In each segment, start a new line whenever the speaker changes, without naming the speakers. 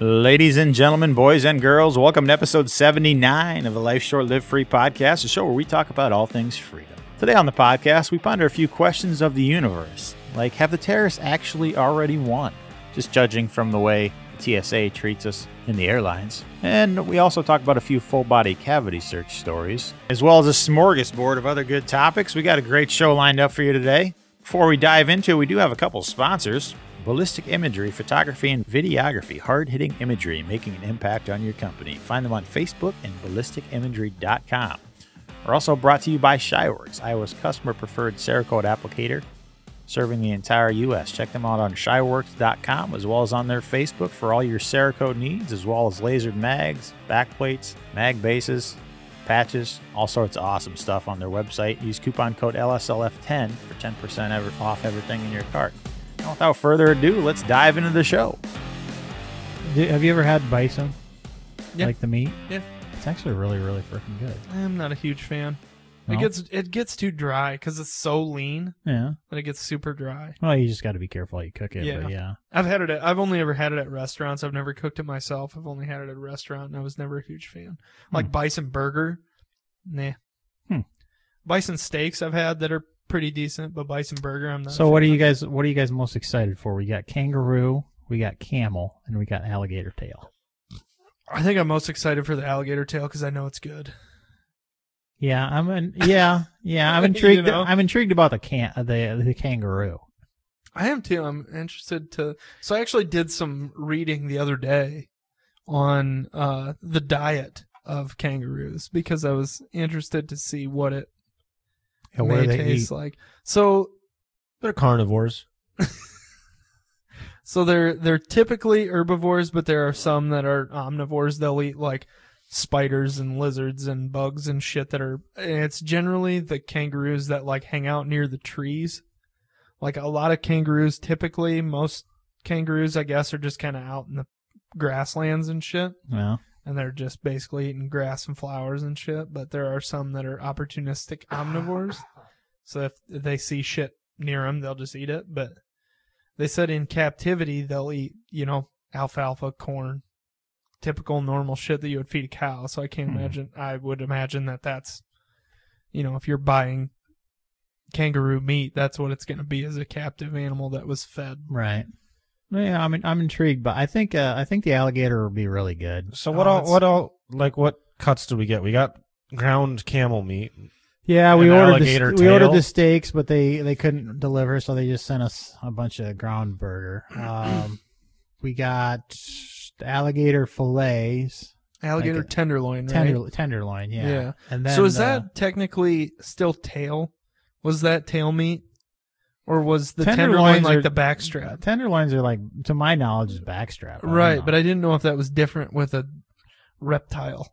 Ladies and gentlemen, boys and girls, welcome to episode 79 of the Life Short Live Free podcast, a show where we talk about all things freedom. Today on the podcast, we ponder a few questions of the universe, like have the terrorists actually already won? Just judging from the way the TSA treats us in the airlines. And we also talk about a few full body cavity search stories, as well as a smorgasbord of other good topics. We got a great show lined up for you today. Before we dive into it, we do have a couple sponsors. Ballistic Imagery, Photography and Videography, hard hitting imagery making an impact on your company. Find them on Facebook and ballisticimagery.com. We're also brought to you by Shyworks, Iowa's customer preferred Cerakote applicator serving the entire U.S. Check them out on shyworks.com as well as on their Facebook for all your Cerakote needs, as well as lasered mags, backplates, mag bases, patches, all sorts of awesome stuff on their website. Use coupon code LSLF10 for 10% ever- off everything in your cart. And without further ado, let's dive into the show.
Do, have you ever had bison?
Yeah.
Like the meat?
Yeah.
It's actually really, really freaking good.
I'm not a huge fan.
No?
It gets it gets too dry because it's so lean
Yeah.
that it gets super dry.
Well, you just got to be careful how you cook it.
Yeah.
But yeah.
I've had it. At, I've only ever had it at restaurants. I've never cooked it myself. I've only had it at a restaurant, and I was never a huge fan. Like bison burger, nah.
Hmm.
Bison steaks I've had that are pretty decent, but bison burger I'm not. a
So what are
fan
you
of.
guys? What are you guys most excited for? We got kangaroo, we got camel, and we got alligator tail.
I think I'm most excited for the alligator tail because I know it's good.
Yeah, I'm. An, yeah, yeah. I'm
You
intrigued.
know?
I'm intrigued about the can the the kangaroo.
I am too. I'm interested to. So I actually did some reading the other day on uh, the diet of kangaroos because I was interested to see what it
Yeah, what
may
do they
taste
eat?
like. So
They're carnivores.
so they're they're typically herbivores, but there are some that are omnivores. They'll eat like spiders and lizards and bugs and shit that are. And it's generally the kangaroos that like hang out near the trees. Like a lot of kangaroos, typically most kangaroos, I guess, are just kind of out in the grasslands and shit,
No.
and they're just basically eating grass and flowers and shit. But there are some that are opportunistic omnivores. So if they see shit near them, they'll just eat it. But they said in captivity, they'll eat, you know, alfalfa, corn, typical normal shit that you would feed a cow. So I can't
Hmm.
imagine, I would imagine that that's, you know, if you're buying kangaroo meat, that's what it's going to be as a captive animal that was fed.
Right. Yeah, I mean, I'm intrigued, but I think uh, I think the alligator would be really good.
So what
Oh,
all?
it's-
What all? Like what cuts did we get? We got ground camel meat.
Yeah, we
An
ordered the,
alligator
st- we ordered
tail?
the steaks, but they they couldn't deliver, so they just sent us a bunch of ground burger. Um, we got alligator fillets,
Alligator
Like a-
tenderloin, right?
tender, tenderloin, yeah.
Yeah.
And then
so is
uh,
that technically still tail? Was that tail meat? Or was the
Tenderloins
tenderloin like
are-
the backstrap?
uh, tenderloins are like, to my knowledge, is backstrap. I don't
Right,
know.
but I didn't know if that was different with a reptile.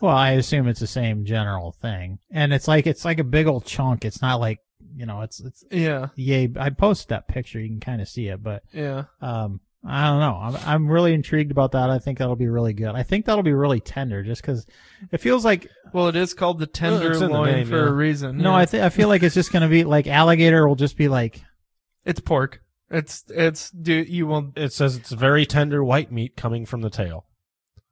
well, I assume it's the same general thing, and it's like it's like a big old chunk. It's not like you know, it's it's
yeah,
yay. I posted that picture, you can kind of see it, but
yeah.
um i don't know I'm, I'm really intrigued about that i think that'll be really good i think that'll be really tender just because it feels like
Well, it is called the
in the
tenderloin
name,
for a
yeah.
reason.
no
yeah.
i think i feel like it's just gonna be like alligator will just be like
it's pork. It's it's do you will
It says it's very tender white meat coming from the tail.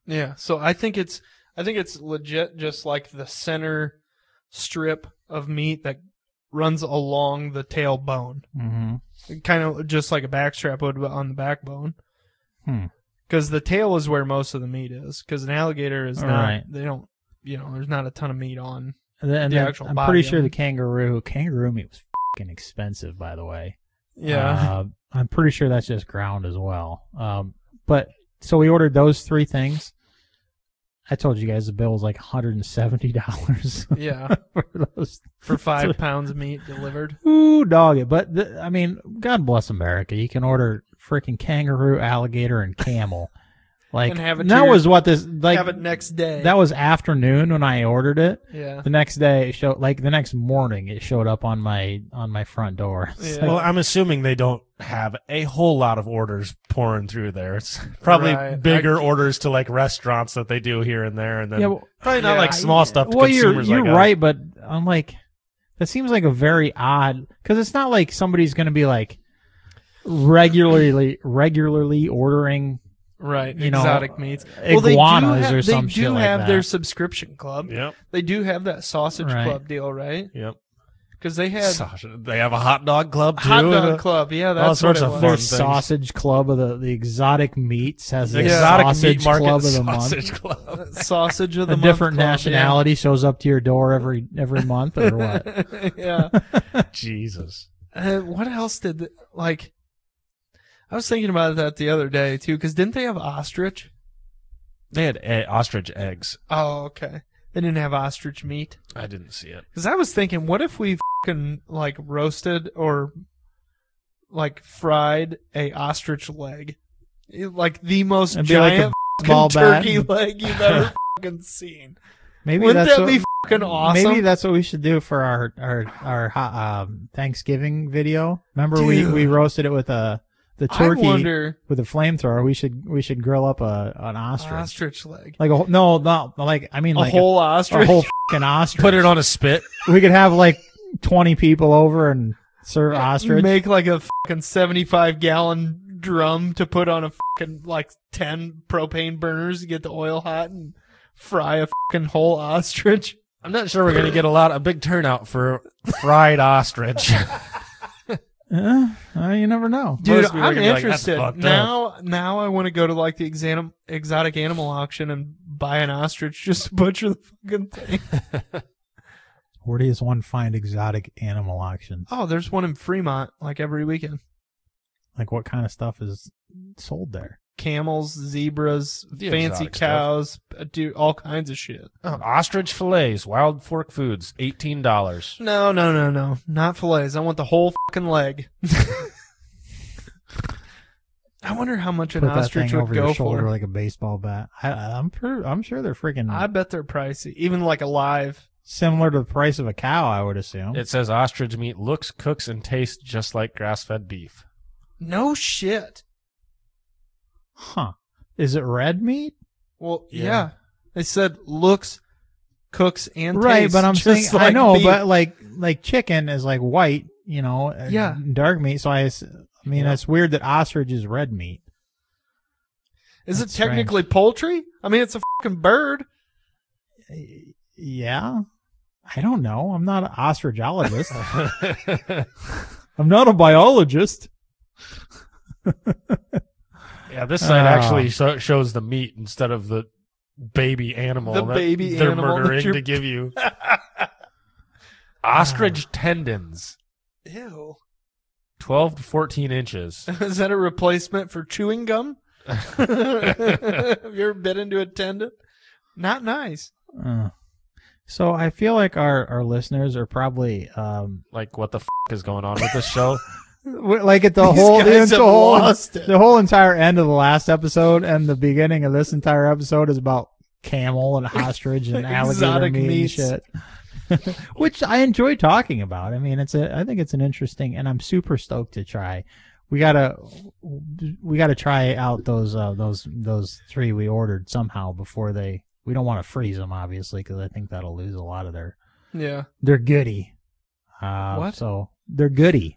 yeah. So I think it's I think it's legit, just like the center strip of meat that runs along the tailbone,
mm-hmm.
kind of just like a backstrap would on the backbone.
Hmm.
Because the tail is where most of the meat is. Because an alligator is not.
Right.
They don't. You know, there's not a ton of meat on
and then, and
The
then
actual
i'm
body
pretty
of
sure
it.
the kangaroo kangaroo meat was fucking expensive by the way
Yeah.
Uh, I'm pretty sure that's just ground as well. Um, but so we ordered those three things. I told you guys the bill was like $170
yeah.
for those
For five pounds of meat delivered.
Ooh, dog it. But th- I mean, God bless America. You can order freaking kangaroo, alligator, and camel. Like
And have it
and
to
that
your-
was what this like.
Have it next day.
that was afternoon when I ordered it.
yeah.
The next day, it showed like the next morning, it showed up on my on my front door. It's like,
Yeah.
Well, I'm assuming they don't have a whole lot of orders pouring through there. It's probably
Right.
bigger
I-
orders to like restaurants that they do here and there, and then
yeah, well,
probably not
Yeah.
like small stuff. To
well, you're
consumers
you're
like us.
right, but I'm like, that seems like a very odd because it's not like somebody's going to be like regularly regularly ordering
right?
You know, uh,
exotic meats.
iguanas
they do have,
or some
They do
shit like
have
that.
their subscription club.
Yep.
They do have that sausage
Right.
club deal, right?
Yep.
Because they had
Sasha, they have a hot dog club too.
hot
and
dog
a-
club. Yeah,
all
that's what
sorts
it
of
was.
fun
Their
things.
sausage club of the, the exotic meats has the
Yeah.
Exotic
sausage
meat market
club of the month.
sausage club.
sausage of the
A
month
different
club, yeah.
nationality shows up to your door every every month or what?
yeah.
Jesus.
Uh, what else did th- like? I was thinking about that the other day too, because didn't they have ostrich?
They had e- ostrich eggs.
Oh, okay. They didn't have ostrich meat.
I didn't see it.
Because I was thinking, what if we fucking like roasted or like fried a ostrich leg, It- like the most
It'd be like a
giant fucking
ball bat.
turkey leg you've ever fucking seen?
Maybe
Wouldn't
that's
that
what,
be fucking awesome?
Maybe that's what we should do for our our our ho- um, Thanksgiving video. Remember we,
Dude.
we roasted it with a the turkey
I wonder
with a flamethrower. We should we should grill up a an ostrich,
ostrich, leg,
like a whole- no not like I mean
a
like
whole
a, a
ostrich.
whole fucking ostrich.
Put it on a spit.
We could have like twenty people over and serve ostrich.
Make like a fucking 75 gallon drum to put on a fucking like 10 propane burners to get the oil hot and fry a fucking whole ostrich.
I'm not sure we're gonna get a lot a big turnout for fried ostrich.
Eh, uh, you never know.
Dude,
Most people are
I'm
gonna be like, "That's
interested.
fucked up."
now now I want to go to like the exam- exotic animal auction and buy an ostrich just to butcher the fucking thing.
Where does one find exotic animal auctions?
Oh, there's one in Fremont like every weekend.
Like what kind of stuff is sold there?
Camels, zebras,
The
fancy
exotic stuff.
cows, uh, dude, all kinds of shit.
Oh, ostrich fillets, wild fork foods, eighteen dollars.
No, no, no, no. Not fillets. I want the whole fucking leg. I wonder how much an
Put that
ostrich
thing
would
over your
go
shoulder
for.
like a baseball bat. I, I'm per, I'm sure they're freaking
I bet they're pricey, even like alive.
similar to the price of a cow. I would assume.
It says ostrich meat looks, cooks, and tastes just like grass fed beef.
No shit.
huh? Is it red meat?
Well, yeah.
Yeah.
They said looks, cooks, and
right,
tastes
but I'm
just
saying I
like
know,
beef.
but like like chicken is like white, you know, and
Yeah.
dark meat. So I, s- I mean,
Yeah.
it's weird that ostrich is red meat.
is it
that's strange.
technically poultry? I mean, it's a fucking bird.
Yeah, I don't know. I'm not an ostrichologist.
yeah,
I'm not a biologist.
this site
Ah.
actually sho- shows the meat instead of the baby animal.
The baby
they're
animal that
murdering
you're-
to give you ostrich tendons,
Ew.
twelve to fourteen inches.
Is that a replacement for chewing gum? Have you ever bit into a tendon? Not nice.
Uh, so I feel like our our listeners are probably um
like, what the f- is going on with this show?
w- like at the
These
whole
guys
the
have
whole
lost it.
the whole entire end of the last episode and the beginning of this entire episode is about camel and ostrich and alligator
Exotic
meat and
meats.
shit. Which I enjoy talking about. I mean, it's a I think it's an interesting and I'm super stoked to try. We gotta we gotta try out those uh, those those three we ordered somehow before they. We don't want to freeze them obviously because I think that'll lose a lot of their
Yeah.
they're goody. Uh,
What?
So they're goody.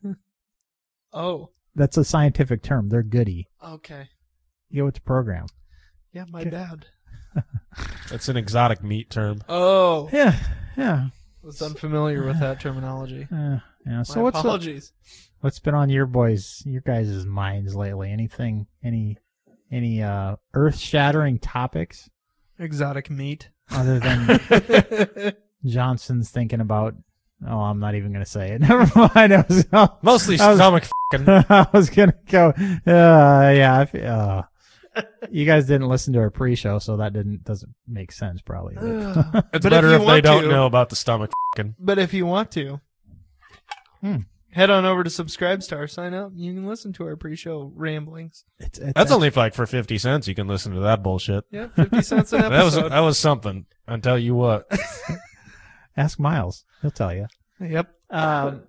Oh,
That's a scientific term. They're goody.
okay.
You go with the program.
Yeah, my
Okay.
bad.
It's an exotic meat term.
Oh, I
Yeah, yeah,
was unfamiliar with that terminology.
uh, yeah. So
my
what's
apologies.
what's been on your boys, your guys' minds lately? Anything? Any? Any uh, earth-shattering topics
Exotic meat.
other than Johnson's thinking about? Oh, I'm not even gonna say it. Never mind. I was,
Mostly
I was-
stomach. f***ing.
I was gonna go. Uh, yeah, I fe- uh, you guys didn't listen to our pre-show, so that didn't doesn't make sense probably. but-
Ugh.
It's
But if
better
you
if, they
want
don't
to-
know about the stomach.
but if you want to,
Hmm.
head on over to Subscribestar, sign up. You can listen to our pre-show ramblings.
It's, it's
That's
actually-
only if, like for fifty cents. You can listen to that bullshit.
Yeah, fifty cents an
That was
episode.
that was something. I tell you what.
ask Miles. He'll tell you.
yep.
Um.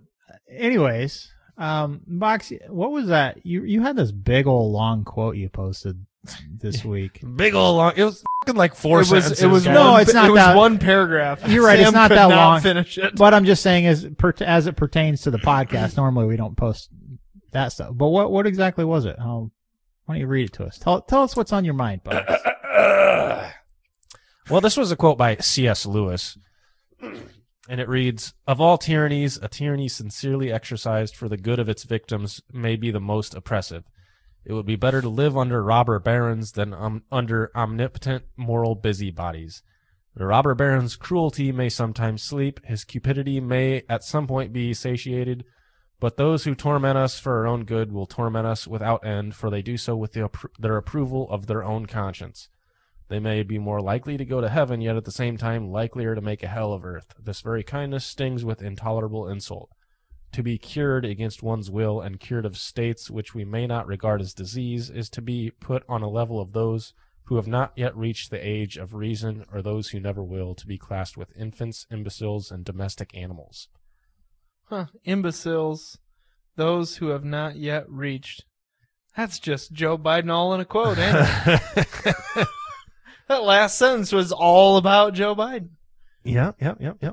Anyways, um, Boxy, what was that? You you had this big old long quote you posted this week.
Big old long. It was fucking like four
it was.
sentences.
It was
guys.
No,
one,
it's not
It was
that-
one paragraph.
You're right, it's
Sam
not
could
that long.
Finish it.
But I'm just saying, as per, as it pertains to the podcast, normally we don't post that stuff. But what what exactly was it? How Why don't you read it to us? Tell tell us what's on your mind, Bugs.
well, this was a quote by C.S. Lewis, and it reads Of all tyrannies, a tyranny sincerely exercised for the good of its victims may be the most oppressive. It would be better to live under robber barons than um, under omnipotent moral busybodies. The robber baron's cruelty may sometimes sleep, his cupidity may at some point be satiated, but those who torment us for our own good will torment us without end, for they do so with the, appro- their approval of their own conscience. They may be more likely to go to heaven, yet at the same time likelier to make a hell of earth. This very kindness stings with intolerable insult. To be cured against one's will and cured of states which we may not regard as disease is to be put on a level of those who have not yet reached the age of reason or those who never will, to be classed with infants, imbeciles, and domestic animals.
Huh, imbeciles, those who have not yet reached. That's just Joe Biden all in a quote, ain't it? that last sentence was all about Joe Biden.
Yeah, yeah, yeah, yeah.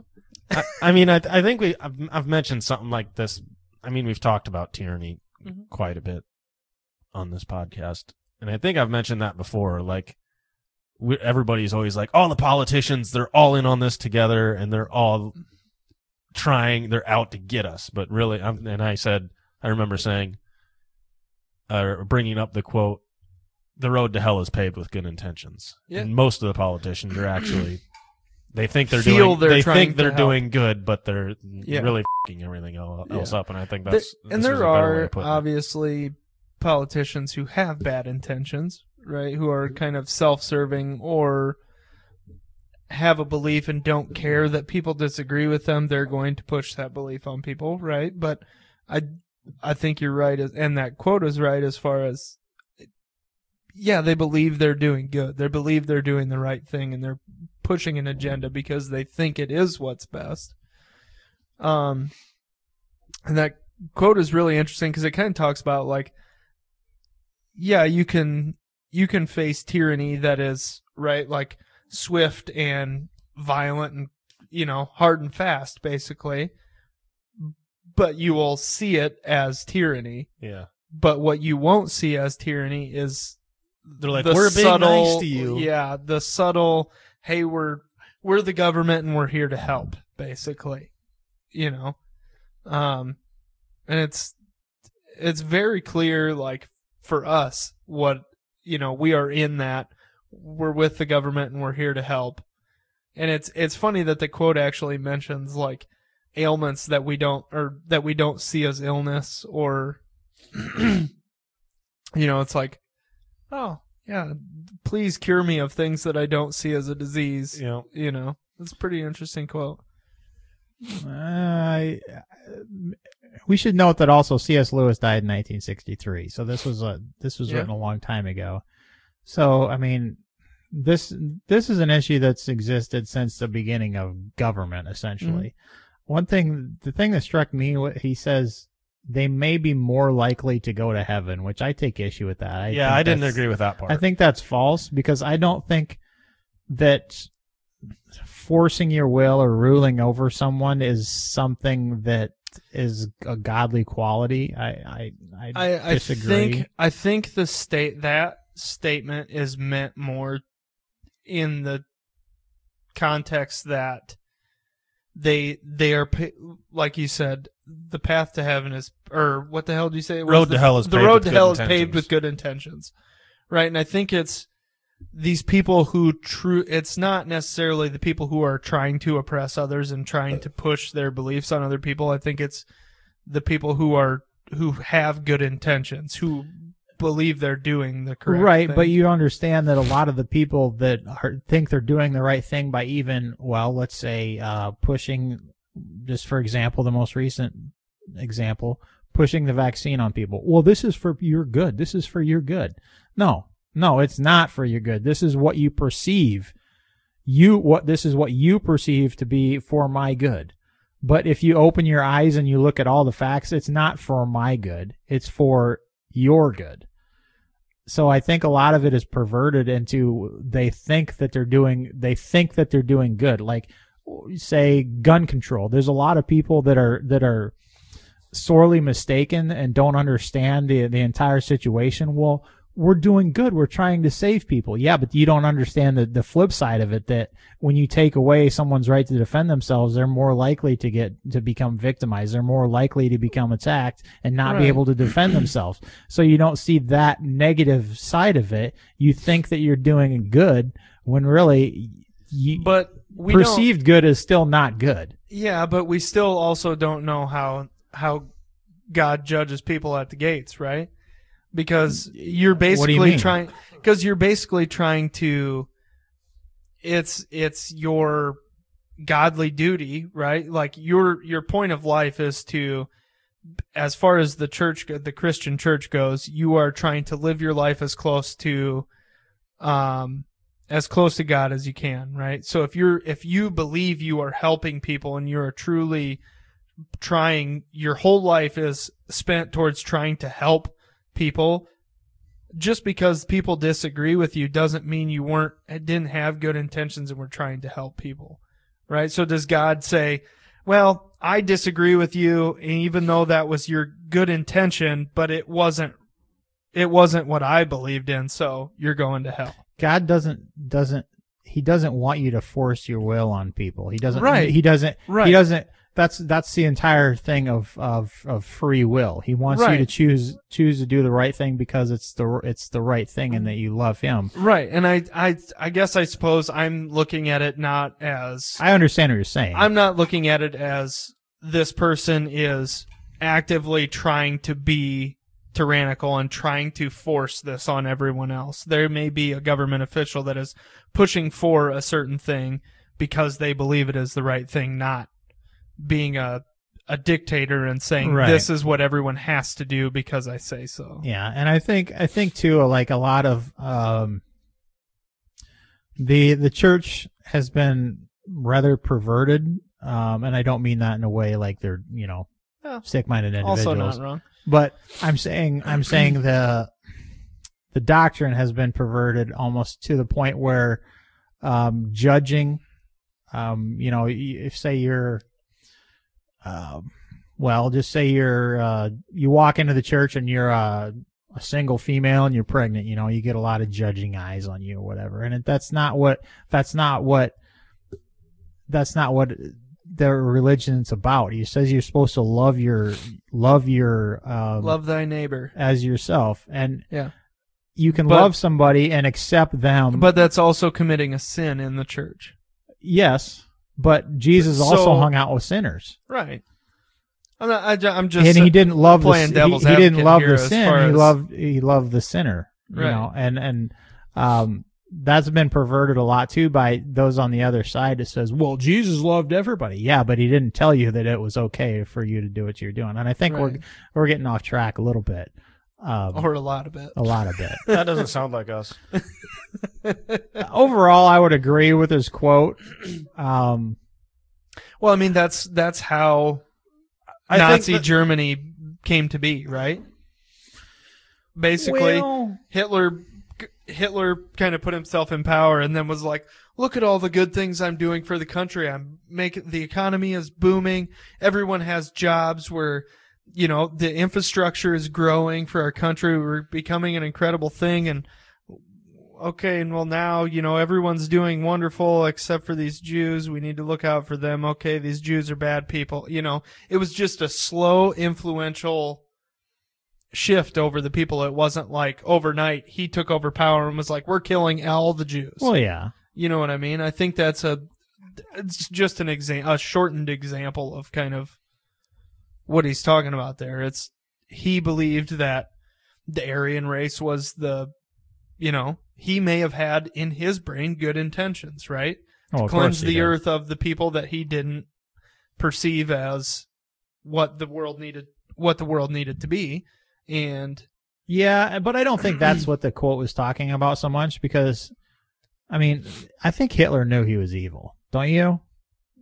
I, I mean, I, I think we I've, I've mentioned something like this. I mean, we've talked about tyranny
Mhm.
quite a bit on this podcast, and I think I've mentioned that before. Like, we, everybody's always like, all the politicians, they're all in on this together, and they're all trying, they're out to get us. But really, I'm, and I said, I remember saying, uh, bringing up the quote, "The road to hell is paved with good intentions."
Yeah.
And most of the politicians are actually they think they're
Feel
doing
they're
they
trying
think
to
they're
help.
doing good, but they're
Yeah.
really fing everything el- else up. And I think
There-
that's
and
this is a
there
better way
are
to put it.
obviously politicians who have bad intentions, right? Who are kind of self-serving or have a belief and don't care that people disagree with them. They're going to push that belief on people, right? But I, I think you're right, as- and that quote is right as far as. Yeah, they believe they're doing good. They believe they're doing the right thing, and they're pushing an agenda because they think it is what's best. Um, and that quote is really interesting because it kind of talks about like yeah you can you can face tyranny that is right like swift and violent and you know hard and fast basically but you will see it as tyranny
yeah.
but what you won't see as tyranny is
They're like
the
we're being
subtle,
nice to you.
yeah the subtle hey we're we're the government and we're here to help basically you know um and it's it's very clear like for us what you know we are in that we're with the government and we're here to help and it's it's funny that the quote actually mentions like ailments that we don't or that we don't see as illness or you know it's like oh yeah please cure me of things that i don't see as a disease
You know,
you know that's a pretty interesting quote
I- Uh, we should note that also C.S. Lewis died in 1963, so this was a this was
Yeah.
written a long time ago. So I mean, this this is an issue that's existed since the beginning of government. Essentially,
Mm-hmm.
one thing the thing that struck me what he says they may be more likely to go to heaven, which I take issue with that. I
yeah,
think
I didn't
that's-
agree with that part.
I think that's false because I don't think that forcing your will or ruling over someone is something that is a godly quality. I I, I,
I, I
disagree.
think I think the state that statement is meant more in the context that they they are pa- like you said the path to heaven is or what the hell do you say it was?
Road
The-
to hell is
the
paved
road
with
to
good
hell is paved
intentions.
with good intentions right and I think it's these people who true it's not necessarily the people who are trying to oppress others and trying to push their beliefs on other people i think it's the people who are who have good intentions who believe they're doing the correct
right,
thing.
but you understand that a lot of the people that are, think they're doing the right thing by even well, let's say uh, pushing, just for example, the most recent example, pushing the vaccine on people. Well, this is for your good. This is for your good. No, no, it's not for your good. This is what you perceive. You what this is what you perceive to be for my good. But if you open your eyes and you look at all the facts, it's not for my good. It's for your good. So I think a lot of it is perverted into they think that they're doing they think that they're doing good. Like say gun control. There's a lot of people that are that are sorely mistaken and don't understand the the entire situation. Well, we're doing good. We're trying to save people. Yeah, but you don't understand the, the flip side of it that when you take away someone's right to defend themselves, they're more likely to get to become victimized. They're more likely to become attacked and not be
Right.
able to defend themselves. So you don't see that negative side of it. You think that you're doing good when really you
But we don't-
perceived good is still not good.
Yeah, but we still also don't know how how God judges people at the gates, right? Because you're
do you
basically
mean?
trying because you're basically trying to it's it's your godly duty, right? Like your your point of life is to as far as the church the Christian church goes, you are trying to live your life as close to um as close to God as you can, right? So if you're if you believe you are helping people and you're truly trying your whole life is spent towards trying to help people just because people disagree with you doesn't mean you weren't didn't have good intentions and were trying to help people. Right? So does God say, "Well, I disagree with you and even though that was your good intention, but it wasn't it wasn't what I believed in, so you're going to hell."
God doesn't doesn't he doesn't want you to force your will on people. He doesn't
Right.
he doesn't
Right.
he doesn't that's that's the entire thing of of of free will. He wants you to
Right.
choose choose to do the right thing because it's the it's the right thing
Mm-hmm.
and that you love him.
Right, and I, I, I guess I suppose I'm looking at it not as
I understand what you're saying.
I'm not looking at it as this person is actively trying to be tyrannical and trying to force this on everyone else. There may be a government official that is pushing for a certain thing because they believe it is the right thing, not being a a dictator and saying
Right.
this is what everyone has to do because I say so.
Yeah, and I think I think too like a lot of um the the church has been rather perverted um and I don't mean that in a way like they're, you know,
Oh.
sick-minded individuals.
Also not wrong.
but I'm saying I'm saying the the doctrine has been perverted almost to the point where um, judging, um, you know, y- if say you're, um, well, just say you're uh, you walk into the church and you're uh, a single female and you're pregnant, you know, you get a lot of judging eyes on you or whatever, and it, that's not what that's not what that's not what the religion's about. He says you're supposed to love your love your um,
Love thy neighbor.
as yourself, and
Yeah.
you can
But-
love somebody and accept them.
But that's also committing a sin in the church.
yes, but Jesus
So-
also hung out with sinners,
Right. I'm, not, I, ju- I'm just
and he didn't love the
playing
sin- he,
devil's
he didn't
advocate
love
here
the
as far
sin. He
as-
loved he loved the sinner, you
Right.
know, and and um. That's been perverted a lot too by those on the other side. It says, "Well, Jesus loved everybody." Yeah, but he didn't tell you that it was okay for you to do what you're doing. And I think we're
Right.
we're getting off track a little bit, um,
or a lot of it.
a lot of bit.
That doesn't sound like us.
Overall, I would agree with his quote. Um,
Well, I mean that's that's how
I think
Nazi
that-
Germany came to be, right? Basically,
well,
Hitler Hitler kind of put himself in power and then was like, "Look at all the good things I'm doing for the country. I'm making the economy is booming. Everyone has jobs. We're, you know, the infrastructure is growing for our country. We're becoming an incredible thing." And okay, and well now, you know, everyone's doing wonderful except for these Jews. We need to look out for them. Okay, these Jews are bad people. You know, it was just a slow, influential shift over the people. It wasn't like overnight he took over power and was like, "We're killing all the Jews."
well, yeah,
you know what I mean? I think that's a it's just an example, a shortened example of kind of what he's talking about there. It's he believed that the Aryan race was the, you know, he may have had in his brain good intentions, right?
well, of course
cleanse
he
the
did.
earth of the people that he didn't perceive as what the world needed what the world needed to be and
Yeah, but I don't think that's what the quote was talking about so much because, I mean, I think Hitler knew he was evil. Don't you?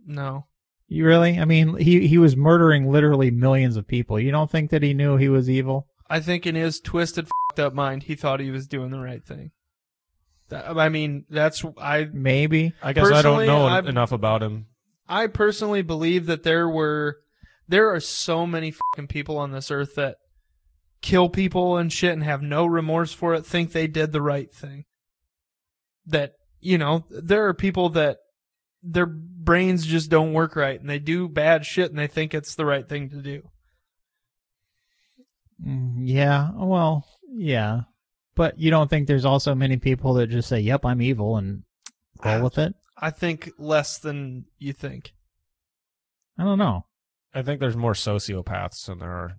no
You really? I mean, he he was murdering literally millions of people. You don't think that he knew he was evil?
i think in his twisted fed up mind he thought he was doing the right thing That- i mean that's i
Maybe.
I guess I
Personally,
don't know
I've-
enough about him.
i personally believe that there were there are so many fucking people on this earth that kill people and shit and have no remorse for it think they did the right thing. That, you know, there are people that their brains just don't work right and they do bad shit and they think it's the right thing to do.
Mm, Yeah. Well, yeah. But you don't think there's also many people that just say, "Yep, I'm evil," and
Ah.
roll with it?
I think less than you think.
I don't know.
I think there's more sociopaths than there are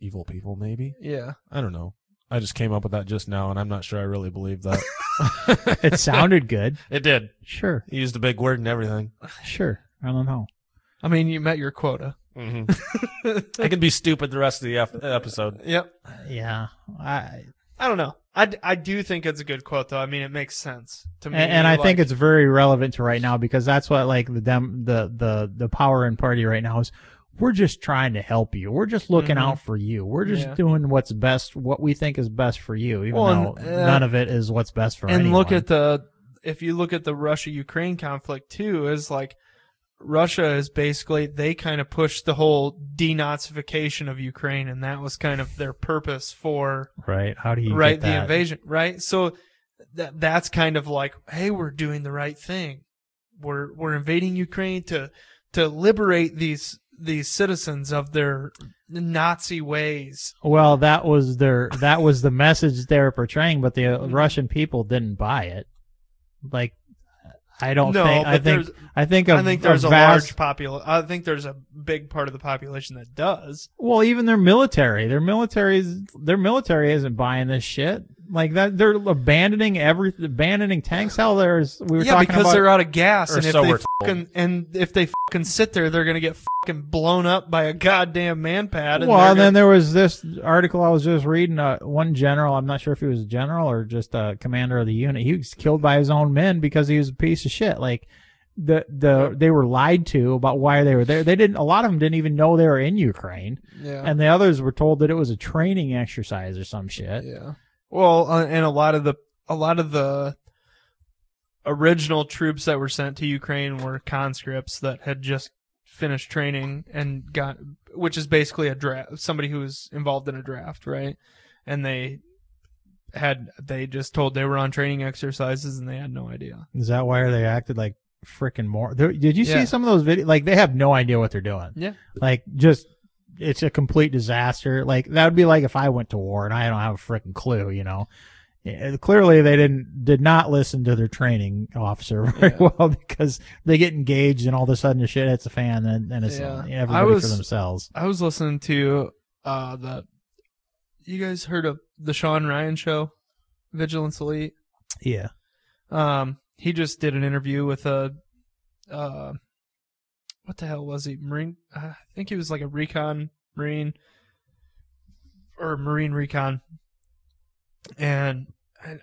evil people, maybe.
Yeah.
I don't know. I just came up with that just now, and I'm not sure I really believe that.
It sounded good.
it did.
Sure.
He used a big word and everything.
Sure. I don't know.
I mean, you met your quota. Mm-hmm.
I can be stupid the rest of the ep- episode.
Yep.
Yeah. I
I don't know. I, d- I do think it's a good quote though. I mean, it makes sense to
and,
me.
and I think
like-
it's very relevant to right now because that's what like the dem the the the power and party right now is. We're just trying to help you. We're just looking
Mhm.
out for you. We're just
Yeah.
doing what's best, what we think is best for you, even
Well,
though
and, uh,
none of it is what's best for
and look
anyone.
at the if you look at the Russia Ukraine conflict too is like Russia is basically they kind of pushed the whole denazification of Ukraine and that was kind of their purpose for
right. How do you
right
get
the
that?
invasion right so that that's kind of like hey we're doing the right thing we're we're invading Ukraine to to liberate these these citizens of their Nazi ways
Well, that was their that was the message they were portraying, but the
Mm-hmm.
Russian people didn't buy it. Like, I don't
No,
think I
but
think
there's-
I think
I think there's a,
vast,
large popul I think there's a big part of the population that does
Well, even their military, their military is their military isn't buying this shit. Like that, they're abandoning every abandoning tanks. Hell, there's we were
yeah,
talking
because
about.
they're out of gas,
Or
and if
so
they
we're
fucking and if they fucking sit there, they're gonna get fucking blown up by a goddamn man pad. And
well,
they're
and then
gonna-
there was this article I was just reading. Uh, one general, I'm not sure if he was a general or just a commander of the unit. He was killed by his own men because he was a piece of shit. Like the the they were lied to about why they were there. They didn't. A lot of them didn't even know they were in Ukraine,
yeah,
and the others were told that it was a training exercise or some shit.
yeah. Well, uh, and a lot of the a lot of the original troops that were sent to Ukraine were conscripts that had just finished training and got, which is basically a draft. Somebody who was involved in a draft, right? And they had they just told they were on training exercises and they had no idea.
Is that why they acted like freaking more? there- Did you
Yeah.
see some of those videos? Like they have no idea what they're doing.
Yeah.
Like just it's a complete disaster. Like that would be like if I went to war and I don't have a freaking clue, you know. Yeah, Clearly, they didn't did not listen to their training officer very
Yeah.
well because they get engaged and all of a sudden the shit hits the fan and, and it's
Yeah.
uh,
I
everybody for
was-
themselves.
I was listening to uh the you guys heard of the Sean Ryan show, Vigilance Elite.
Yeah,
Um he just did an interview with a uh what the hell was he? Marine I think he was like a recon marine or marine recon. And I,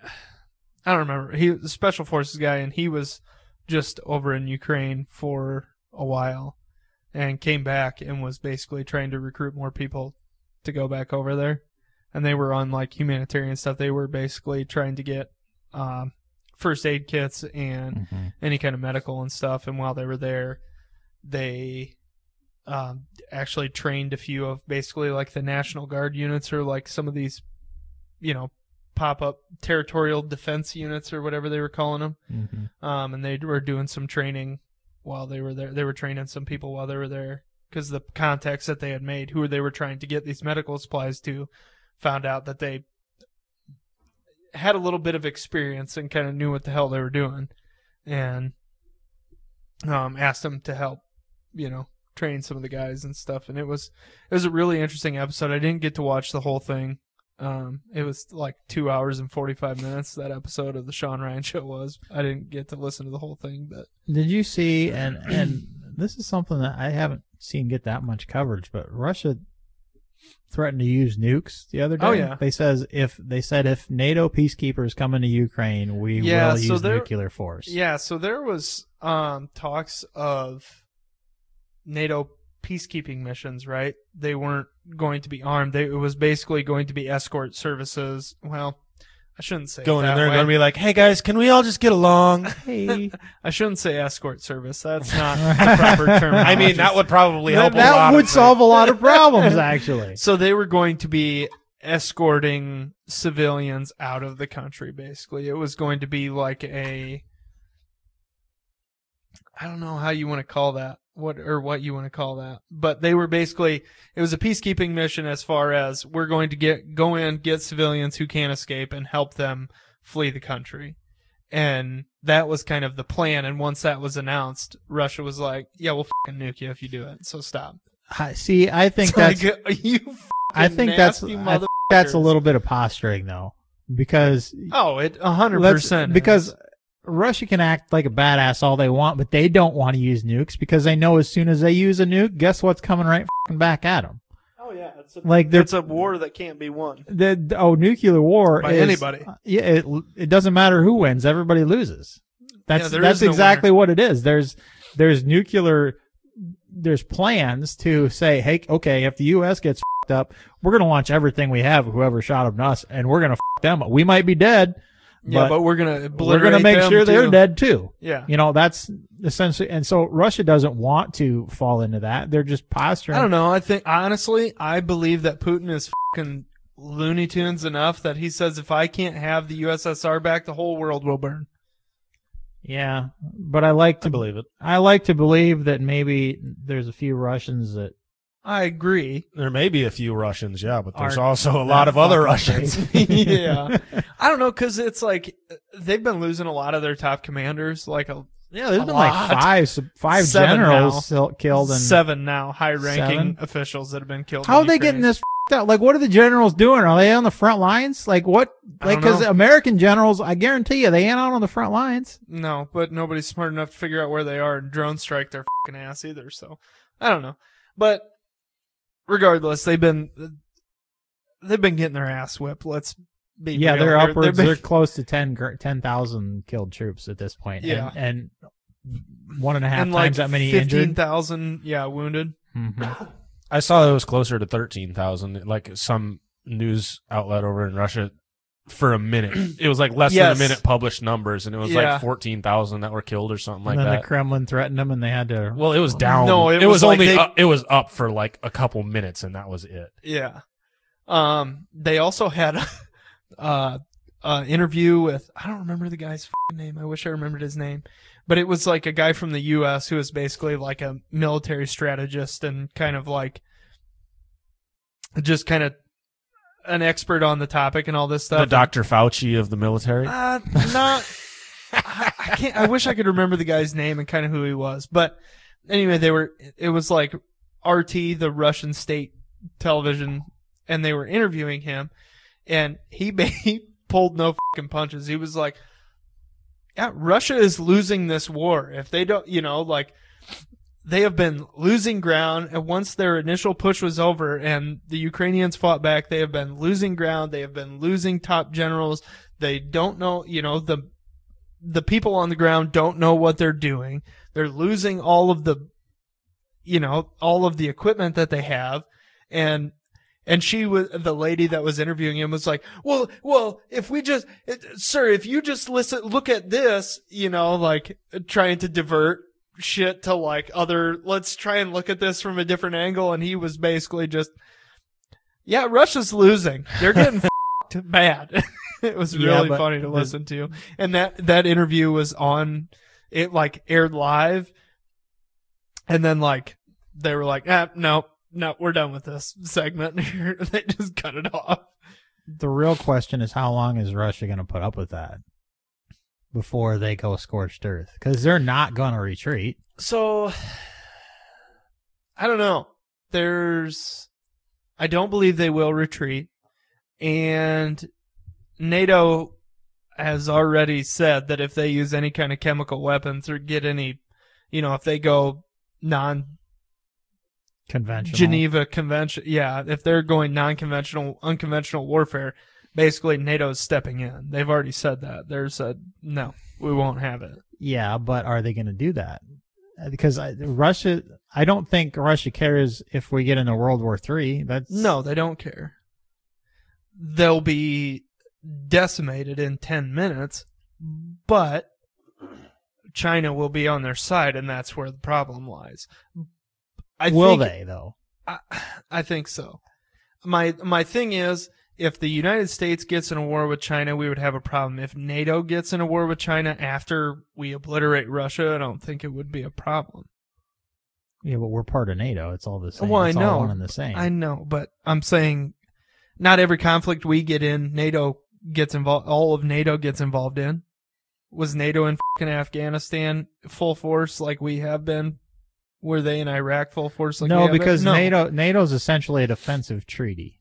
I don't remember. He was a special forces guy and he was just over in Ukraine for a while and came back and was basically trying to recruit more people to go back over there. And they were on like humanitarian stuff. They were basically trying to get um, first aid kits and
Mhm.
any kind of medical and stuff. And while they were there, they um, actually trained a few of basically like the National Guard units or like some of these, you know, pop up territorial defense units or whatever they were calling them
Mhm.
um, and they were doing some training while they were there. They were training some people while they were there because the contacts that they had made, who they were trying to get these medical supplies to, found out that they had a little bit of experience and kind of knew what the hell they were doing, and um, asked them to help, you know, train some of the guys and stuff. And it was it was a really interesting episode. I didn't get to watch the whole thing. Um, it was like two hours and forty five minutes. That episode of the Sean Ryan show was. I didn't get to listen to the whole thing, but
Did you see and and this is something that I haven't seen get that much coverage, but Russia threatened to use nukes the other day.
Oh, yeah.
They says if they said if NATO peacekeepers come into Ukraine, we
Yeah,
will
so
use
there-
nuclear force.
yeah. So there was um talks of NATO peacekeeping missions. Right? They weren't going to be armed. They, it was basically going to be escort services. Well, I shouldn't say it
Going in
that
there and
way.
going to be like, hey guys, can we all just get along?
Hey.
I shouldn't say escort service. That's not the proper term.
I mean, that would probably
that
help a
that
lot
would
of
solve a lot of problems actually.
So they were going to be escorting civilians out of the country basically it was going to be like a i don't know how you want to call that what or what you want to call that but they were basically it was a peacekeeping mission as far as we're going to get go in get civilians who can't escape and help them flee the country and that was kind of the plan and once that was announced russia was like yeah we'll fucking nuke you if you do it so stop
I- See, I think
It's
that's
like, you
I think that's
nasty
I think that's a
motherfuckers.
little bit of posturing though, because
Oh, it a hundred
Let's-
percent.
Because Russia can act like a badass all they want, but they don't want to use nukes because they know as soon as they use a nuke, guess what's coming right fing back at them.
oh yeah, it's a,
Like they're
a war that can't be won.
the the- oh nuclear war
By
is- uh,
anybody.
Yeah, it it doesn't matter who wins, everybody loses. That's
there
that's
is no
exactly what it is. There's there's nuclear there's plans to say, hey, okay, if the U.S. gets fed up, we're gonna launch everything we have, whoever shot them to us, and we're gonna f- them. up. We might be dead.
Yeah, but,
But
we're gonna
We're
obliterate
gonna make
them
sure they're
too.
dead too.
Yeah,
You know, that's essentially, and so Russia doesn't want to fall into that. They're just posturing.
I don't know. I think honestly, I believe that Putin is fucking Looney Tunes enough that he says if I can't have the USSR back, the whole world will burn.
Yeah, but I like to
I believe it.
I like to believe that maybe there's a few Russians that
I agree.
There may be a few Russians, yeah, but there's
Aren't
also a lot of other Russians.
yeah, I don't know because it's like they've been losing a lot of their top commanders. Like a
yeah, there's
A
been
lot.
like five sub- five
Seven now.
generals sil- killed and
seven now high-ranking
Seven?
officials that have been killed.
How are
in
they
Ukraine.
getting this f***ed out? Like, what are the generals doing? Are they on the front lines? Like, what?
I
Like,
don't
because
know.
American generals, I guarantee you, they ain't out on the front lines.
No, but nobody's smart enough to figure out where they are and drone strike their fucking ass either. So I don't know, but regardless, they've been they've been getting their ass whipped. Let's be
Yeah,
real
they're
here.
upwards.
They've
They're
been-
close to 10 gr- 10,000 killed troops at this point.
Yeah.
and, and one and a half
and like
times that many
fifteen
injured.
thousand. Yeah, wounded.
Mhm.
I saw it was closer to 13,000, like some news outlet over in Russia for a minute. It was like less
Yes.
than a minute published numbers, and it was
Yeah.
like 14,000 that were killed or something like
and then
that.
the Kremlin threatened them, and they had to.
well, it was down.
No, it
it,
was
was,
like
only
they-
up, it was up for like a couple minutes, and that was it.
Yeah. Um. They also had a uh, uh, interview with I don't remember the guy's fucking name. I wish I remembered his name, but it was like a guy from the U.S. who was basically like a military strategist and kind of like just kind of an expert on the topic and all this stuff.
The Dr. Fauci of the military.
Uh, not. I, I can't. I wish I could remember the guy's name and kind of who he was, but anyway, they were. It was like RT, the Russian state television, and they were interviewing him, and he ba- he pulled no fucking punches. He was like, "Yeah, Russia is losing this war. If they don't, you know, like." They have been losing ground, and once their initial push was over and the Ukrainians fought back, they have been losing ground. They have been losing top generals they don't know you know the the people on the ground don't know what they're doing they're losing all of the you know all of the equipment that they have and and she was the lady that was interviewing him was like well well if we just it, sir if you just listen look at this you know like trying to divert shit to like other let's try and look at this from a different angle and he was basically just yeah russia's losing they're getting f***ed bad it was
Yeah,
really
but
funny to
the-
listen to and that that interview was on it like aired live and then like they were like ah no no we're done with this segment they just cut it off
The real question is how long is Russia going to put up with that before they go scorched earth? Because they're not going to retreat.
so i don't know there's i don't believe they will retreat and nato has already said that if they use any kind of chemical weapons or get any you know if they go non
Conventional.
Geneva Convention. Yeah, if they're going non-conventional, unconventional warfare, basically NATO's stepping in. They've already said that. They're said no, we won't have it.
Yeah, but are they going to do that? Uh, Because I, Russia, I don't think Russia cares if we get into World War Three. That's
No, they don't care. They'll be decimated in ten minutes, but China will be on their side, and that's where the problem lies. I
will
think
they though?
I, I think so. My my thing is if the United States gets in a war with China, we would have a problem. If NATO gets in a war with China after we obliterate Russia, I don't think it would be a problem.
Yeah, but we're part of NATO. It's all the same.
Well, I
it's
know,
all one and the same.
I know, but I'm saying not every conflict we get in, NATO gets involved. All of NATO gets involved in. Was NATO in fing Afghanistan full force like we have been? Were they in Iraq full force like we
no,
have been?
because
No.
NATO NATO's essentially a defensive treaty.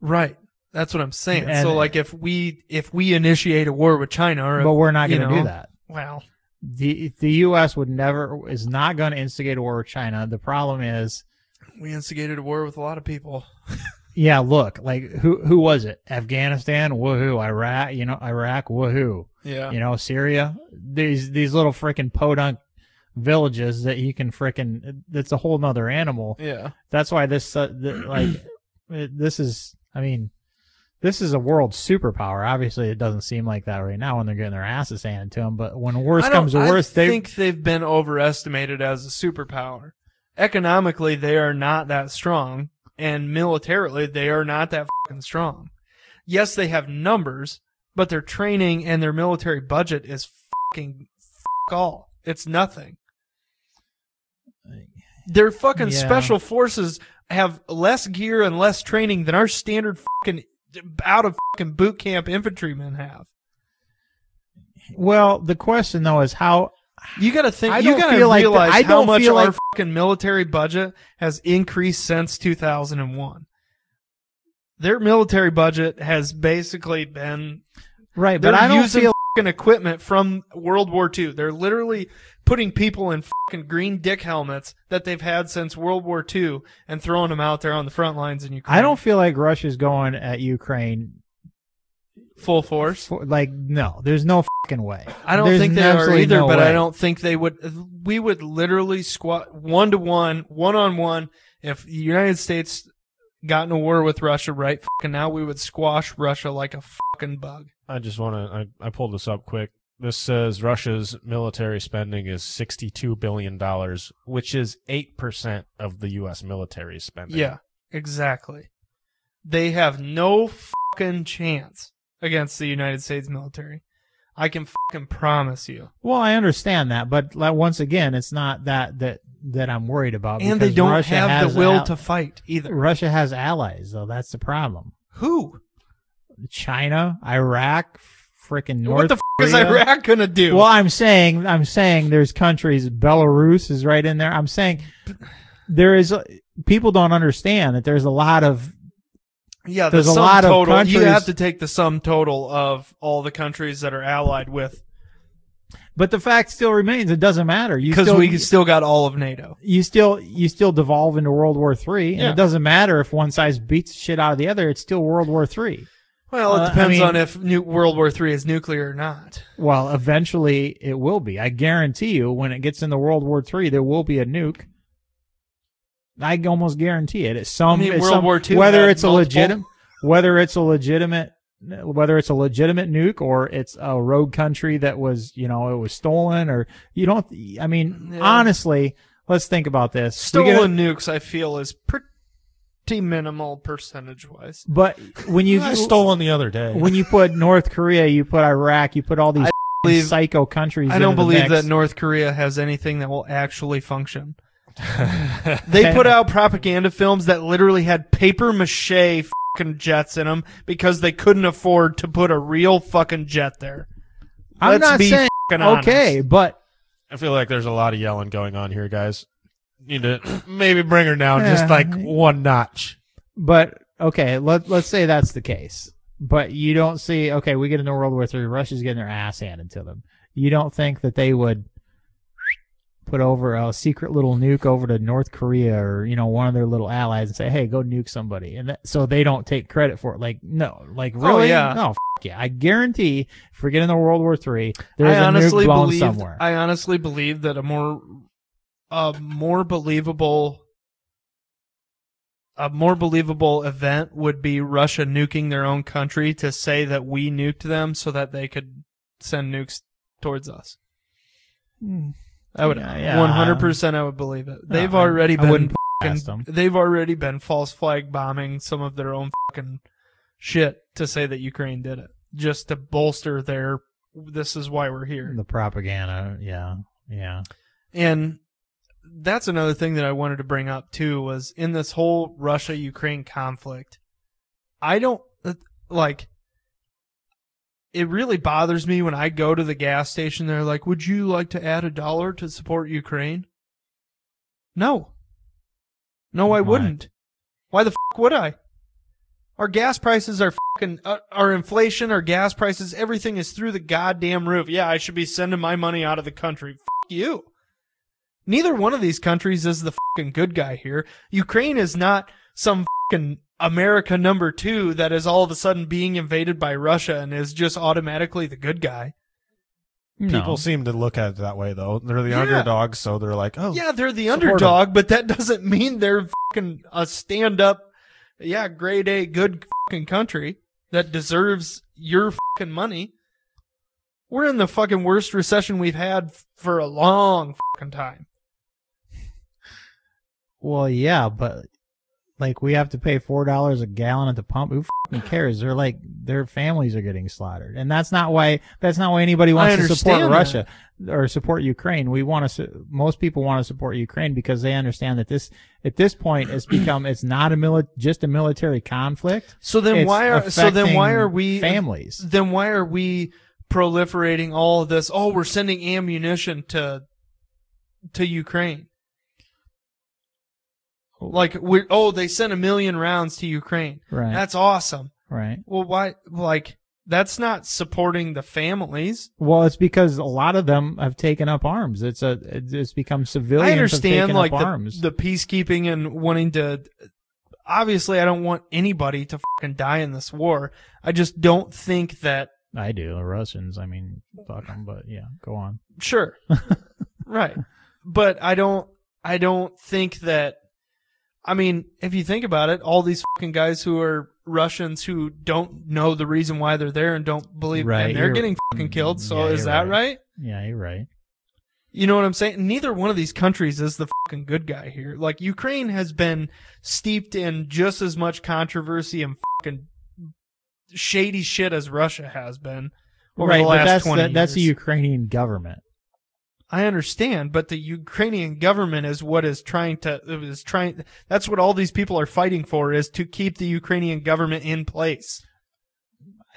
Right. That's what I'm saying.
And-
so like if we if we initiate a war with China or
But we're not
you
going to
know.
do that.
wow.
The the U.S. would never is not going to instigate a war with China. The problem is,
We instigated a war with a lot of people.
yeah, look, like who who was it? Afghanistan, woohoo! Iraq, you know, Iraq, woohoo!
Yeah.
You know, Syria. These these little freaking podunk villages that you can freaking. That's a whole nother animal.
Yeah.
That's why this uh, th- like it- this is. I mean, this is a world superpower. Obviously, it doesn't seem like that right now when they're getting their asses handed to them. But when worse
I don't-
comes to
I
worse, they
think they've been overestimated as a superpower. Economically, they are not that strong, and militarily, they are not that fucking strong. Yes, they have numbers, but their training and their military budget is fucking fuck all. It's nothing. Their fucking
Yeah.
special forces have less gear and less training than our standard fucking out of fucking boot camp infantrymen have.
well, the question though is how
You gotta think.
I
you
don't
gotta
feel like
realize
that- I
how
don't
much
feel
our
like-
fucking military budget has increased since 2001. Their military budget has basically been.
right,
They're
but I don't
using
feel
fucking equipment from World War II. They're literally putting people in fucking green dick helmets that they've had since World War II and throwing them out there on the front lines in Ukraine.
I don't feel like Russia's going at Ukraine.
full force.
For, like no, there's no fucking way.
I don't
There's
think they are
absolutely
either,
no
but I
way.
don't think they would. We would literally squat one to one, one on one. If the United States got in a war with Russia right fucking now, we would squash Russia like a fucking bug.
I just want to. I, I pulled this up quick. This says Russia's military spending is sixty-two billion dollars, which is eight percent of the U.S. military spending.
Yeah, exactly. They have no fucking chance against the United States military. I can fucking promise you.
Well, I understand that, but like, once again, it's not that that that I'm worried about.
And they
because
don't
Russia
have
has
the will
al-
to fight either.
Russia has allies, though. That's the problem.
Who?
China, Iraq, freaking North.
what the fuck is
Korea.
Iraq gonna do?
Well, I'm saying, I'm saying, there's countries. Belarus is right in there. I'm saying there is. People don't understand that there's a lot of
Yeah,
There's
the
a
sum
lot of
total. You
countries-
have to take the sum total of all the countries that are allied with,
But the fact still remains, it doesn't matter. You
because
still,
we still got all of NATO.
you still you still devolve into World War Three, and
Yeah.
it doesn't matter if one side beats the shit out of the other. It's still World War Three.
Well, it
Uh, I
depends
mean-
on if new World War Three is nuclear or not.
Well, eventually it will be. I guarantee you, when it gets into World War Three, there will be a nuke. I almost guarantee it. It's some
I mean,
it's
World
some-
War Two
whether
had
it's a
multiple-
legitimate whether it's a legitimate whether it's a legitimate nuke or it's a rogue country that was you know it was stolen or you don't. I mean,
Yeah.
honestly, let's think about this. We get a-
Stolen nukes, I feel, is pretty minimal percentage wise.
But when you
I stole one the other day.
when you put North Korea, you put Iraq, you put all these
I believe-
psycho countries.
I don't
into the
believe
mix.
that North Korea has anything that will actually function. They put out propaganda films that literally had paper mache fucking jets in them because they couldn't afford to put a real fucking jet there.
I'm
Let's
not
be
saying
fucking honest.
okay, but
I feel like there's a lot of yelling going on here, guys. Need to maybe bring her down just
Yeah.
like one notch.
but okay. Let let's say that's the case, but you don't see okay. We get into World War Three. Russia's getting their ass handed to them. You don't think that they would put over a secret little nuke over to North Korea or you know one of their little allies and say, "Hey, go nuke somebody," and that, so they don't take credit for it. Like no, like really,
Oh, yeah.
no. f- Yeah, I guarantee if we get into World War Three, there's
I
a
honestly
nuke blown
believe
somewhere.
I honestly believe that a more a more believable a more believable event would be Russia nuking their own country to say that we nuked them so that they could send nukes towards us. I would
Yeah, yeah.
100% I would believe it. They've
I-
already
I
been
wouldn't
fucking-
past 'em.
they've already been false flag bombing some of their own fucking shit to say that Ukraine did it, just to bolster their this is why we're here.
The propaganda. Yeah. Yeah.
And that's another thing that I wanted to bring up too was in this whole Russia Ukraine conflict. I don't like it really bothers me when I go to the gas station they're like, "Would you like to add a dollar to support Ukraine?" No. No,
Why?
I wouldn't. Why the fuck would I? Our gas prices are fucking uh, our inflation, our gas prices, everything is through the goddamn roof. Yeah, I should be sending my money out of the country. Fuck you neither one of these countries is the fucking good guy here. Ukraine is not some fucking America number two that is all of a sudden being invaded by Russia and is just automatically the good guy.
No.
People seem to look at it that way, though. They're the
Yeah.
underdogs, so they're like, oh,
Yeah, they're the
Support 'em.
underdog, but that doesn't mean they're fucking a stand up, yeah, grade A good fucking country that deserves your fucking money. We're in the fucking worst recession we've had f- for a long fucking time.
Well, yeah, but like we have to pay four dollars a gallon at the pump. Who fucking cares? They're like their families are getting slaughtered, and that's not why. That's not why anybody wants to support
understand
Russia or support Ukraine. We want to. Su- most people want to support Ukraine because they understand that this, at this point, it's become it's not a mili- just a military conflict.
So then
It's
why are so then why
affecting
are we
families?
then why are we proliferating all of this? Oh, we're sending ammunition to to Ukraine. Like we are oh they sent a million rounds to Ukraine.
Right.
That's awesome.
right.
Well, why like that's not supporting the families.
Well, it's because a lot of them have taken up arms. It's a it's become civilians.
I
have
understand
taken
like
up
the,
arms.
the peacekeeping and wanting to obviously I don't want anybody to fucking die in this war. I just don't think that
I do. The Russians. I mean, fuck them. But yeah, go on.
Sure. right. But I don't I don't think that I mean, if you think about it, all these fucking guys who are Russians who don't know the reason why they're there and don't believe
Right,
and they're
you're-
getting fucking killed. So
yeah,
is
you're right.
that right.
Yeah, you're right.
You know what I'm saying? Neither one of these countries is the fucking good guy here. Like Ukraine has been steeped in just as much controversy and fucking shady shit as Russia has been over
right,
the
but
last
that's
20
the, that's the
years.
Ukrainian government.
I understand, but the Ukrainian government is what is trying to is trying. That's what all these people are fighting for is to keep the Ukrainian government in place.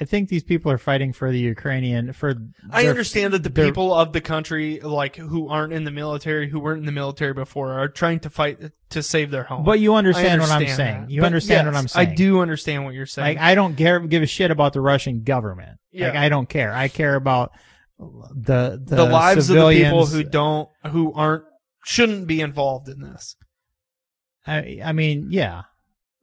I think these people are fighting for the Ukrainian for.
I
their-
understand that the
their-
people of the country, like who aren't in the military, who weren't in the military before, are trying to fight to save their home.
But you understand,
I
what I'm saying.
that.
You
But
understand what
yes,
I'm saying.
I do understand what you're saying.
Like I don't care, give a shit about the Russian government. Like
Yeah.
I don't care. I care about the the,
the lives
civilians.
of the people who don't, who aren't, shouldn't be involved in this,
I, I mean, yeah.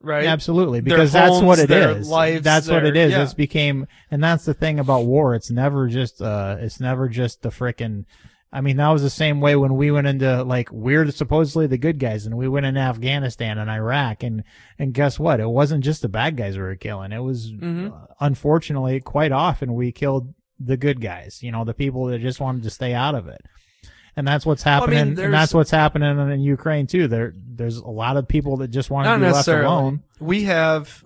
right?
Absolutely,
Their
because that's what
homes,
it
their
is.
lives,
that's what
their-
it is.
yeah.
It's became, and that's the thing about war. It's never just, uh, it's never just the frickin'. I mean, that was the same way when we went into like we're supposedly the good guys, and we went into Afghanistan and Iraq, and and guess what? It wasn't just the bad guys we were killing. It was
Mhm.
uh, unfortunately quite often we killed the good guys. You know, the people that just wanted to stay out of it. And that's what's
I mean,
happening. and
there's-
that's what's happening in Ukraine too. There, there's a lot of people that just want to
Not
be left
necessarily.
alone.
We have,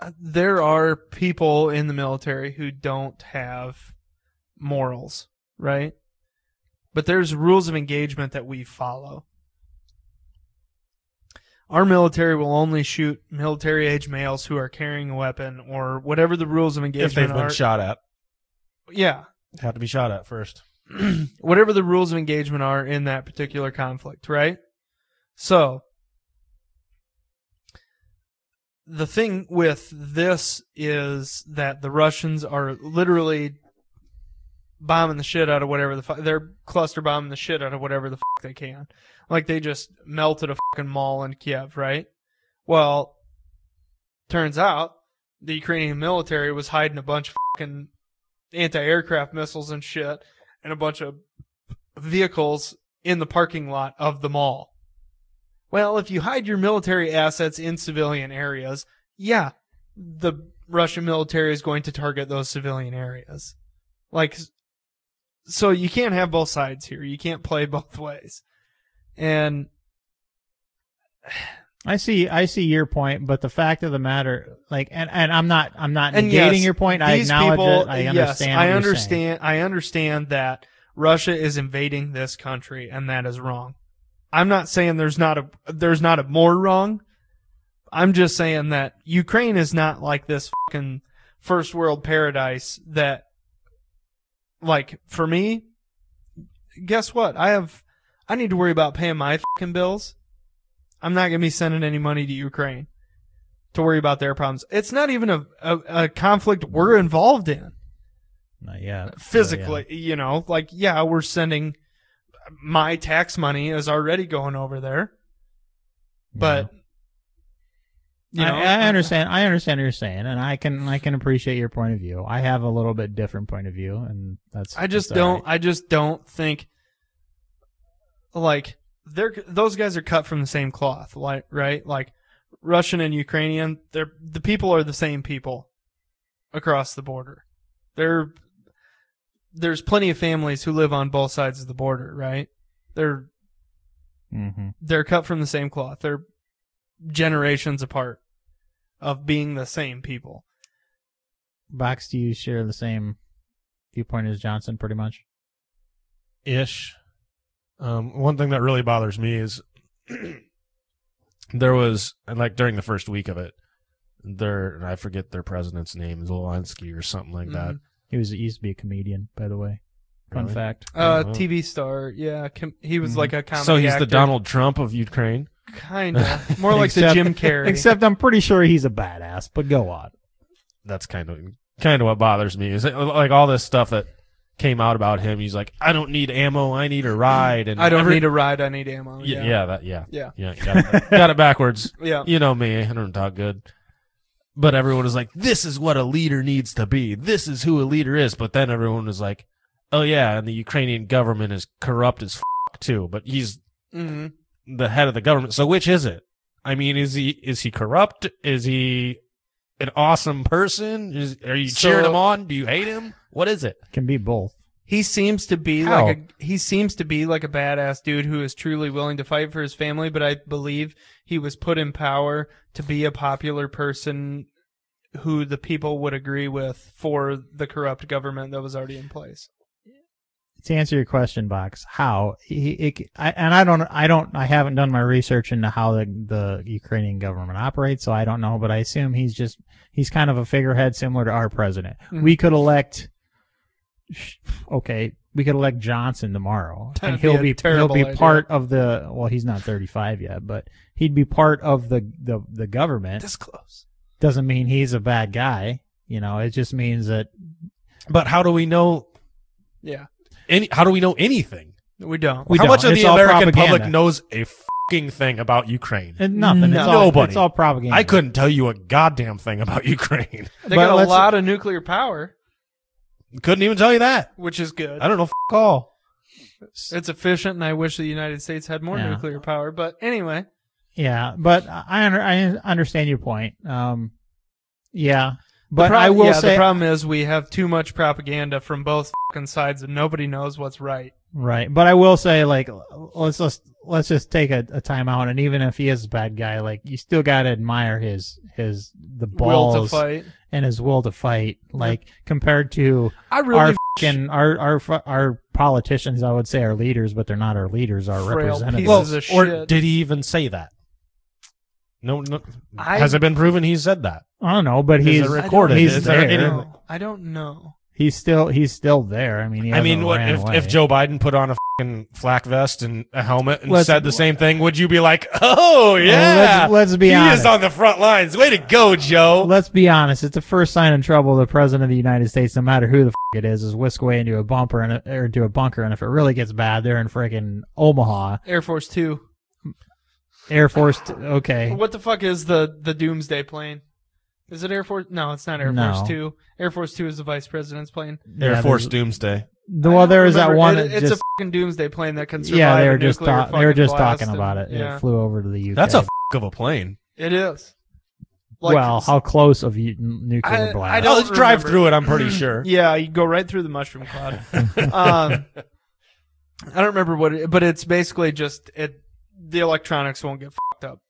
uh, there are people in the military who don't have morals, right? But there's rules of engagement that we follow. Our military will only shoot military age males who are carrying a weapon or whatever the rules of engagement
if they've been
are.
shot at,
Yeah.
have to be shot at first.
whatever the rules of engagement are in that particular conflict, right? So the thing with this is that the Russians are literally bombing the shit out of whatever the fuck they're cluster bombing the shit out of whatever the fuck they can. Like they just melted a fucking mall in Kiev, right? Well, turns out the Ukrainian military was hiding a bunch of fucking anti-aircraft missiles and shit and a bunch of vehicles in the parking lot of the mall. Well, if you hide your military assets in civilian areas, yeah, the Russian military is going to target those civilian areas. Like, so you can't have both sides here. You can't play both ways. And
I see. I see your point, but the fact of the matter, like, and, and I'm not. I'm not
And
negating
yes,
your point. I
These
acknowledge
people,
it. I
yes,
understand. what
I
you're saying.
understand. I understand that Russia is invading this country, and that is wrong. I'm not saying there's not a there's not a more wrong. I'm just saying that Ukraine is not like this fucking first world paradise that, like, for me, guess what? I have I need to worry about paying my fucking bills. I'm not gonna be sending any money to Ukraine to worry about their problems. It's not even a, a, a conflict we're involved in
Not yet. but yeah.
physically. You know, like yeah, we're sending my tax money is already going over there, but you know,
I, I understand. I understand what you're saying, and I can. I can appreciate your point of view. I have a little bit different point of view, and that's.
I just
that's all
don't. I just don't think like they're those guys are cut from the same cloth, like right? Like Russian and Ukrainian, they're the people are the same people across the border. They're there's plenty of families who live on both sides of the border, right? They're
right. Mhm.
they're cut from the same cloth. They're generations apart of being the same people.
Box, do you share the same viewpoint as Johnson? Pretty much.
ish. Um, one thing that really bothers me is there was and like during the first week of it, there and I forget their president's name, Zelensky or something like that.
He was. He used to be a comedian, by the way. Fun
Really?
fact.
Uh,
Oh, wow.
TV star, yeah, com- he was
Mhm.
like a comedy.
So he's
actor.
the Donald Trump of Ukraine.
kind of more like the Jim Carrey.
Except I'm pretty sure he's a badass. But go on.
That's kind of kind of what bothers me is like, like all this stuff that came out about him. He's like, I don't need ammo, I need a ride, and
I don't
every-
need a ride. I need ammo.
yeah,
Yeah,
yeah, that, yeah,
Yeah.
yeah. Got it, got it backwards.
yeah.
you know me, I don't talk good. But everyone was like, this is what a leader needs to be. This is who a leader is. But then everyone was like, oh yeah, and the Ukrainian government is corrupt as f- too. But he's
hmm
the head of the government. So which is it? I mean, is he is he corrupt? Is he an awesome person? Is, are you
So-
cheering him on? Do you hate him? What is it?
Can be both.
He seems to be
How?
like a he seems to be like a badass dude who is truly willing to fight for his family. But I believe he was put in power to be a popular person who the people would agree with for the corrupt government that was already in place.
to answer your question, box, how he, it, I, and I don't, I don't, I haven't done my research into how the, the Ukrainian government operates, so I don't know, but I assume he's just, he's kind of a figurehead similar to our president.
Mhm.
Mm-hmm.
We could elect, okay, we could elect Johnson tomorrow, and
That'd be
he'll
a
be, he'll
terrible
be
idea.
part of the, well, he's not 35 yet, but he'd be part of the, the, the government.
This close.
Doesn't mean he's a bad guy, you know, it just means that
But how do we know
Yeah,
any? How do we know anything?
we don't.
we
how
don't.
much of
It's
the
all
American public
propaganda.
knows a fucking thing about Ukraine?
and nothing. It's all,
Nobody.
it's all propaganda.
I couldn't tell you a goddamn thing about Ukraine.
But
They got a
let's-
lot of nuclear power,
Couldn't even tell you that.
which is good.
I don't know f- all.
It's efficient, and I wish the United States had more
Yeah.
nuclear power. But anyway,
Yeah, but I under, I understand your point. Um, yeah, but
The prob-
I will
yeah,
say
the problem is we have too much propaganda from both fucking sides, and nobody knows what's right.
right. But I will say like let's just let's just take a, a time out, and even if he is a bad guy, like you still gotta admire his his the
Will to
balls
fight.
and his will to fight. Like compared to
I really
our fucking our our fu- our politicians, I would say are leaders, but they're not our leaders. Our
Frail
representatives.
Well, pieces of
or
shit.
did he even say that? No, no.
I-
has it been proven he said that?
I don't know, but
Is
he's
it recorded?
He's
Is there
there.
I don't
anything?
know. I don't know.
He's still he's still there. I mean, he
I mean,
hasn't
what
ran
if,
away.
if Joe Biden put on a fucking flak vest and a helmet and
Let's-
said the same thing? Would you be like, oh yeah,
let's- let's be
he
honest.
is on the front lines. Way to go, Joe.
Let's be honest. It's the first sign of trouble. The president of the United States, no matter who the f- it is, is whisked away into a bumper and a, or into a bunker. And if it really gets bad, they're in freaking Omaha
Air Force Two.
Air Force. T- okay,
What the fuck is the the Doomsday plane? Is it Air Force? No, it's not Air
No.
Force Two. Air Force Two is the Vice President's plane.
Yeah,
Air
there's-
Force Doomsday.
the- well,
I don't
there was that
remember.
one
It-
that
it's
just
a fucking Doomsday plane that can survive.
yeah, they
a
were just
nuclear
talk- they were
fucking
just
blast
talking
and-
about it.
Yeah,
It flew over to the UK.
That's a f- of a plane.
it is.
well, how close of you, n- nuclear
I-
blast?
I
No,
don't
let's drive
remember.
through it. I'm pretty sure. Oh,
Yeah, you go right through the mushroom cloud. um, I don't remember what, it, but it's basically just it. The electronics won't get fucked up.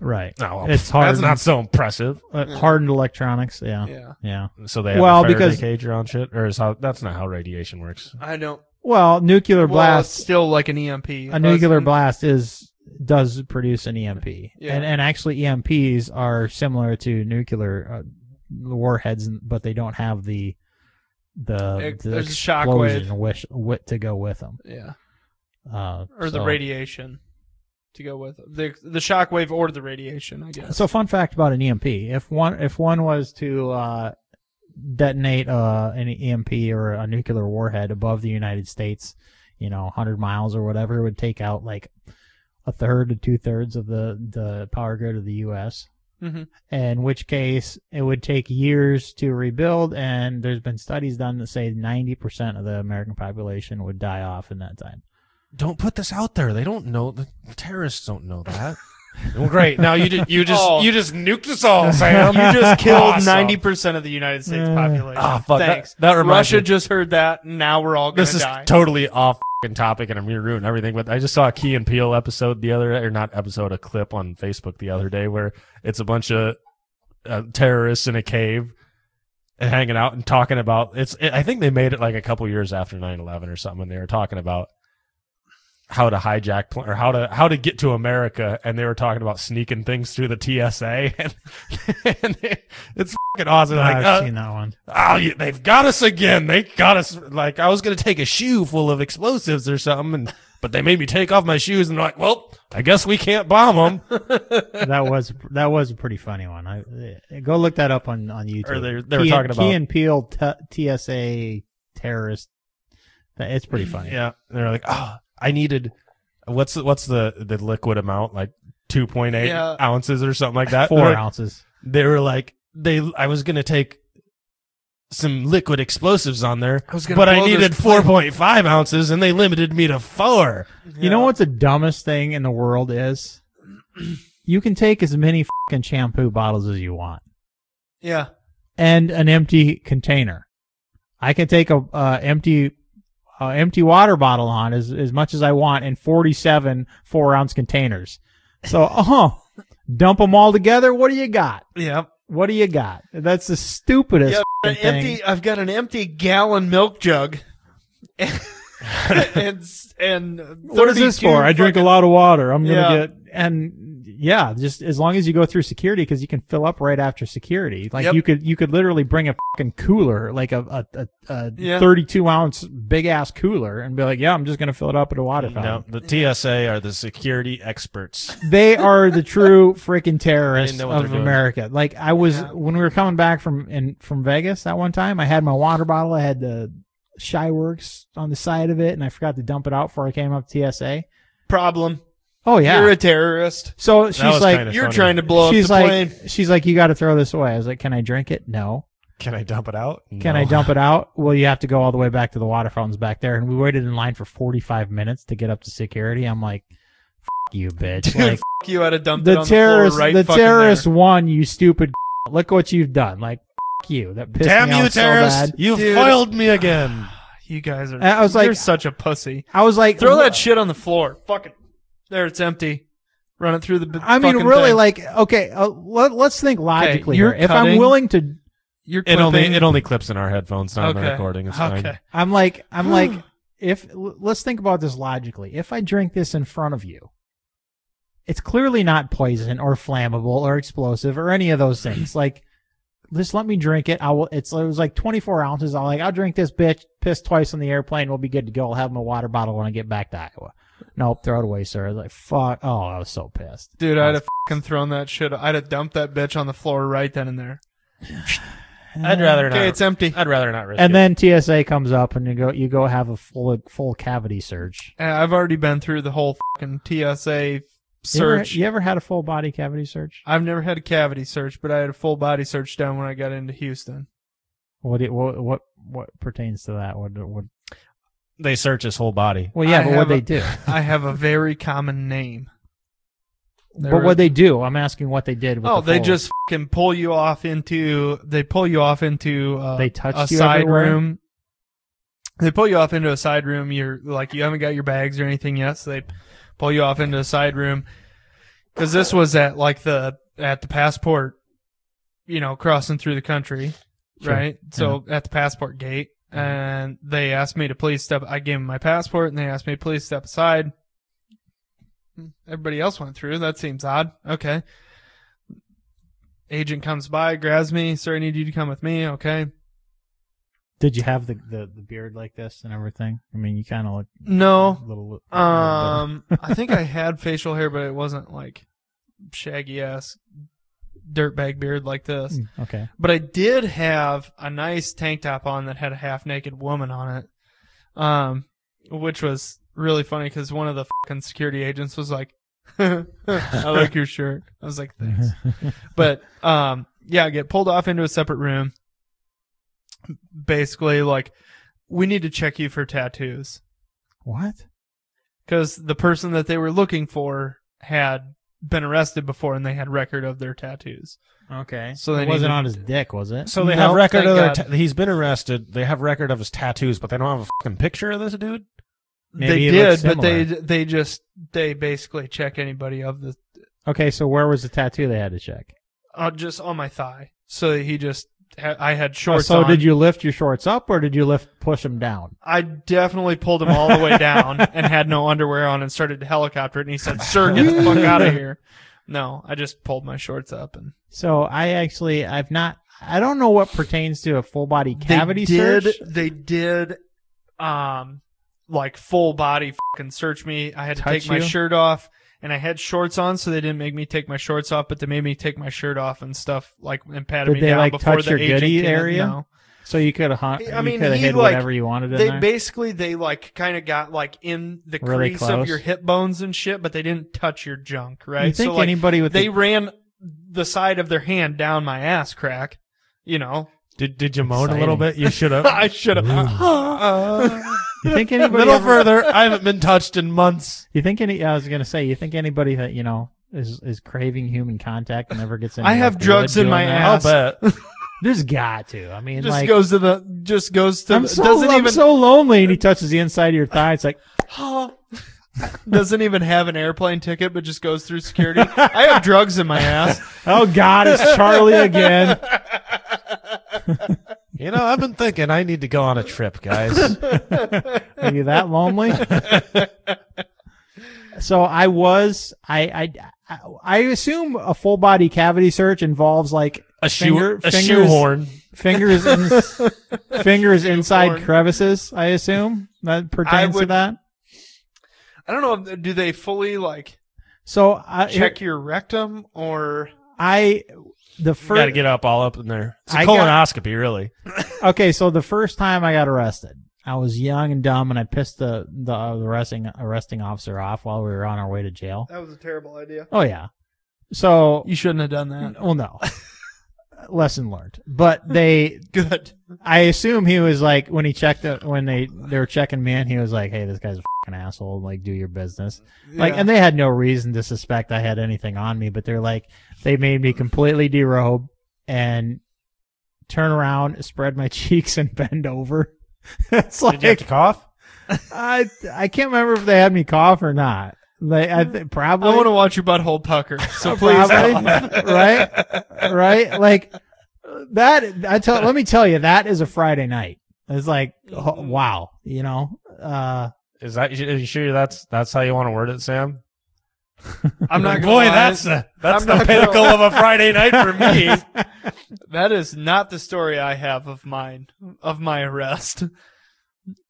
Right.
No, well,
It's
That's
hard.
not so impressive.
uh, hardened electronics. Yeah. Yeah.
Yeah.
So they have
Well,
a Faraday
because-
cage around shit, or is how that's not how radiation works.
I don't.
Well, nuclear
Well, it's
blast.
still like an EMP. It
a nuclear
doesn't-
blast is does produce an EMP,
Yeah.
and and actually EMPs are similar to nuclear uh, warheads, but they don't have the the,
Ex-
the
there's a shockwave.
explosion wish, wit to go with them,
Yeah.
uh,
Or the
so-
radiation to go with it. the the shockwave or the radiation. I guess.
So, fun fact about an EMP: if one if one was to uh, detonate uh, an EMP or a nuclear warhead above the United States, you know, 100 miles or whatever, it would take out like a third to two thirds of the the power grid of the U.S.
Mhm.
In which case, it would take years to rebuild, and there's been studies done that say 90% of the American population would die off in that time.
Don't put this out there. They don't know. The terrorists don't know that. well, great. Now you just you just
Oh.
you just nuked us all, Sam.
You just
Killed
Awesome.
ninety percent of the United States
Uh,
population.
Ah, fuck. that-
Thanks.
That, reminds
Russia
me.
just heard that. and Now we're all gonna
this is
die.
totally off f***ing topic and I'm gonna ruin everything, but I just saw a Key and Peele episode the other or not episode, a clip on Facebook the other day where it's a bunch of uh, terrorists in a cave and hanging out and talking about it's it, I think they made it like a couple years after 9/11 or something and they were talking about how to hijack pl- or how to how to get to America and they were talking about sneaking things through the TSA and, and it- it's fucking awesome like
Oh, I've
uh,
seen that one.
Oh, you, they've got us again. They got us. Like I was gonna take a shoe full of explosives or something, and but they made me take off my shoes, and they're like, "Well, I guess we can't bomb them."
that was that was a pretty funny one. I eh, go look that up on on YouTube.
Or they- they were
Key and,
talking about-
Key and Peele t- TSA terrorist. Th- It's pretty funny.
yeah, and they're like, "Oh, I needed what's the, what's the the liquid amount? Like two point eight
Yeah.
ounces or something like that."
Four
They're like-
ounces.
They were like, "They, I was gonna take." Some liquid explosives on there,
I was gonna
but I
blow this
needed
plane.
four point five ounces, and they limited me to four.
You know what's the dumbest thing in the world is? You can take as many fucking shampoo bottles as you want
Yeah.
and an empty container. I can take a uh, empty uh, empty water bottle on as as much as I want in 47 four ounce containers. So, uh huh, dump them all together. What do you got?
Yeah.
What do you got? That's the stupidest
Yeah, An
f***ing thing.
empty. I've got an empty gallon milk jug. and s- and
what is this
32
for? I drink a
fucking-
lot of water. I'm gonna
Yeah.
get and yeah, just as long as you go through security because you can fill up right after security. Like
Yep.
you could you could literally bring a fucking cooler, like a a, a, a
Yeah.
32 ounce big ass cooler, and be like, yeah, I'm just gonna fill it up at a water fountain.
No, the TSA are the security experts.
they are the true freaking terrorists
know what they're
of
doing.
America. Like I was
Yeah.
when we were coming back from in from Vegas that one time, I had my water bottle, I had the Shyworks on the side of it, and I forgot to dump it out before I came up TSA.
Problem.
Oh yeah.
You're a terrorist.
so she's
was
like,
kinda-
You're
funny.
trying to blow
she's
up the
like,
plane.
she's like, you got to throw this away. I was like, can I drink it? No.
Can I dump it out?
Can I dump it out? Well, you have to go all the way back to the water fountains back there, and we waited in line for forty five minutes to get up to security. I'm like, F- you bitch,
Dude,
like,
fuck you out of dump it
the
on the floor
terrorist,
right
the
fucking
terrorist
there.
won. You stupid. Look what you've done. Like f- you. That pissed
Damn
me
you,
off so
terrorist!
bad.
you
Dude.
foiled me again.
You guys are.
I was like-
you're such a pussy.
I was like,
Throw
wha-
that shit on the floor. Fuck it. There, it's empty. Run it through the. b-
I mean,
fucking
really,
thing.
like, okay, uh, let, let's think logically.
you're
here. If I'm
cutting-
willing to,
you're
It
clipping.
only it only clips in our headphones, not in
Okay.
the recording. It's
okay.
fine.
I'm like, I'm like, if l- let's think about this logically. If I drink this in front of you, it's clearly not poison or flammable or explosive or any of those things. like, just let me drink it. I will. It's it was like 24 ounces. I'm like, I'll drink this bitch. Piss twice on the airplane. We'll be good to go. I'll have my water bottle when I get back to Iowa. Nope, throw it away, sir. I was like, fuck. Oh, I was so pissed.
Dude, I'd have fucking thrown that shit. I'd have dumped that bitch on the floor right then and there.
I'd rather
Okay, it's empty.
I'd rather not risk
And then TSA comes up and you go, you go have a full full cavity search.
And Uh, I've already been through the whole fucking TSA
You ever-
search.
you ever had a full body cavity search?
I've never had a cavity search, but I had a full body search done when I got into Houston.
What do you- what what what pertains to that? What what?
they search his whole body.
Well, yeah,
I
but what
have
they
a-
do?
I have a very common name. There-
But what they do? I'm asking what they did. With
oh,
the
they
full-
just fucking pull you off into. They pull you off into. Uh,
They touched
a
you
side
everywhere?
room. They pull you off into a side room. You're like you haven't got your bags or anything yet, so they pull you off into a side room. because this was at like the at the passport, you know, crossing through the country,
Sure.
right? So at the passport gate, and they asked me to please step. I gave them my passport, and they asked me please step aside. Everybody else went through. That seems odd. Okay. Agent comes by, grabs me. Sir, I need you to come with me. Okay.
Did you have the, the, the beard like this and everything? I mean, you kind of look
No,
a little.
Um, I think I had facial hair, but it wasn't like shaggy ass dirtbag beard like this.
Hmm, okay.
But I did have a nice tank top on that had a half naked woman on it, um, which was really funny because one of the fucking security agents was like, "I like your shirt." I was like, "Thanks." but um yeah I get pulled off into a separate room basically like we need to check you for tattoos
what?
because the person that they were looking for had been arrested before and they had record of their tattoos
Okay.
so they
It wasn't
needed-
on his dick, was it?
So they
No,
have record of their
thank
ta- he's been arrested. They have record of his tattoos, but they don't have a fucking picture of this dude.
Maybe
they
it
did
looks
but they
similar.
they just they basically check anybody of the
Okay, so where was the tattoo they had to check?
uh, just on my thigh so he just ha- I had
Oh,
shorts
so
on.
did you lift your shorts up or did you lift push them down?
I definitely pulled him all the way down and had no underwear on and started to helicopter it. And he said, "Sir, get the fuck out of here." No, I just pulled my shorts up and
So I actually I've not I don't know what pertains to a full body cavity
they did,
search.
They did, um, like full body fucking search me. I had to
Touch
take my
you?
shirt off, and I had shorts on, so they didn't make me take my shorts off, but they made me take my shirt off and stuff like and patted
Did
me
they,
down
like,
before
touch
the
your
agent
goatee
came in.
area?
No.
So you could have
I
you
mean,
could have
he,
hid
like,
whatever you wanted in
They
there.
basically they like kind of got like in the
Really
crease
close?
of your hip bones and shit, but they didn't touch your junk, right?
You think
so like
anybody with
they
the,
ran the side of their hand down my ass crack, you know.
Did did you moan
Exciting.
a little bit? You should have. Uh,
I should have.
you think
a
anybody
little
ever-
further. I haven't been touched in months.
You think any? I was gonna say. You think anybody that you know is is craving human contact and never gets any?
I have
like,
drugs
wood
in my
doing that? Oh,
I'll
ass.
bet.
There's got to. I mean,
just
like,
goes to the just goes to
I'm
the,
so
doesn't
I'm
even
so lonely, and he touches the inside of your thigh. It's like,
doesn't even have an airplane ticket, but just goes through security. I have drugs in my ass.
oh God, it's Charlie again.
You know, I've been thinking I need to go on a trip, guys.
Are you that lonely? so I was. I I I assume a full body cavity search involves like
A
Finger-
shoe, a
fingers-
shoehorn.
fingers in, fingers inside
Shoehorn.
crevices. I assume that pertains to
would-
that.
I don't know. Do they fully like
So I,
check your rectum or?
I the
You Got to
first
get up all up in there. It's a
I got-
colonoscopy, really.
okay, so the first time I got arrested, I was young and dumb, and I pissed the the uh, the arresting arresting officer off while we were on our way to jail.
That was a terrible idea.
Oh yeah, so
You shouldn't have done that.
well no, lesson learned. But they,
Good.
I assume he was like when he checked it when they they were checking me in, he was like, hey, this guy's a fucking asshole. Like, do your business. Like,
Yeah.
and they had no reason to suspect I had anything on me, but they're like, they made me completely derobe and turn around, spread my cheeks, and bend over. it's
Did you have
like
to cough?
I, I can't remember if they had me cough or not. Like, I th- probably.
I want to watch your butthole pucker. So please,
probably, right, right. Like that. I tell. Let me tell you, that is a Friday night. It's like, oh,
Mm-hmm.
wow, you know. Uh,
Is that? Are you sure that's that's how you want to word it, Sam?
I'm not. gonna
Boy,
lie.
that's the that's
I'm
the
not gonna
pinnacle
lie.
of a Friday night for me.
That is not the story I have of mine of my arrest.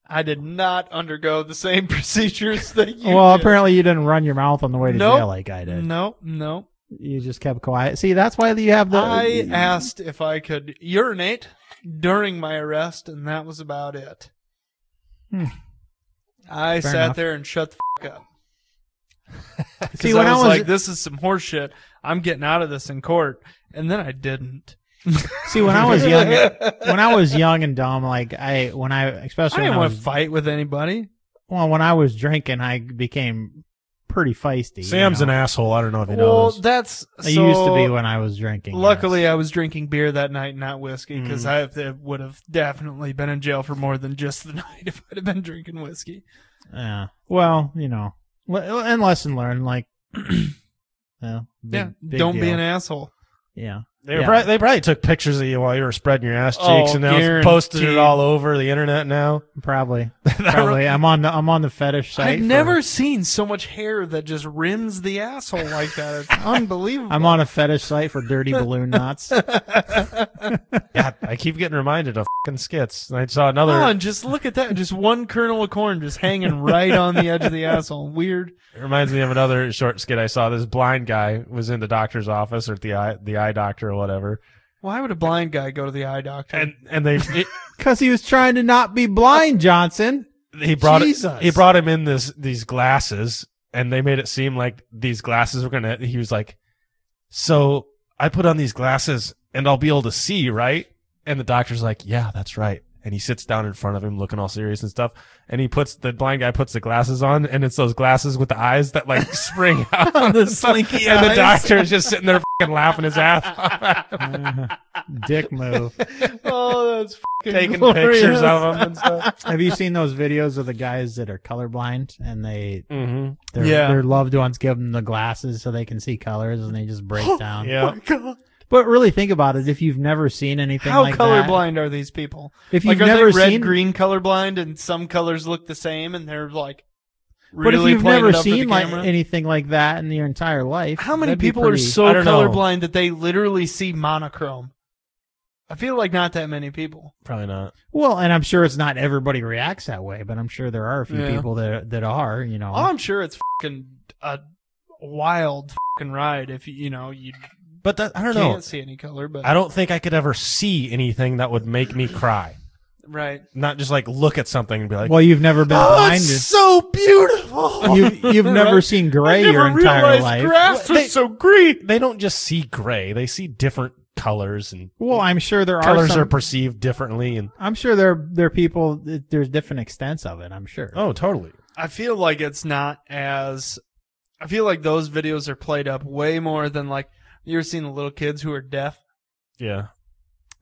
I did not undergo the same procedures that you.
well,
did.
apparently you didn't run your mouth on the way to
Nope.
jail like I did.
no, no.
You just kept quiet. See, that's why you have the.
I asked if I could urinate during my arrest, and that was about it.
Hmm.
I
Fair
sat
enough.
there and shut the fuck up. 'Cause
see when I was,
like, "This is some horse shit. I'm getting out of this in court," and then I didn't.
see when I was young
I
when I was young and dumb like I when I especially when
didn't
I
want
was
to fight with anybody.
well when I was drinking I became pretty feisty. you
Sam's
know?
an asshole. I don't know if you know
Well,
this.
that's
I used to
so-
be when I was drinking.
Luckily,
yes.
I was drinking beer that night, not whiskey,
Hmm.
because I would have definitely been in jail for more than just the night if I'd have been drinking whiskey.
Yeah. Well, you know, le- and lesson learned. Like, Yeah.
yeah,
Big- big
don't be
deal.
an asshole.
Yeah.
They, were
Yeah.
probably, they probably took pictures of you while you were spreading your ass cheeks,
Oh,
and now it's posted it
guaranteed.
all over the internet now.
Probably.
That
Probably. I'm on the I'm on the fetish site.
I've
for-
never seen so much hair that just rims the asshole like that. It's unbelievable.
I'm on a fetish site for dirty balloon knots.
Yeah, I keep getting reminded of fucking skits. And I saw
Come
another.
on, just look at that. Just one kernel of corn just hanging right on the edge of the asshole. Weird.
It reminds me of another short skit I saw. This blind guy was in the doctor's office or at the eye the eye doctor or whatever,
Why would a blind guy go to the eye doctor?
and and they it,
Because he was trying to not be blind, Johnson.
he brought
Jesus.
he brought him in this these glasses, and they made it seem like these glasses were gonna. He was like, "So I put on these glasses, and I'll be able to see, right?" And the doctor's like, "Yeah, that's right." And he sits down in front of him, looking all serious and stuff. And he puts the blind guy puts the glasses on, and it's those glasses with the eyes that like spring out. on the
slinky
and the
eyes.
doctor is just sitting there fucking laughing his ass off.
Dick move.
oh, that's fucking
taking
glorious.
pictures of him and stuff.
Have you seen those videos of the guys that are colorblind and they
Mm-hmm.
their,
Yeah.
their loved ones give them the glasses so they can see colors and they just break down?
Yeah.
God.
But really think about it. If you've never seen anything
How
like that,
colorblind are these people?
if
Like,
you've
are
never
they red,
seen
green colorblind, and some colors look the same, and they're like really
But if you've
playing
never
it up to the
seen like
camera?
anything like that in your entire life,
How many
that'd be
people are
pretty-
so
I don't know.
colorblind that they literally see monochrome? I feel like not that many people.
Probably not.
well? And I'm sure it's not everybody reacts that way, but I'm sure there are a few
Yeah.
people that that are. You know,
Oh, I'm sure it's fucking a wild fucking ride if you know you
But that, I don't
can't
know.
see any color. But
I don't think I could ever see anything that would make me cry.
right,
Not just like look at something and be like, "Oh,
well, you've never
"Oh,
been blind.
so beautiful.
You, you've never seen
I
gray your
never
entire
realized
life.
grass was
They-
so green.
they don't just see gray; they see different colors, and
well, I'm sure there are.
colors are
Some,
perceived differently. And
I'm sure there there are people. that There's different extents of it. I'm sure.
oh, totally.
I feel like it's not as. I feel like those videos are played up way more than like you ever seen the little kids who are deaf
Yeah,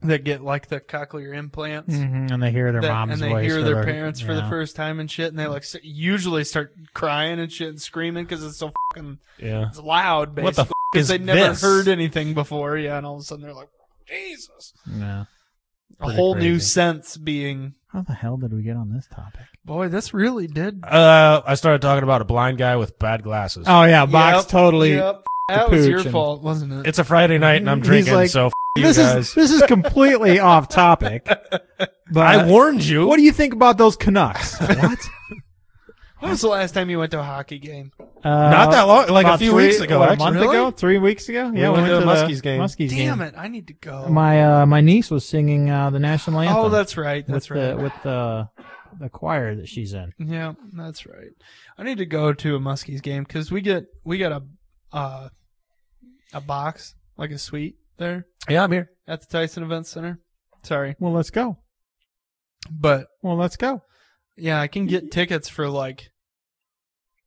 that get like the cochlear implants.
Mhm, And they hear their
that-
mom's
and they
voice
hear
or
their, parents for the
yeah.
first time and shit, and they like s- usually start crying and shit and screaming because it's so fucking
yeah.
it's loud. Basically,
What the f- is
because they never
this?
heard anything before. Yeah, and all of a sudden they're like, Jesus,
Yeah.
a
Pretty
whole new
crazy.
sense being.
How the hell did we get on this topic?
Boy, this really did.
Uh, I started talking about a blind guy with bad glasses.
Oh yeah, box
Yep,
totally.
Yep. That was your
pooch and-
fault, wasn't it?
It's a Friday night and I'm
He's
drinking,
like,
so f- you
This
guys.
is this is completely off topic. But
I warned you.
what do you think about those Canucks? what?
when was the last time you went to a hockey game?
Uh,
Not that long, like a
about
few
three-
weeks ago.
what, a
actually.
month ago, three weeks ago.
We
yeah,
went to a
the
Muskies game.
Muskies
Damn
game.
it! I need to go.
My uh, my niece was singing uh, the national anthem.
oh, that's right. That's
with
right.
The, with the the choir that she's in.
Yeah, that's right. I need to go to a Muskies game because we get we got a uh, a box like a suite there
Yeah, I'm here.
at the Tyson Event Center. Sorry,
Well, let's go.
but
Well, let's go.
yeah, I can get tickets for like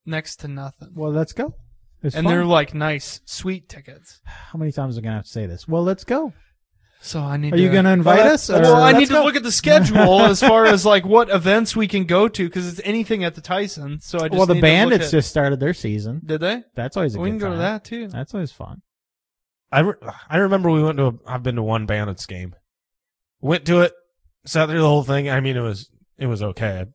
next to nothing,
Well, let's go. It's
and
fun.
they're like nice suite tickets.
How many times am I gonna have to say this? Well, let's go.
So I need.
Are
to,
you gonna invite
Well,
us?
that-
or-
well, I
let's
need to
go.
look at the schedule as far as like what events we can go to because it's anything at the Tyson. So I just
well, the
need to look
Bandits
at-
just started their season.
did they?
That's always a
We
good
can go to
time.
that too.
That's always fun.
I, re- I remember we went to a, I've been to one Bandits game. Went to it, sat through the whole thing. I mean, it was it was okay,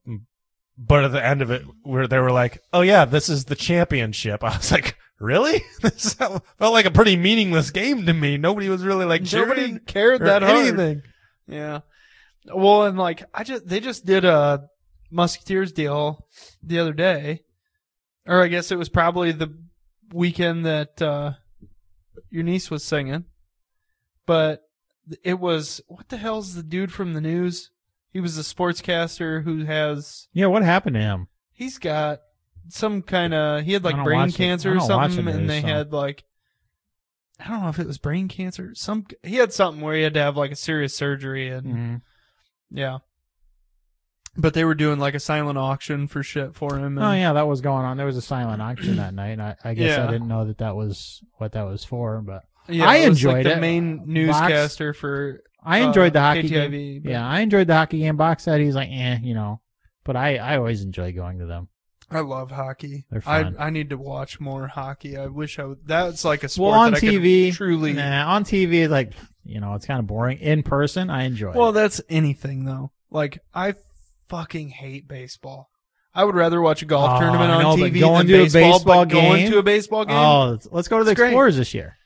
but at the end of it, where they were like, "Oh yeah, this is the championship." I was like, "Really?" This felt like a pretty meaningless game to me. Nobody was really like cheering
Nobody cared
or
that hard.
anything.
Yeah. Well, and like I just they just did a Musketeers deal the other day, or I guess it was probably the weekend that uh, your niece was singing, but it was what the hell's the dude from the news? He was a sportscaster who has
Yeah, what happened to him?
he's got some kind of he had
I
like
don't
brain
watch the- I
cancer or
don't watch the
something, and
news,
they
so.
had like I don't know if it was brain cancer. Some he had something where he had to have like a serious surgery and.
Mm-hmm.
Yeah. But they were doing like a silent auction for shit for him. And
Oh yeah, that was going on. There was a silent auction that night, and I, I guess
Yeah.
I didn't know that that was what that was for. But
Yeah,
I
it was,
enjoyed
like the
it.
main newscaster for.
I enjoyed
uh,
the hockey
KTIV,
game.
but-
Yeah, I enjoyed the hockey game. Box set, he's like, eh, you know. But I, I always enjoy going to them.
I love hockey.
They're
I
fun.
I need to watch more hockey. I wish I would. That's like a sport
Well, on
that I could
TV,
truly.
Nah, on TV, like you know, it's kind of boring. In person, I enjoy.
Well,
it.
that's anything though. Like I fucking hate baseball. I would rather watch a golf
Oh,
tournament
I
on
know, but
TV
going
than
to a
baseball.
baseball
but going
game?
to a baseball game,
oh, let's- let's go to the
It's great.
Explorers this year.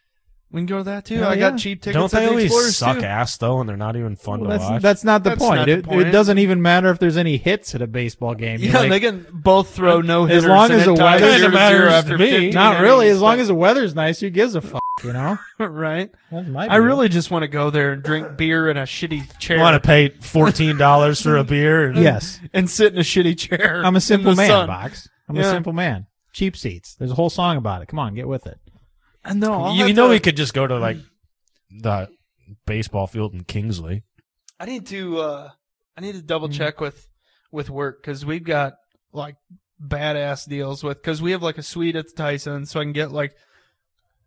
we can go to that too.
Hell
I
yeah.
got cheap tickets.
Don't they
at the
always
Explorers
suck
too.
ass though, and they're not even fun
Well,
to
that's
watch?
that's not the
That's
point.
not the
it,
point.
It doesn't even matter if there's any hits at a baseball game. You're
Yeah,
like,
they can both throw no hitters.
As long as the weather-
doesn't
Kinda matters
after
to me.
15
not really.
innings,
As long
but-
as the weather's nice, who gives a fuck? You know,
right.
That's my
I
view.
really just want to go there and drink beer in a shitty chair.
you want to pay fourteen dollars for a beer? And,
yes.
and sit in a shitty chair.
I'm a simple
in the
man,
sun.
box. I'm a
Yeah.
simple man. Cheap seats. There's a whole song about it. Come on, get with it.
And no, I'll
you,
have
you know
to-
we could just go to like the baseball field in Kingsley.
I need to. uh I need to double check with with work because we've got like badass deals with because we have like a suite at the Tyson, so I can get like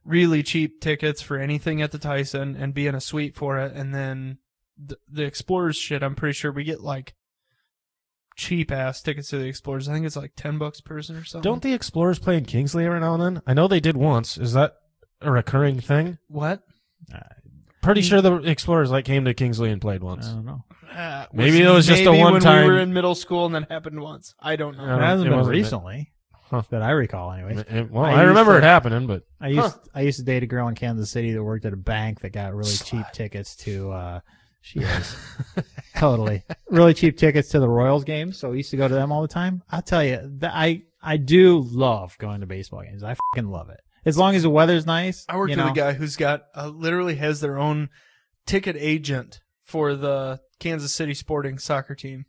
really cheap tickets for anything at the Tyson and be in a suite for it, and then the, the Explorers shit. I'm pretty sure we get like cheap ass tickets to the Explorers. I think it's like ten bucks per person or something.
Don't the Explorers play in Kingsley every now and then? I know they did once. Is that a recurring thing?
what?
Pretty sure the Explorers like came to Kingsley and played
I
once.
don't know.
Uh,
Maybe it was just a
maybe when
one-time-
We were in middle school, and that happened once. I don't know.
I
It
don't-
hasn't
it
been
wasn't it.
recently
Huh.
that I recall, anyways.
It- it- well,
I
I,
used
remember
to-
it happening, but
I used I used to date a girl in Kansas City that worked at a bank that got really cheap tickets to uh she is totally really cheap tickets to the Royals games. So we used to go to them all the time. I'll tell you, that I I do love going to baseball games. I fucking love it. As long as the weather's nice.
I worked
you
with
know.
a guy who's got uh, literally has their own ticket agent for the Kansas City Sporting soccer team.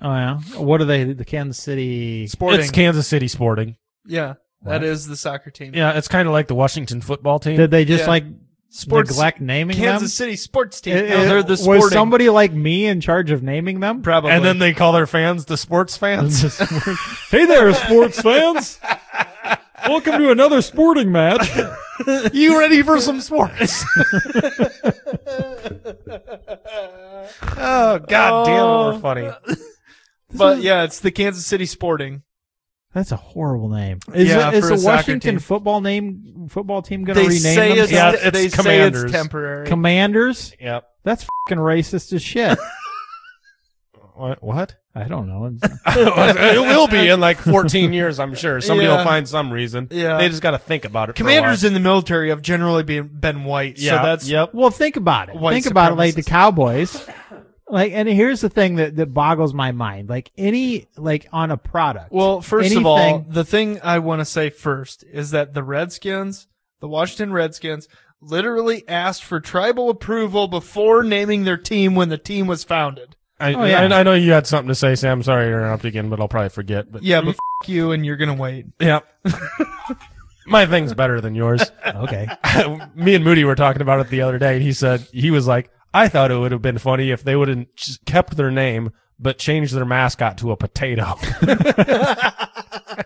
Oh yeah. What are they? The Kansas City.
Sporting,
it's Kansas City Sporting.
yeah,
What?
that is the soccer team.
Yeah, it's kind of like the Washington football team.
Did they just
Yeah.
like
sports
neglect naming
Kansas
them?
City sports team.
It-
No,
it-
they're the
was
sporting.
somebody like me in charge of naming them?
probably.
and then they call their fans the sports fans.
hey there, sports fans. Welcome to another sporting match.
you ready for some sports? oh god damn, we're funny.
but yeah, it's the Kansas City Sporting.
That's a horrible name. Is,
Yeah,
it, is
for a
the
soccer
Washington
team.
football name football team going to
They
rename
say
themselves
it's,
Yeah, it's
they say it's
Commanders.
temporary.
Commanders?
Yep.
That's fucking racist as shit.
What? what?
I don't know.
it will be in like 14 years, I'm sure. Somebody
Yeah.
will find some reason.
Yeah.
They just got to think about it. for a while.
Commanders in the military have generally been been white, so
Yeah.
that's
yep.
Well, think about it.
White
think about it like the
supremacists.
Cowboys. Like, and here's the thing that, that boggles my mind. Like any, like on a product.
Well, first of all,
anything-
the thing I want to say first is that the Redskins, the Washington Redskins, literally asked for tribal approval before naming their team when the team was founded.
I,
Oh, yeah.
I, I know you had something to say, Sam. Sorry to interrupt again, but I'll probably forget. But
Yeah, but f- you and you're gonna wait.
yeah. My thing's better than yours.
okay.
Me and Moody were talking about it the other day, and he said he was like, "I thought it would have been funny if they would have kept their name but changed their mascot to a potato."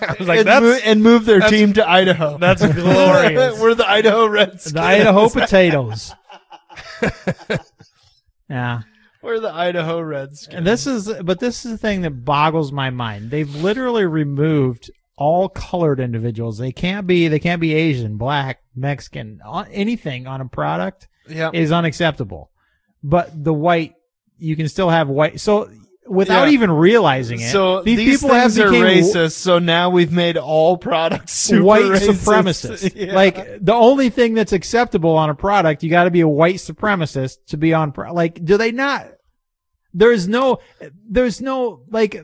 I was like,
and,
"That's
mo- and move their team to Idaho.
that's glorious."
We're the Idaho Redskins.
The Idaho potatoes. yeah.
We're the Idaho Redskins.
And this is, but this is the thing that boggles my mind. They've literally removed all colored individuals. They can't be, they can't be Asian, black, Mexican, on- anything on a product
Yeah.
is unacceptable. But the white, you can still have white. So without
Yeah.
even realizing it,
So these, things are
became
racist. so now we've made all products super
white
racist.
supremacist.
Yeah.
Like the only thing that's acceptable on a product, you got to be a white supremacist to be on. Pro- like, do they not? There is no, there's no like,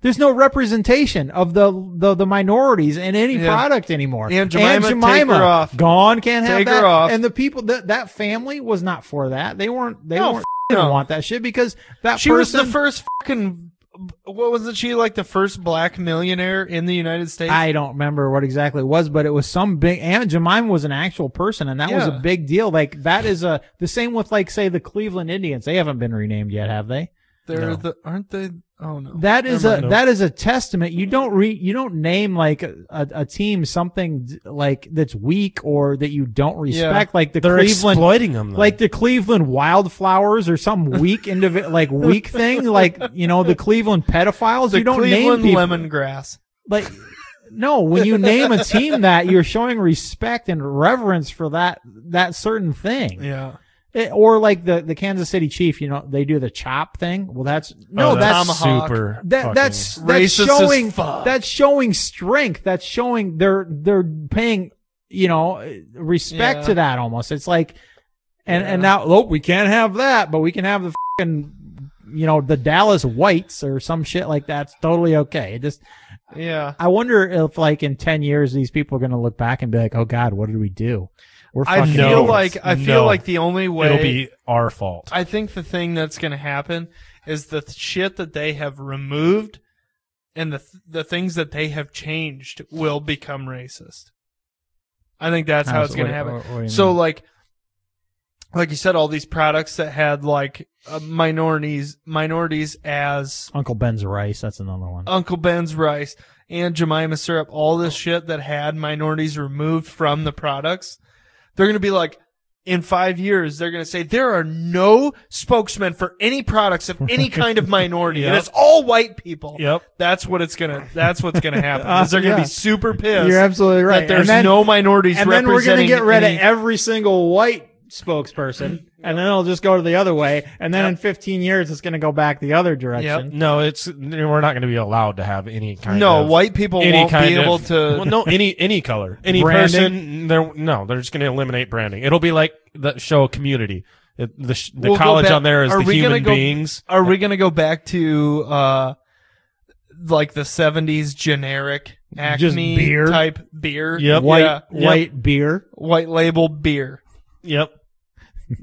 there's no representation of the the, the minorities in any
Yeah.
product anymore.
Aunt Jemima, take her off.
gone, can't have
Take her
that.
off.
And the people that that family was not for that. They weren't. They
No,
weren't.
f-
they didn't
no.
want that shit because that
she was
person.
the first fucking what wasn't she like the first black millionaire in the United States?
I don't remember what exactly it was, but it was some big. Aunt Jemima was an actual person, and that was a
Yeah.
big deal. Like that is a the same with like say the Cleveland Indians. They haven't been renamed yet, have they?
They're
No.
the aren't they? Oh no.
That is
Never
a
mind.
that is a testament. You don't re you don't name like a, a, a team something d- like that's weak or that you don't respect, like the
They're
Cleveland
exploiting them. Though.
like the Cleveland Wildflowers or some weak indivi- like weak thing, like you know the Cleveland pedophiles.
the
you don't
Cleveland
name people.
lemongrass.
like no when you name a team that you're showing respect and reverence for that that certain thing
Yeah.
It- or like the the kansas city chief you know they do the chop thing well that's no
Oh,
that's,
that's-
super.
that,
fucking-
that's that's
Racist as
showing
fuck.
that's showing strength that's showing they're they're paying you know respect
Yeah.
to that almost it's like and and
Yeah.
now oh we can't have that but we can have the fucking you know the dallas whites or some shit like that's totally okay it just
Yeah.
I wonder if, like, in ten years, these people are going to look back and be like, "Oh God, what did we do?" We're
I
fucking
feel
no.
idiots."
like I feel
No.
like the only way
it'll be our fault.
I think the thing that's going to happen is the th- shit that they have removed and the th- the things that they have changed will become racist. I think that's how it's going to happen. So like like you said all these products that had like uh, minorities minorities as
Uncle Ben's rice. That's another one.
Uncle Ben's rice and Jemima syrup, all this shit that had minorities removed from the products, they're going to be like, in five years, they're going to say there are no spokesmen for any products of any kind of minority, and
Yep.
it's all white people.
Yep.
That's what it's gonna. That's what's gonna happen. is they're gonna
Uh, yeah.
be super pissed
absolutely
that there's no minorities
And then we're going to
representing
get rid
any-
of every single white spokesperson, and then it'll just go to the other way. And then in fifteen years, it's going to go back the other direction.
no, it's we're not going to be allowed to have any kind
no
of
white people
any
won't
kind
be able
of,
to.
well, no any any color any
Branding.
person they're no they're just going to eliminate branding it'll be like the show community the, the, sh- the
We'll go
college
back-
on there is
are
the
we gonna
human
go-
beings
Are we gonna go back to uh like the seventies generic acne
Just beer?
type beer?
Yep.
White
Yeah.
white beer
white label beer.
yep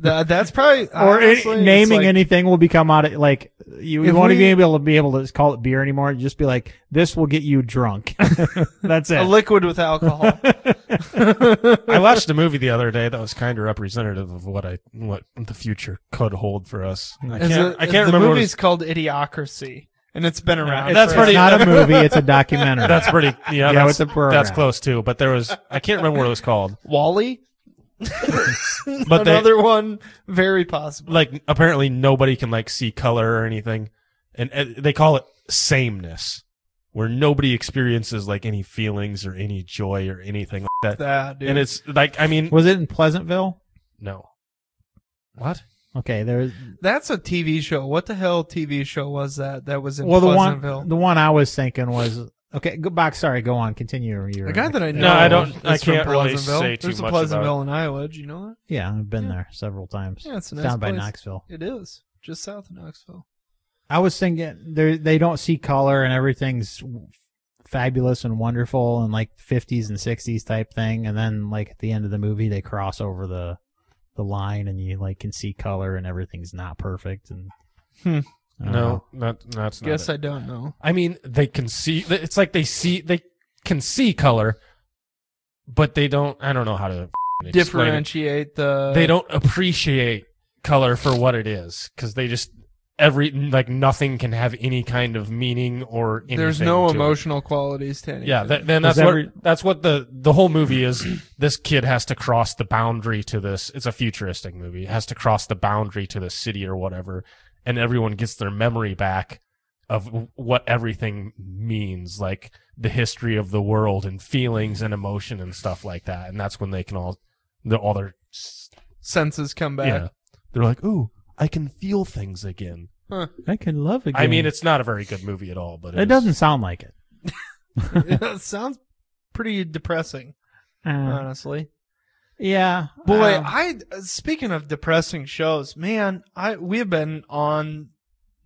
Th- that's probably
or any-
honestly, it's
naming
like-
anything will become out of like you, you
If
won't
we-
even be able to be able to call it beer anymore. You just be like, this will get you drunk. That's it.
a liquid with alcohol.
i watched a movie the other day that was kind of representative of what i what the future could hold for us i
Is
can't
it-
i can't
the
remember what
movie's
it's-
called Idiocracy, and it's been around.
That's
forever.
it's
pretty-
not a movie; it's a documentary.
that's pretty yeah,
Yeah,
that's,
with the program.
that's close too but there was i can't remember what it was called
Wally.
But they-
another one, very possible.
like apparently nobody can like see color or anything and, and they call it sameness where nobody experiences like any feelings or any joy or anything like that
That dude.
and it's like i mean
Was it in Pleasantville?
no what
Okay, there's
that's a TV show. What the hell TV show was that? That was in
well the one
Pleasantville.
the one I was thinking was okay. Go back. Sorry, go on. Continue. Your,
The guy that I know.
No, I don't-
is
I
from
can't really
Pleasantville.
say too
There's a
much about
Pleasantville in Iowa. Do you know that?
yeah, I've been
Yeah.
there several times.
Yeah, it's a nice
down by
place.
Knoxville.
It is just south of Knoxville.
I was thinking they they don't see color and everything's fabulous and wonderful and like 50s and 60s type thing and then like at the end of the movie they cross over the the line and you like can see color and everything's not perfect and
Hmm.
I don't know.
no not that's not
Guess
it.
I don't know.
I mean they can see it's like they see they can see color but they don't i don't know how to explain it.
Differentiate the.
they don't appreciate color for what it is because they just every like nothing can have any kind of meaning or anything
There's no
to it.
emotional qualities to anything.
Yeah, that, then
Was
that's
every-
what that's what the the whole movie is. this kid has to cross the boundary to this. It's a futuristic movie. It has to cross the boundary to the city or whatever, and everyone gets their memory back of w- what everything means, like the history of the world and feelings and emotion and stuff like that. And that's when they can all the all their s-
senses come back.
yeah. They're like, ooh, I can feel things again.
I can love again
I mean, it's not a very good movie at all, but
it doesn't sound like it
It sounds pretty depressing,
Uh,
honestly.
yeah
Boy,
um,
I uh, speaking of depressing shows, man, I we've been on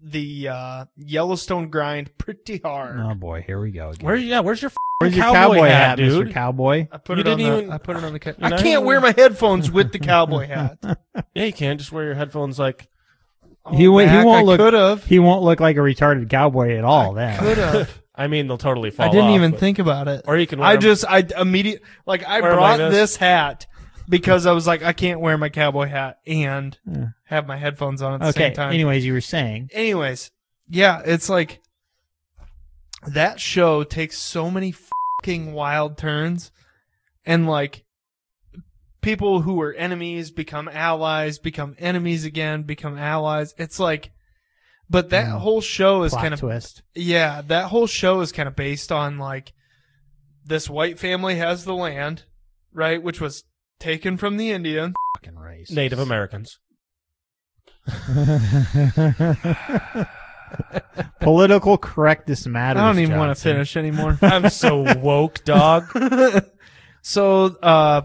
the uh, Yellowstone grind pretty hard.
oh boy here we go again
Where yeah, where's your
where's your
cowboy
cowboy, hat
hat,
mr
dude?
cowboy
I put
You
it on
didn't
the,
even-
I put it on the ca-
You
I
know?
can't wear my headphones with the cowboy hat.
Yeah, you can just wear your headphones. Like,
Oh,
He wa- he won't look-
Could have.
he won't look like a retarded cowboy at all then
Could have.
I mean, they'll totally fall.
I didn't
off,
even
but-
think about it.
Or you can. Wear
I
them-
just I immediate like I
Wear 'em
brought
like
this.
this.
hat because I was like, I can't wear my cowboy hat and
Yeah.
have my headphones on at the
Okay.
same time.
Anyways, you were saying.
Anyways, yeah, it's like that show takes so many fucking wild turns, and like people who were enemies become allies, become enemies again, become allies. It's like, but that
Yeah.
whole show is
plot
kind of
twist.
yeah, that whole show is kind of based on like this white family has the land, right, which was taken from the Indians.
Fucking race.
Native Americans.
Political correctness matters.
I don't even want to
Johnson.
finish anymore.
I'm so woke, dog.
so, uh,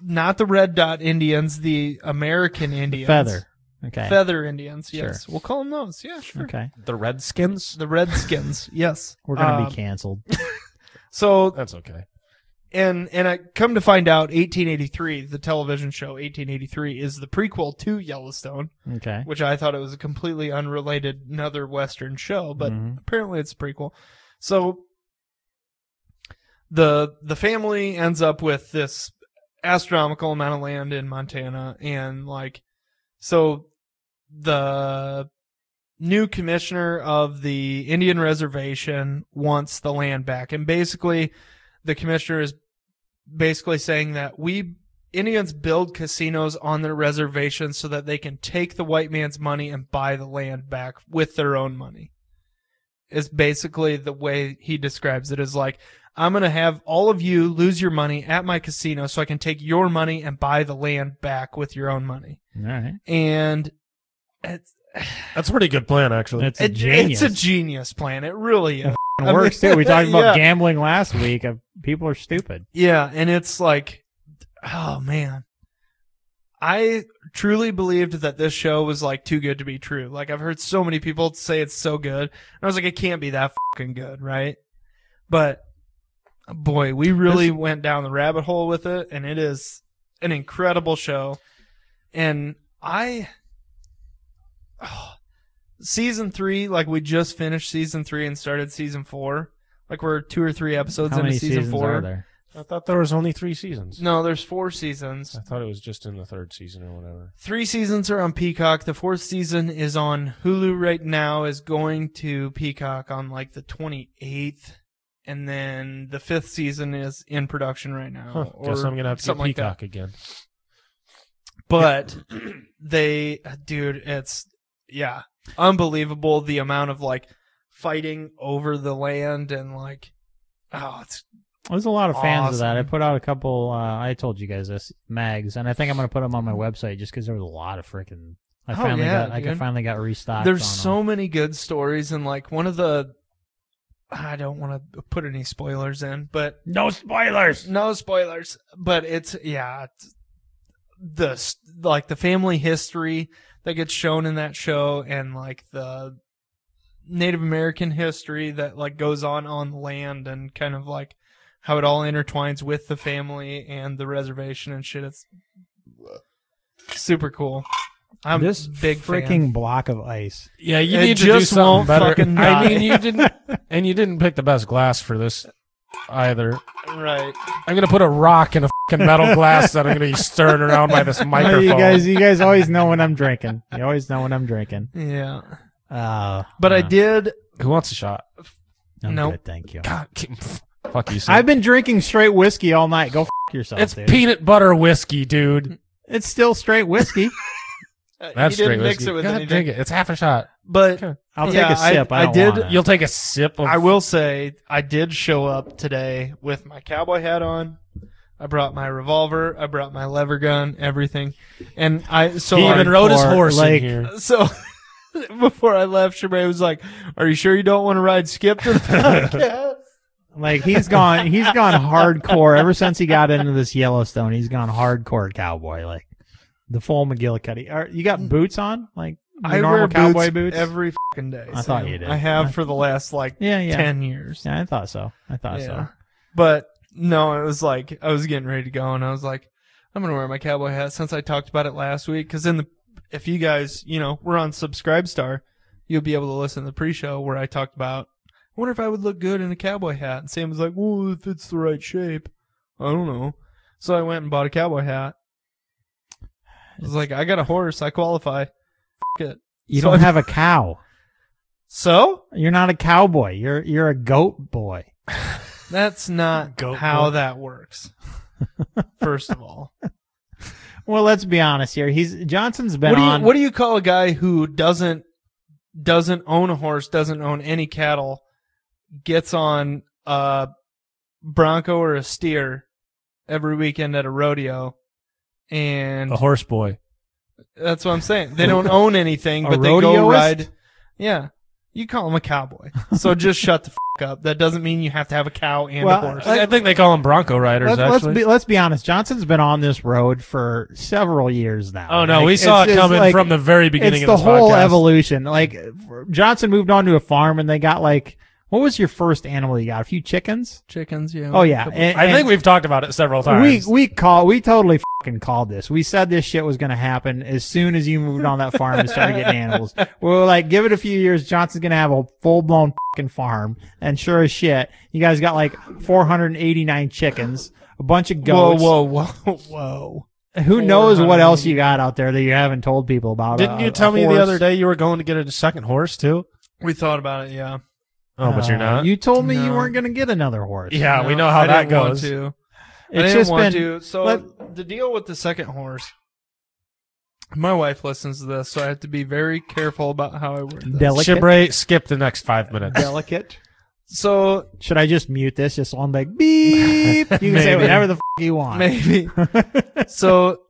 not the red dot Indians, the American Indians,
Feather. Okay.
feather Indians.
Sure.
Yes, we'll call them those. Yeah, sure.
Okay.
The Redskins.
The Redskins. yes,
We're gonna
Um,
be canceled.
So
That's okay.
and and I come to find out 1883 the television show 1883 is the prequel to Yellowstone
Okay.
which I thought it was a completely unrelated another western show but
Mhm.
apparently it's a prequel so the the family ends up with this astronomical amount of land in Montana and like so the new commissioner of the Indian reservation wants the land back and basically the commissioner is basically saying that we Indians build casinos on their reservations so that they can take the white man's money and buy the land back with their own money. Is basically the way he describes it is like, I'm going to have all of you lose your money at my casino so I can take your money and buy the land back with your own money.
All right.
And it's,
That's a pretty good plan, actually.
That's a
it-
genius.
it's a genius plan. It really is.
It works too. We talked about
Yeah.
gambling last week. Uh, People are stupid.
Yeah, and it's like, oh man, I truly believed that this show was like too good to be true. Like I've heard so many people say it's so good, and I was like, it can't be that fucking good, right? But boy, we really went down the rabbit hole with it, and it is an incredible show. And I, oh, season three, like we just finished season three and started season four. Like we're two or three episodes
How
into
many
season
seasons
four.
are there?
I thought there was only three seasons.
No, there's four seasons.
I thought it was just in the third season or whatever.
Three seasons are on Peacock. The fourth season is on Hulu right now, is going to Peacock on like the 28th. And then the fifth season is in production right now.
Huh.
or
Guess I'm gonna have to get
something like that.
Peacock again.
But they, dude, it's, yeah, unbelievable the amount of like fighting over the land and like, oh, it's,
There's a lot of fans of that. I
Awesome.
put out a couple. Uh, I told you guys this mags, and I think I'm gonna put them on my website just because there was a lot of freaking. I
Oh,
finally
yeah,
got. I
dude.
finally got restocked.
There's
on 'em.
so many good stories, and like one of the, I don't want to put any spoilers in, but
no spoilers.
no spoilers. But it's yeah, it's- the s- like the family history that gets shown in that show, and like the Native American history that like goes on on land, and kind of like how it all intertwines with the family and the reservation and shit. It's super cool. I'm
this
big
freaking
fan.
block of ice.
Yeah, you
It
need to
just
do something
won't
better.
fucking
I
die.
mean, you didn't, and you didn't pick the best glass for this either.
right.
I'm gonna put a rock in a fucking metal glass that I'm gonna be stirring around by this microphone.
Oh, You guys, you guys always know when I'm drinking. You always know when I'm drinking.
Yeah.
Uh,
But I
uh,
did
Who wants a shot?
I'm
Nope.
good, thank you.
God, keep- fuck you. Sam.
I've been drinking straight whiskey all night. Go f- yourself,
it's
dude.
peanut butter whiskey, dude.
it's still straight whiskey.
Uh,
That's
he
straight
didn't mix
whiskey.
it with
God,
anything.
drink it. It's half a shot.
But
I'll
Yeah,
take a
I-
sip. I,
I
don't
did-
wanna.
You'll take a sip of.
I will say I did show up today with my cowboy hat on. I brought my revolver. I brought my lever gun. Everything, and I so
He even
I-
rode his
Or,
horse
like-
in here.
so. Before I left, Sheree was like, "Are you sure you don't want to ride Skip to the podcast?"
Like he's gone, he's gone hardcore ever since he got into this Yellowstone. He's gone hardcore cowboy, like the full McGillicuddy. Are, you got boots on, like your
I
normal
wear
cowboy
boots,
boots?
every fucking day.
I thought
Sam.
you did.
I
I-
have for the last like
yeah, yeah,
ten years.
yeah. I thought so. I thought
Yeah.
so.
But no, it was like I was getting ready to go, and I was like, I'm gonna wear my cowboy hat since I talked about it last week. Because in the, if you guys, you know, we're on Subscribestar, you'll be able to listen to the pre-show where I talked about. I wonder if I would look good in a cowboy hat. And Sam was like, "Well, if it's the right shape, I don't know." So I went and bought a cowboy hat. I was like, I got a horse. I qualify. F- it.
You
So
don't
I-
have a cow.
So
You're not a cowboy. You're you're a goat boy.
that's not
Goat
how
boy.
that works. First of all,
Well, let's be honest here. He's Johnson's been
what do you
on.
what do you call a guy who doesn't doesn't own a horse, doesn't own any cattle, gets on a bronco or a steer every weekend at a rodeo, and
A horse boy.
that's what I'm saying. They don't own anything,
A
but they go
rodeoist?
ride. Yeah, you call him a cowboy. So just shut the f- up. That doesn't mean you have to have a cow and
Well,
a horse.
I think they call them Bronco riders.
Let, us
actually,
be let's be honest. Johnson's been on this road for several years now.
oh no,
Like,
we saw
it's
it
just
coming
like-
from the very
It's
beginning of
the
this
whole
podcast.
evolution. Like for- Johnson moved on to a farm, and they got like what was your first animal you got? A few chickens.
Chickens, yeah.
Oh yeah,
Couple-
and-
I
and-
think we've talked about it several times.
We we call we totally fucking called this. We said this shit was gonna happen as soon as you moved on that farm and started getting animals. We were like, give it a few years, Johnson's gonna have a full blown fucking farm, and sure as shit, you guys got like 489 chickens, a bunch of
whoa,
goats.
whoa, whoa, whoa.
Who knows what
400.
else you got out there that you haven't told people about?
Didn't
A-
you
a
tell me the
horse.
other day you were going to get a second horse too?
We thought about it, yeah.
Oh, but you're
Uh,
not.
You told me you
No.
weren't gonna get another horse.
yeah, we
No,
know how
I
that
didn't want
goes.
to. I
it's
didn't
just been.
want to. So the deal with the second horse. My wife listens to this, so I have to be very careful about how I word this.
Delicate.
Shibray, skip the next five minutes.
Delicate.
so
Should I just mute this? Just on like beep. You can say
Maybe.
whatever the f- you want.
maybe so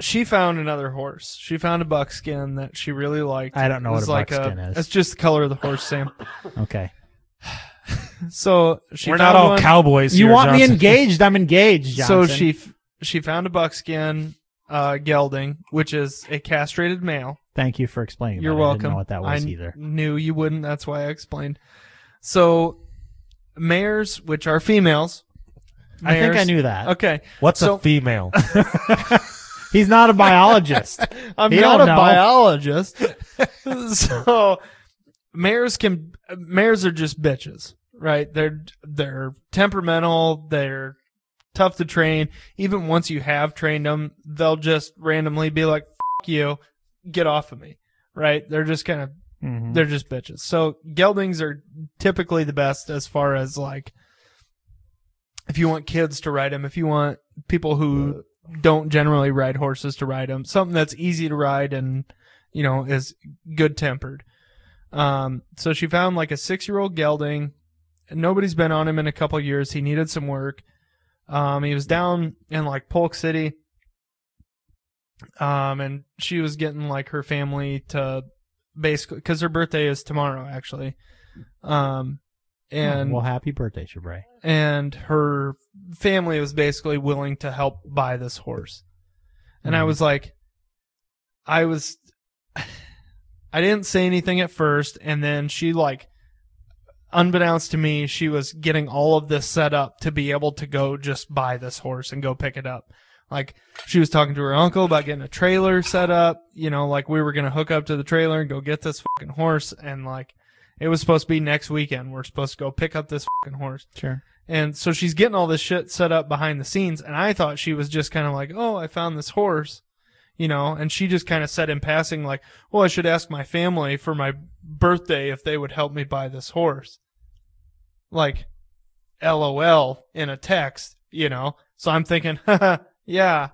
she found another horse. She found a buckskin that she really liked.
I don't know
It
what
was
a
like uh,
buckskin is.
It's just the color of the horse, Sam.
okay.
So she
we're
found
not all
one.
cowboys.
You
here,
want me
Johnson.
engaged? I'm engaged. Johnson.
So she f- she found a buckskin uh, gelding, which is a castrated male.
Thank you for explaining.
You're
that. I
welcome.
didn't know what that was
I
either.
Knew you wouldn't. That's why I explained. So mares, which are females,
I think I
mares-
knew that.
Okay,
What's
So-
a female?
He's not a biologist.
I'm
He
not
don't
a
know.
biologist. so mares can mares are just bitches, right? They're they're temperamental. They're tough to train. Even once you have trained them, they'll just randomly be like, "Fuck you, get off of me," right? They're just kind of
Mhm.
they're just bitches. So geldings are typically the best as far as like if you want kids to ride them, if you want people who don't generally ride horses to ride them, something that's easy to ride and you know is good tempered. Um, so she found like a six year old gelding. Nobody's been on him in a couple years. He needed some work. Um, he was down in like Polk City. Um, and she was getting like her family to basically because her birthday is tomorrow actually um and
well, happy birthday, Shabray.
and her family was basically willing to help buy this horse and i
Mhm.
was like i was i didn't say anything at first and then she like unbeknownst to me she was getting all of this set up to be able to go just buy this horse and go pick it up like she was talking to her uncle about getting a trailer set up you know like we were gonna hook up to the trailer and go get this fucking horse and like it was supposed to be next weekend we're supposed to go pick up this fucking horse
Sure.
and so she's getting all this shit set up behind the scenes and i thought she was just kind of like oh i found this horse you know and she just kind of said in passing like well i should ask my family for my birthday if they would help me buy this horse like lol in a text you know so i'm thinking Haha, yeah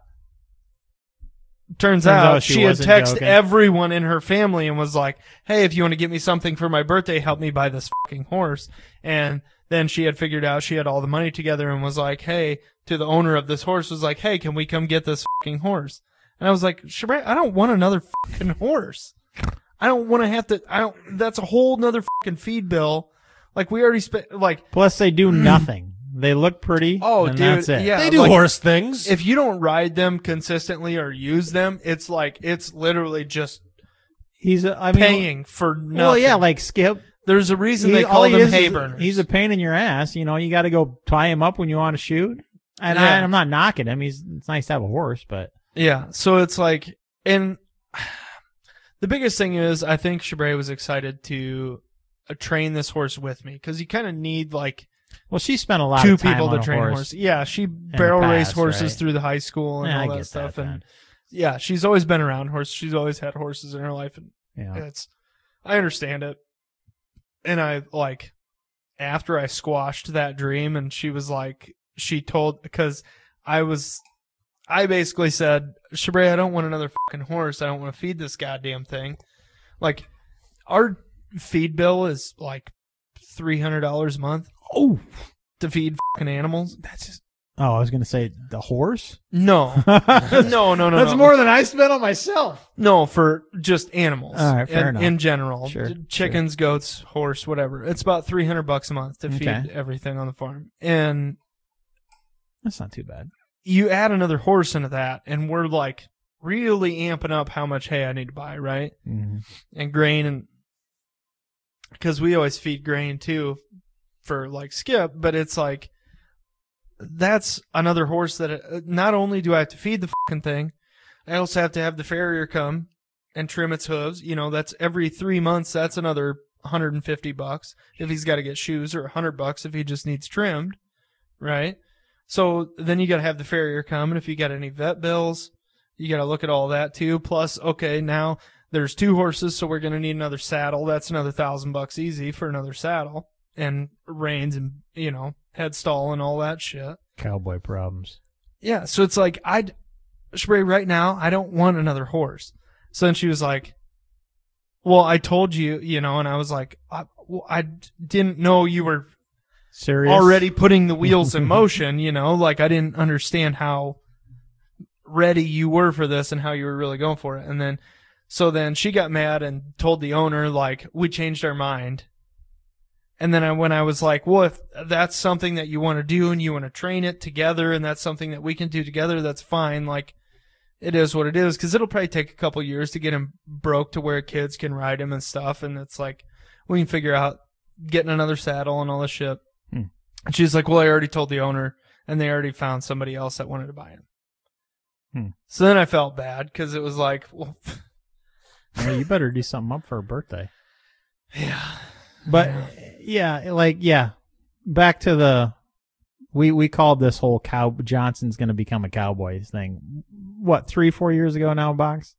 turns,
Turns
out,
out she
she, had
wasn't
texted
joking.
everyone in her family and was like hey if you want to get me something for my birthday help me buy this fucking horse and then she had figured out she had all the money together and was like hey to the owner of this horse was like hey can we come get this fucking horse and I was like, Shabra, I don't want another fucking horse. I don't want to have to. I don't. That's a whole nother fucking feed bill. Like we already spent. Like
Plus, they do nothing. They look pretty.
oh,
and
dude,
that's it.
yeah.
they do
like,
horse things.
If you don't ride them consistently or use them, it's like it's literally just
He's. A, I mean,
paying for nothing.
well, yeah, like Skip.
there's a reason
He-
they
all
call
he
them
is
hay
is-
burners.
He's a pain in your ass. You know, you got to go tie him up when you want to shoot. And I,
Yeah.
I'm not knocking him. He's. It's nice to have a horse, but
Yeah. So it's like, and the biggest thing is, I think Shabray was excited to uh, train this horse with me because you kind of need like
Well, she spent a lot
two
of time
people
on
to
a
train
horse.
horse. Yeah, she barrel raced
past,
horses
right?
through the high school and
Yeah, I
all
get
that stuff.
That,
and
then.
yeah, she's always been around horses. She's always had horses in her life, and
yeah.
it's I understand it. And I like after I squashed that dream, and she was like, she told because I was, I basically said, Shabray, I don't want another fucking horse. I don't want to feed this goddamn thing. Like our feed bill is like three hundred dollars a month
Oh,
to feed fucking animals.
that's just. Oh, I was gonna say the horse.
No,
that's
no, no, no. no.
more than I spent on myself.
No, for just animals.
All right, fair
in,
enough.
in general,
Sure,
Ch- chickens, goats, horse, whatever. It's about three hundred bucks a month to
Okay.
feed everything on the farm, and
That's not too bad.
you add another horse into that, and we're like really amping up how much hay I need to buy, right?
Mhm.
And grain, and because we always feed grain too for like skip, but it's like that's another horse that uh, not only do I have to feed the fucking thing, I also have to have the farrier come and trim its hooves. You know, that's every three months. That's another 150 bucks if he's got to get shoes or 100 bucks if he just needs trimmed, right? So then you got to have the farrier come. And if you got any vet bills, you got to look at all that too. Plus, okay, now there's two horses. So we're going to need another saddle. That's another thousand bucks easy for another saddle and reins and, you know, head stall and all that shit.
Cowboy problems.
Yeah. So it's like, I, Spray, right now, I don't want another horse. So then she was like, well, I told you, you know, and I was like, I, well, I d- didn't know you were
Serious.
already putting the wheels in motion, you know, like I didn't understand how ready you were for this and how you were really going for it. And then, so then she got mad and told the owner, like, we changed our mind. And then I, when I was like, well, if that's something that you want to do and you want to train it together and that's something that we can do together, that's fine. Like, it is what it is because it'll probably take a couple years to get him broke to where kids can ride him and stuff. And it's like, we can figure out getting another saddle and all this shit.
Hmm.
And she's like, well, I already told the owner and they already found somebody else that wanted to buy him.
Hmm.
So then I felt bad because it was like, well,
Well, you better do something up for her birthday.
yeah.
But yeah, like yeah, back to the we we called this whole cow Johnson's going to become a Cowboys thing. What three four years ago now? Box.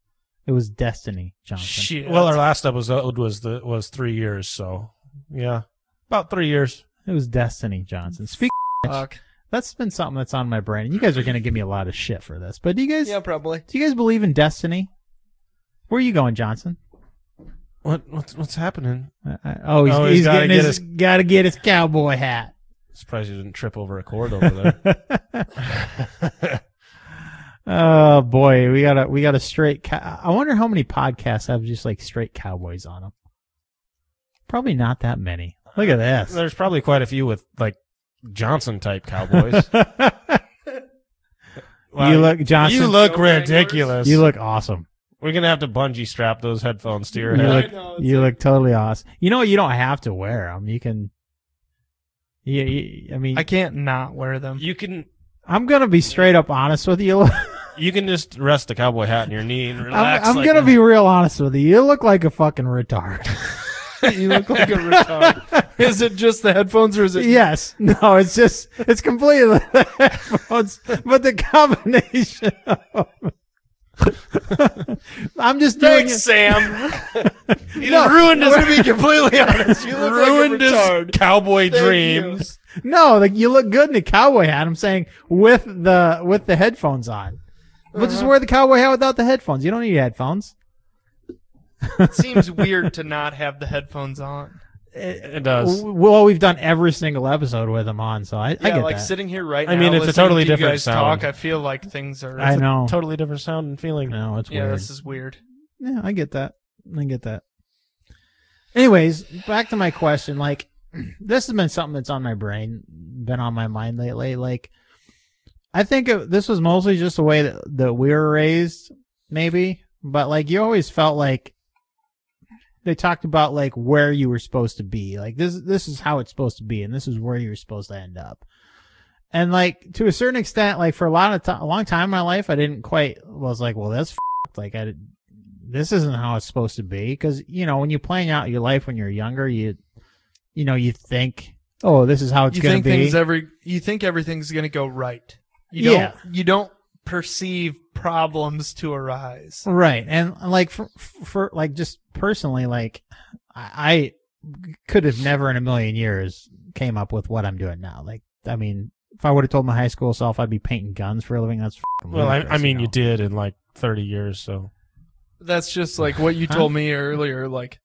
It was Destiny Johnson.
Shit.
Well, our last episode was the was three years, so yeah, about three years.
It was Destiny Johnson. Speak.
Fuck.
That's been something that's on my brain. And you guys are going to give me a lot of shit for this. But do you guys
Yeah, probably.
do you guys believe in destiny? Where are you going, Johnson?
What what's what's happening?
I, I, oh, he's,
Oh,
he's,
he's gotta
getting
get
his, got to get his cowboy hat.
Surprised you didn't trip over a cord over there.
oh boy, we got a we got a straight. Cow- I wonder how many podcasts have just like straight cowboys on them. Probably not that many. Look at this.
There's probably quite a few with like Johnson type cowboys. Wow,
you look Johnson.
you look
Joe
ridiculous.
you look awesome.
We're gonna have to bungee strap those headphones to your
You
head.
look-
I know, it's
You
like-
look totally awesome. You know you don't have to wear them. You can. You, you, I mean,
I can't not wear them.
you can
I'm gonna be straight up honest with you.
you can just rest the cowboy hat in your knee and relax.
I'm, I'm
like
gonna
that.
be real honest with you. You look like a fucking retard.
you look like a retard. is it just the headphones or is it?
yes. No. It's just it's completely the headphones, but the combination. of- I'm just doing
Thanks,
it.
Sam.
You
No.
ruined his
to be completely honest. You look
ruined
like a
his
retard.
cowboy
Thank
dreams.
you.
No, like you look good in a cowboy hat. I'm saying with the with the headphones on. But
Uh-huh.
just wear the cowboy hat without the headphones. You don't need headphones.
It seems weird to not have the headphones on.
It does.
W- Well, we've done every single episode with them on, so I, I
Yeah,
get
like
that.
sitting here right
I
now,
mean, it's a
listening
totally
to you
different
guys
sound.
talk, I feel like things are.
I know.
Totally different sound and feeling.
no, it's
yeah,
weird.
this is weird.
Yeah, I get that. I get that. Anyways, back to my question. Like, this has been something that's on my brain, been on my mind lately. Like, I think it, this was mostly just the way that, that we were raised, maybe. But like, you always felt like they talked about like where you were supposed to be. Like this, this is how it's supposed to be, and this is where you're supposed to end up. And like to a certain extent, like for a lot of time, a long time in my life, I didn't quite was like, well, that's fucked. like I, did- this isn't how it's supposed to be. Because you know, when you're playing out your life when you're younger, you, you know, you think oh, this is how it's
you
going
think
to be.
things every you think everything's gonna go right. You
Yeah.
don't you don't perceive problems to arise.
right and like for, for like just personally like i I could have never in a million years came up with what i'm doing now like i mean if i would have told my high school self i'd be painting guns for a living that's f***ing
Well, I, I
ludicrous,
mean, you
know?
did in like 30 years, so
That's just like what you
Huh?
told me earlier. Like,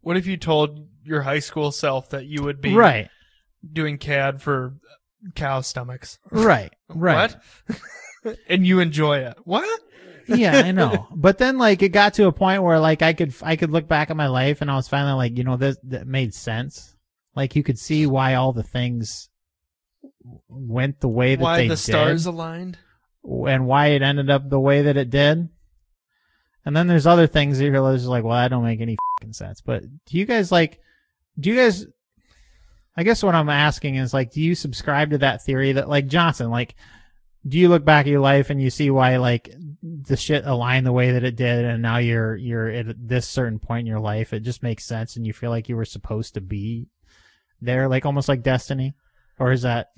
what if you told your high school self that you would be
right
doing CAD for cow stomachs?
right right
What? and you enjoy it? What?
yeah i know but then like it got to a point where like i could i could look back at my life and i was finally like you know this that made sense like you could see why all the things went the way that
Why
they
the
did.
stars aligned?
and why it ended up the way that it did. And then there's other things that you're just like, well, that don't make any fing sense. But do you guys like, do you guys, I guess what I'm asking is like, do you subscribe to that theory that like Johnson, like, do you look back at your life and you see why like the shit aligned the way that it did and now you're, you're at this certain point in your life, it just makes sense and you feel like you were supposed to be there, like almost like destiny? Or is that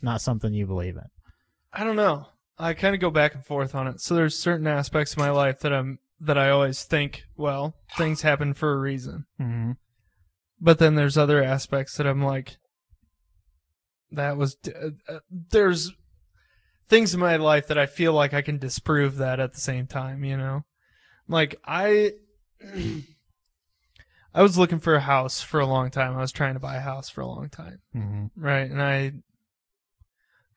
not something you believe in?
I don't know. I kind of go back and forth on it. So there's certain aspects of my life that I'm that I always think, well, things happen for a reason.
Mm-hmm.
But then there's other aspects that I'm like, that was d- uh, uh, there's things in my life that I feel like I can disprove that at the same time. You know, like I. I was looking for a house for a long time. I was trying to buy a house for a long time.
Mm-hmm.
Right. And I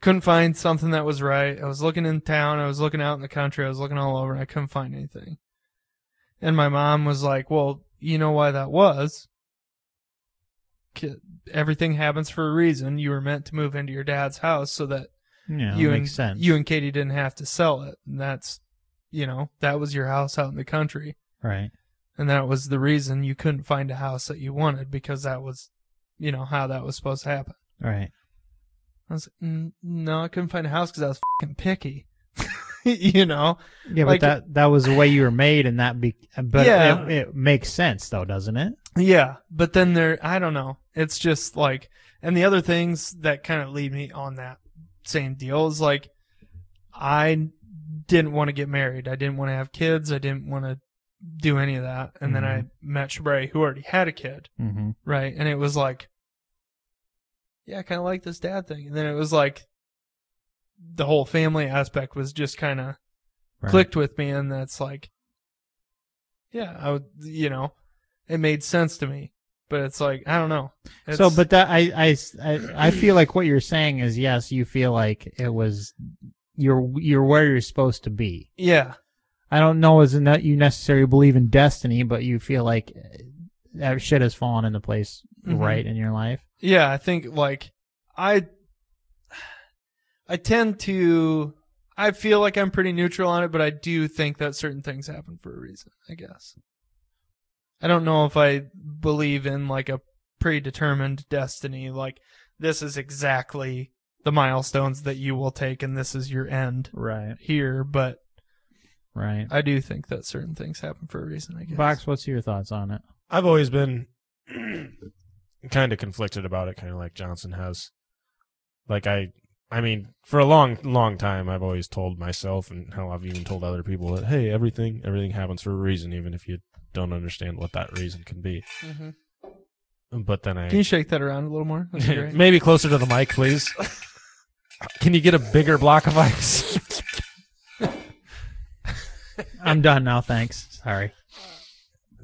couldn't find something that was right. I was looking in town, I was looking out in the country, I was looking all over, and I couldn't find anything. And my mom was like, Well, you know why that was? Ki- Everything happens for a reason. You were meant to move into your dad's house so that
Yeah,
you
that
and
makes sense.
you and Katie didn't have to sell it. And that's, you know, that was your house out in the country.
right?
And that was the reason you couldn't find a house that you wanted because that was, you know, how that was supposed to happen.
Right.
I was like, mm, no, I couldn't find a house because I was fucking picky. you know,
Yeah,
Like-
but that that was the way you were made, and that be but
Yeah.
it, it makes sense though, doesn't it?
yeah. But then there, I don't know. It's just like, and the other things that kind of lead me on that same deal is like, I didn't want to get married. I didn't want to have kids. I didn't want to do any of that. And then I met Shabray, who already had a kid,
Mm-hmm.
right? And it was like, yeah, I kind of like this dad thing. And then it was like, the whole family aspect was just kind of
Right.
clicked with me and that's like yeah i would you know it made sense to me but it's like i don't know It's-
So, but that I, I s- I- I feel like what you're saying is yes, you feel like it was you're you're where you're supposed to be.
yeah
I don't know is that you necessarily believe in destiny, but you feel like eh, that shit has fallen into place
Mhm.
right in your life.
yeah i think like i i tend to i feel like i'm pretty neutral on it but i do think that certain things happen for a reason i guess i don't know if i believe in like a predetermined destiny like this is exactly the milestones that you will take and this is your end
Right.
here but
Right.
I do think that certain things happen for a reason. I guess.
Box, what's your thoughts on it?
I've always been kind of conflicted about it, kind of like Johnson has. Like I, I mean, for a long, long time, I've always told myself, and hell, I've even told other people that, hey, everything, everything happens for a reason, even if you don't understand what that reason can be. But then I
Can you shake that around a little more? That'd be great.
Maybe closer to the mic, please. Can you get a bigger block of ice?
I'm done now. Thanks. Sorry.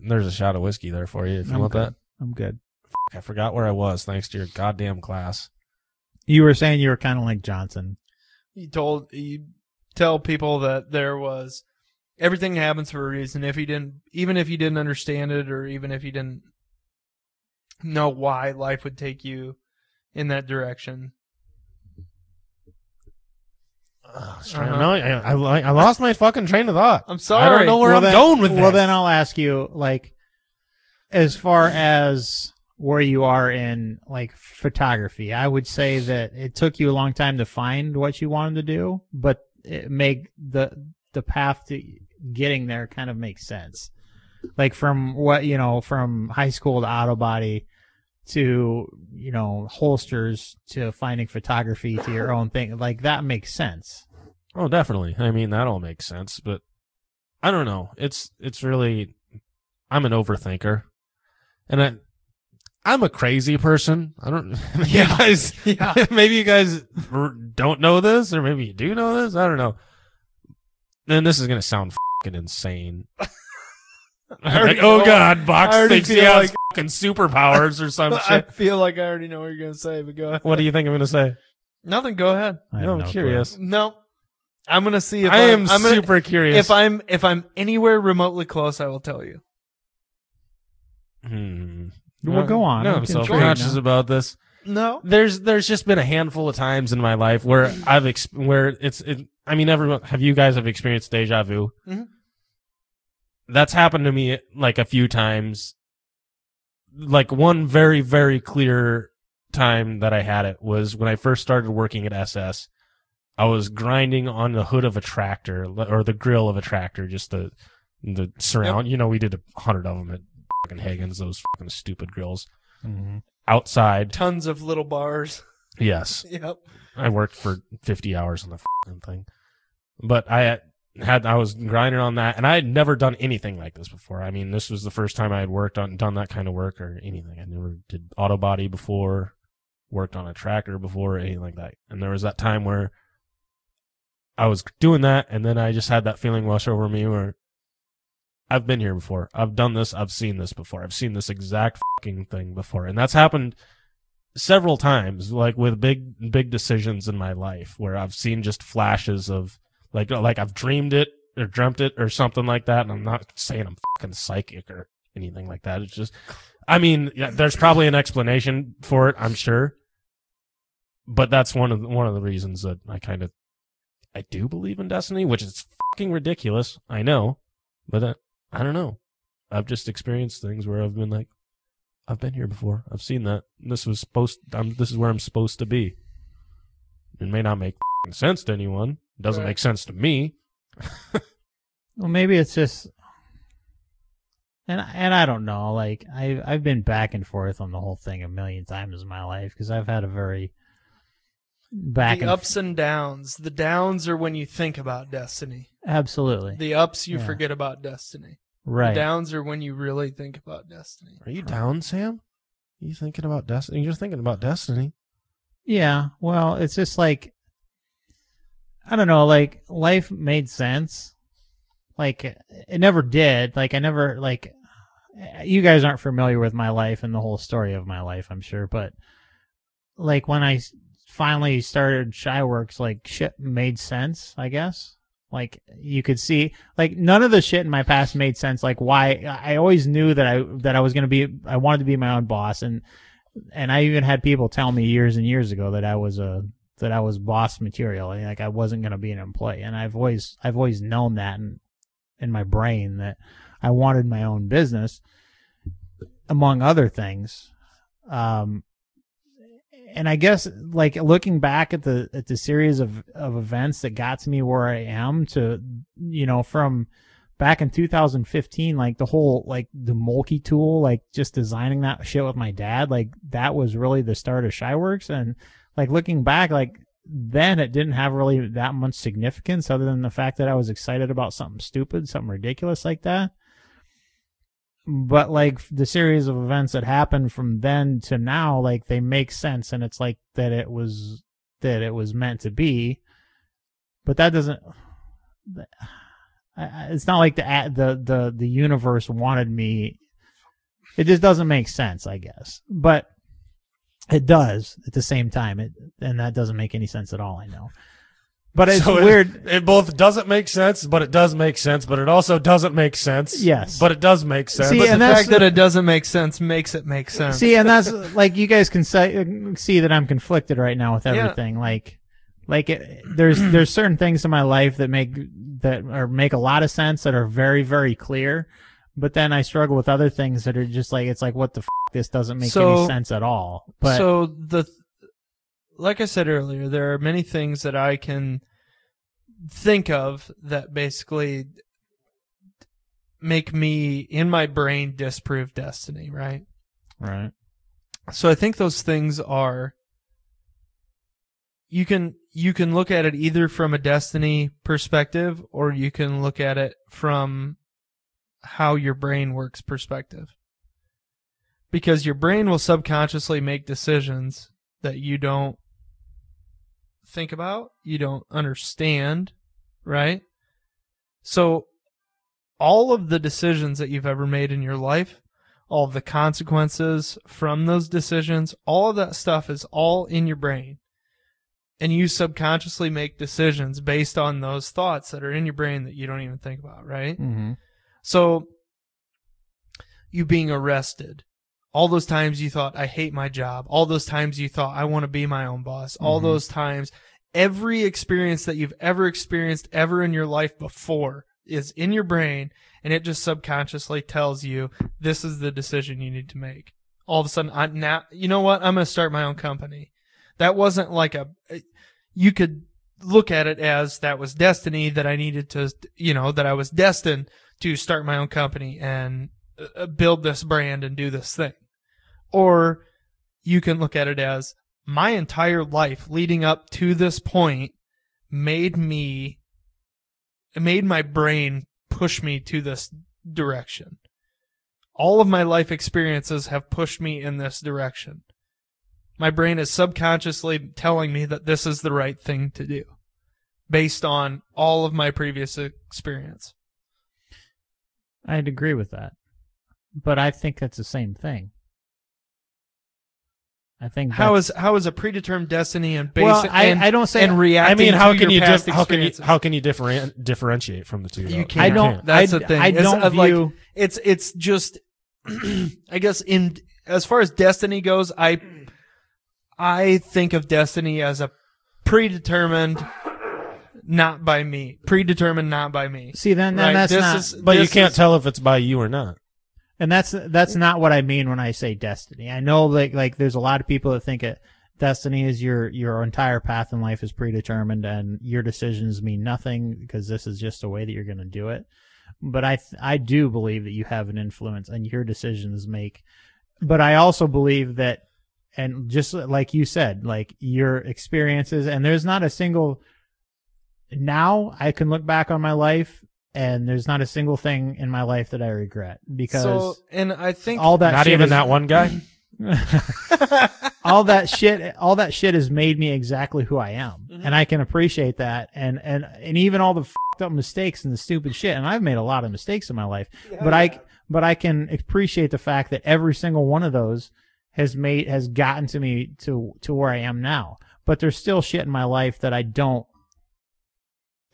There's a shot of whiskey there for you if you
I'm
want
good.
that.
I'm good.
I forgot where I was thanks to your goddamn class.
You were saying you were kind of like Johnson.
You told you tell people that there was everything happens for a reason. If you didn't, even if you didn't understand it, or even if you didn't know why life would take you in that direction.
Uh,
Uh-huh.
No, I, I, I lost my fucking train of thought.
I'm sorry.
I don't know where I'm
then-
going with
Well,
this.
then I'll ask you, like, as far as where you are in like photography, I would say that it took you a long time to find what you wanted to do, but it make the the path to getting there kind of makes sense. Like from what you know, from high school to auto body, to you know holsters to finding photography to your own thing like that makes sense
Oh, definitely. I mean, that all makes sense, but I don't know. It's it's really I'm an overthinker. And I I'm a crazy person. I don't yeah. you guys
Yeah.
maybe you guys r- don't know this or maybe you do know this. I don't know. And this is going to sound fucking insane.
already
like, oh
know-
god,
I
Box
already
thinks he
feel
has
like-
fucking superpowers or some
I
shit.
feel like I already know what you're gonna say, but go ahead.
What do you think I'm going to say?
Nothing. Go ahead.
I have
No, I'm
clue.
curious.
No, I'm gonna see if
I am
I'm gonna-
super curious.
If I'm if I'm anywhere remotely close, I will tell you.
Hmm.
well
No,
go on
No, I'm
intrigued
self conscious
now.
about this.
No.
There's there's just been a handful of times in my life where I've ex- where it's it, I mean everyone have you guys have experienced deja vu?
Mhm.
That's happened to me like a few times. Like one very very clear time that I had it was when I first started working at SS. I was grinding on the hood of a tractor le- or the grill of a tractor, just the the surround. You know, we did a hundred of them at fucking Hagen's. Those fucking stupid grills Mm-hmm.
Mhm.
outside.
Tons of little bars.
Yes,
Yep.
I worked for 50 hours on the fing thing, but I had I was grinding on that, and I had never done anything like this before. I mean, this was the first time I had worked on done that kind of work or anything. I never did auto body before, worked on a tractor before, or anything like that. And there was that time where I was doing that, and then I just had that feeling wash over me where I've been here before. I've done this. I've seen this before. I've seen this exact fucking thing before, and that's happened several times like with big big decisions in my life where i've seen just flashes of like like i've dreamed it or dreamt it or something like that and i'm not saying i'm fucking psychic or anything like that it's just i mean yeah, there's probably an explanation for it i'm sure but that's one of the, one of the reasons that i kind of i do believe in destiny which is fucking ridiculous i know but uh, i don't know i've just experienced things where i've been like I've been here before. I've seen that. This was supposed. I'm, this is where I'm supposed to be. It may not make f***ing sense to anyone. It doesn't
Right.
make sense to me.
well maybe it's just and and i don't know like i i've been back and forth on the whole thing a million times in my life because i've had a very back
the
and
ups and downs. The downs are when you think about destiny.
absolutely
The ups you
Yeah.
forget about destiny. The
right
downs are when you really think about destiny.
Are you down, Sam? you thinking about destiny? You're thinking about destiny.
Yeah, well, it's just like I don't know, like life made sense. Like it never did. Like I never like eh, you guys aren't familiar with my life and the whole story of my life, I'm sure, but like when I s- finally started Shy Works, like shit made sense, I guess. Like you could see, like none of the shit in my past made sense. Like why I always knew that I that I was gonna be I wanted to be my own boss, and and I even had people tell me years and years ago that I was a that I was boss material and like I wasn't going to be an employee and I've always I've always known that in, in my brain that I wanted my own business among other things um and I guess like looking back at the at the series of of events that got to me where I am to you know from back in 2015 like the whole like the mulkey tool like just designing that shit with my dad like that was really the start of shyworks and like looking back like then it didn't have really that much significance other than the fact that i was excited about something stupid something ridiculous like that but like the series of events that happened from then to now like they make sense and it's like that it was that it was meant to be but that doesn't I- I- it's not like the a- the the the universe wanted me. It just doesn't make sense, I guess. But it does at the same time, it, and that doesn't make any sense at all. I know, but it's
So it-
weird.
It both doesn't make sense, but it does make sense. But it also doesn't make sense.
Yes.
but it does make sense.
See,
But
and
the
that's-
fact that it doesn't make sense makes it make sense.
See, and that's like you guys can say, see that I'm conflicted right now with
Yeah.
everything. Like, like it, there's there's certain things in my life that make that are make a lot of sense that are very very clear, but then I struggle with other things that are just like it's like what the f- this doesn't make
So-
any sense at all. But
so the like I said earlier, there are many things that I can think of that basically make me in my brain disprove destiny, right?
right,
So I think those things are you can you can look at it either from a destiny perspective or you can look at it from how your brain works perspective. Because your brain will subconsciously make decisions that you don't think about, you don't understand, right? So all of the decisions that you've ever made in your life, all of the consequences from those decisions, all of that stuff is all in your brain. And you subconsciously make decisions based on those thoughts that are in your brain that you don't even think about, right?
Mm-hmm.
So you being arrested, all those times you thought, I hate my job, all those times you thought, I want to be my own boss, all
Mhm.
those times, every experience that you've ever experienced ever in your life before is in your brain and it just subconsciously tells you this is the decision you need to make. All of a sudden, I now you know what? I'm going to start my own company. That wasn't like a eh, you could look at it as that was destiny that I needed to, you know, that I was destined to start my own company and uh, build this brand and do this thing. Or you can look at it as my entire life leading up to this point made me, made my brain push me to this direction. All of my life experiences have pushed me in this direction my brain is subconsciously telling me that this is the right thing to do based on all of my previous experience.
I'd agree with that, but I think that's the same thing. I think
How
that's-
is how is a predetermined destiny and basic
well, I,
and,
I don't say
and reacting
I mean, how
to
can
your
you
past
dif- how can you
experiences?
how can you differen- differentiate from the two?
You
though?
can't.
I don't.
That's
I,
the thing.
I
It's
don't
of, like,
view.
it's it's just I guess in as far as destiny goes, I I think of destiny as a predetermined not by me. Predetermined not by me.
see, then, then
Right,
that's
this
not.
is-
But you
this
can't
is-
tell if it's by you or not.
and that's that's not what I mean when I say destiny. I know like like there's a lot of people that think it destiny is your your entire path in life is predetermined and your decisions mean nothing because this is just the way that you're going to do it. But I th- I do believe that you have an influence and your decisions make. But I also believe that and just like you said, like your experiences and there's not a single now I can look back on my life and there's not a single thing in my life that I regret because
So and I think
all that
not
shit
even
is-
that one guy.
all that shit all that shit has made me exactly who I am
Mhm.
and I can appreciate that and and and even all the fucked up mistakes and the stupid shit and I've made a lot of mistakes in my life but I but I can appreciate the fact that every single one of those has made has gotten to me to to where I am now but there's still shit in my life that I don't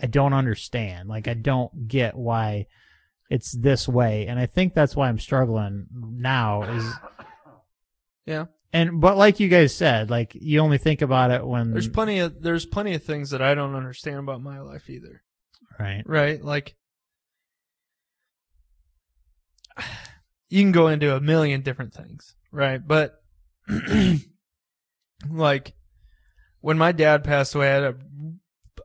I don't understand like I don't get why it's this way and I think that's why I'm struggling now is
Yeah.
and but like you guys said, like you only think about it when
There's plenty of there's plenty of things that I don't understand about my life either.
right.
Right? Like you can go into a million different things, right? But like when my dad passed away, I had a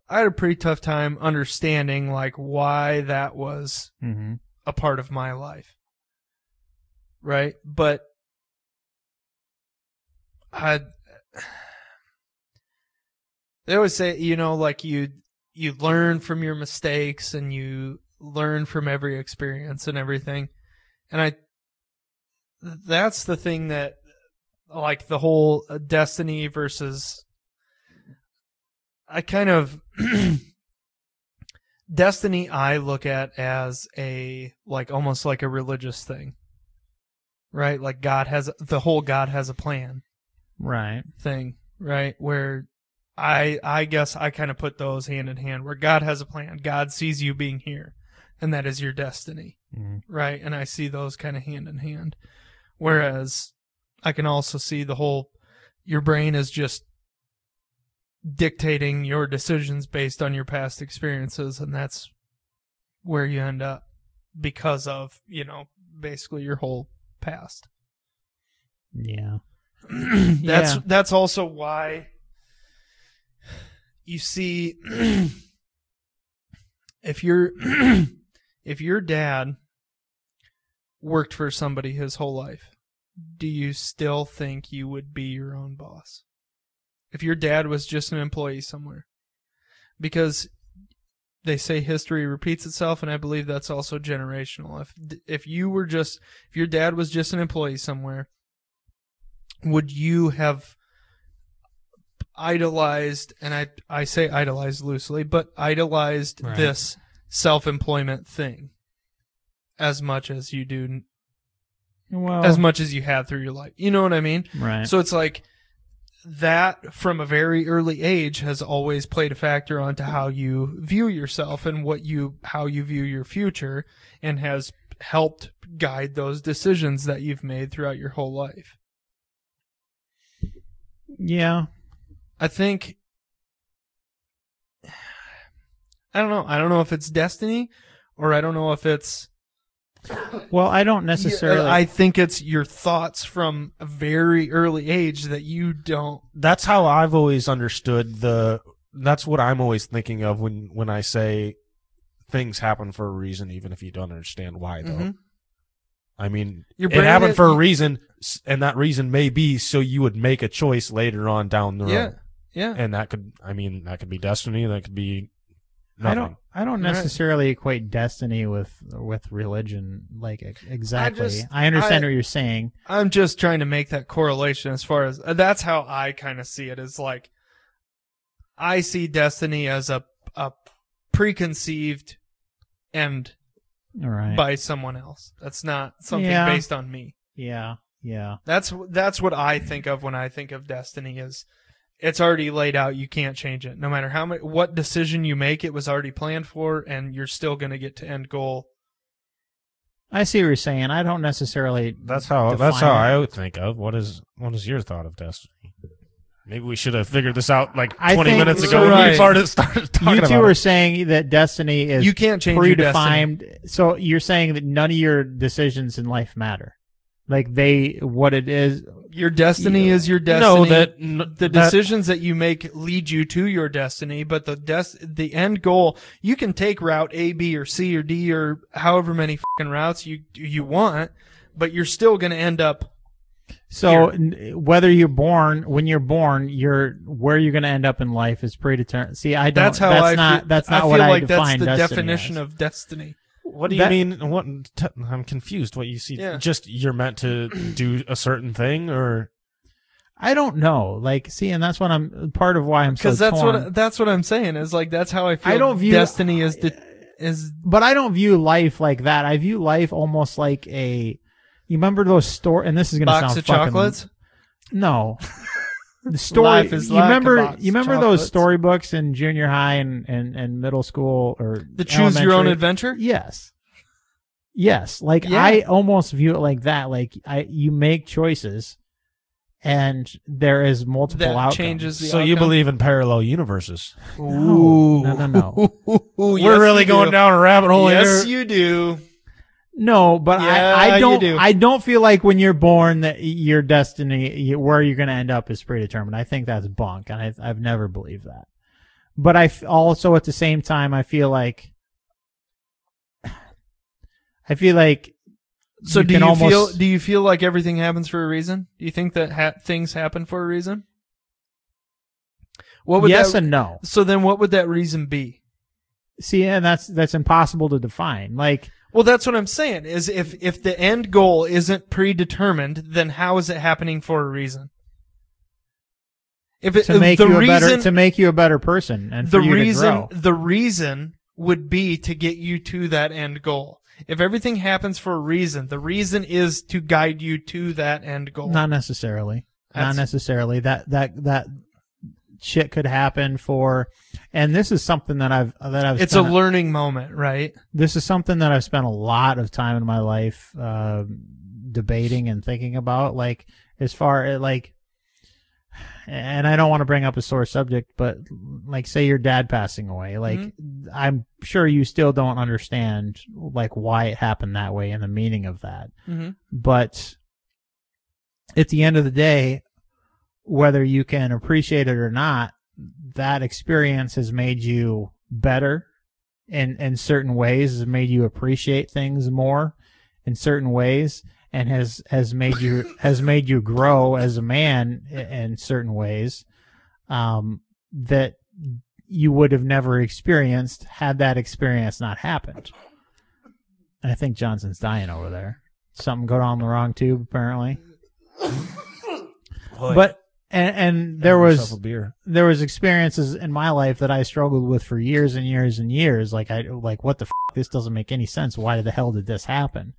I had a pretty tough time understanding like why that was
Mm-hmm.
a part of my life. Right? But I they always say, you know, like you you learn from your mistakes and you learn from every experience and everything. And I that's the thing that like the whole uh, destiny versus I kind of destiny i look at as a like almost like a religious thing right like god has the whole god has a plan
Right.
thing right where i i guess i kind of put those hand in hand where god has a plan god sees you being here and that is your destiny
Mhm.
right and i see those kind of hand in hand whereas i can also see the whole your brain is just dictating your decisions based on your past experiences and that's where you end up because of you know basically your whole past
Yeah.
that's
Yeah.
that's also why you see if your if your dad worked for somebody his whole life do you still think you would be your own boss? If your dad was just an employee somewhere? Because they say history repeats itself and I believe that's also generational. If if you were just if your dad was just an employee somewhere, would you have idolized and I I say idolized loosely, but idolized
Right.
this self-employment thing as much as you do
Well,
as much as you have through your life. You know what I mean?
right.
So it's like that from a very early age has always played a factor onto how you view yourself and what you how you view your future and has helped guide those decisions that you've made throughout your whole life.
yeah.
I think I don't know. I don't know if it's destiny or I don't know if it's
Well, I don't necessarily.
I think it's your thoughts from a very early age that you don't
that's how I've always understood the. That's what I'm always thinking of when when I say things happen for a reason, even if you don't understand why. Though
Mhm.
I mean,
Your
it
brain
happened
is-
for a reason, s- and that reason may be so you would make a choice later on down the road.
Yeah. Yeah.
and that could. I mean, that could be destiny. That could be. Nothing.
I don't. I don't
Right.
necessarily equate destiny with with religion. Like ex- exactly. I,
just-
understand
I-
what you're saying.
I'm just trying to make that correlation as far as that's how I kind of see it is like I see destiny as a a preconceived end
All right.
by someone else. That's not something
Yeah.
based on me.
yeah. Yeah.
That's that's what I think of when I think of destiny is it's already laid out, you can't change it. No matter how much what decision you make, it was already planned for and you're still going to get to end goal.
I see what you're saying. I don't necessarily.
That's how.
define
that's how
it.
I would think of. What is. What is your thought of destiny? Maybe we should have figured this out like
I
20
think-
minutes ago when
Right.
we started, started talking
You two
about
are
it.
saying that destiny is
You can't change your destiny.
predefined. so you're saying that none of your decisions in life matter. Like they, what it is.
Your destiny is your destiny.
No, that n-
the
that-
decisions that you make lead you to your destiny, but the des- the end goal, you can take route A, B, or C, or D, or however many fucking routes you you want, but you're still going to end up.
So n- whether you're born, when you're born, you're where you're going to end up in life is predetermined. See, I don't.
That's how I.
that's
feel-
not. that's
I
not
feel
what
like
I define
that's the
destiny
definition
as.
of destiny.
What do you
That-
mean? What t- I'm confused. What you see?
Yeah.
Just you're meant to do a certain thing, or
I don't know. Like, see, and that's what I'm part of why I'm so
Because that's
torn.
what that's what I'm saying is like that's how I feel.
I uh, don't view-
destiny as de- is
but I don't view life like that. I view life almost like a. You remember those store, and this is gonna
box
sound
of
fucking-
chocolates.
No. The story
Life is
you
like a
remember
box
you
of
remember
chocolates.
those storybooks in junior high and, and, and middle school or
The choose your own
elementary?
adventure.
Yes. Yes. Like
Yeah.
I almost view it like that. Like I you make choices and there is multiple
That
outcomes.
changes the
so you
outcome.
believe in parallel universes?
No. No, no, no.
We're
We're really going down a rabbit hole
Yes,
here.
you do.
No, but
Yeah,
I, I
you
don't.
do.
I don't feel like when you're born that your destiny, you, where you're going to end up, is predetermined. I think that's bunk, and I, I've never believed that. But I f- also, at the same time, I feel like, I feel like,
So
You
do
can
you
almost-
feel do you feel like everything happens for a reason? Do you think that ha- things happen for a reason? What would
yes
that,
and no.
so then what would that reason be?
See, and that's that's impossible to define. Like,
Well, that's what I'm saying is if if the end goal isn't predetermined, then how is it happening for a reason? If it,
to make
the
you a
reason,
better to make you a better person, and
the
for you
reason
to grow.
the reason would be to get you to that end goal. If everything happens for a reason, the reason is to guide you to that end goal.
Not necessarily.
That's-
Not necessarily. That that that shit could happen for, and this is something that I've that I've.
it's a
spent
learning moment, right?
this is something that I've spent a lot of time in my life uh, debating and thinking about. Like as far as like, and I don't want to bring up a sore subject, but like say your dad passing away, like I'm sure you still don't understand like why it happened that way and the meaning of that
Mm-hmm.
but at the end of the day whether you can appreciate it or not that experience has made you better in in certain ways has made you appreciate things more in certain ways and has has made you has made you grow as a man i- in certain ways um, that you would have never experienced had that experience not happened. And I think Johnson's dying over there. Something going on the wrong tube apparently. But and, and there was
a beer.
there was experiences in my life that I struggled with for years and years and years. Like I like what the f- this doesn't make any sense. Why the hell did this happen?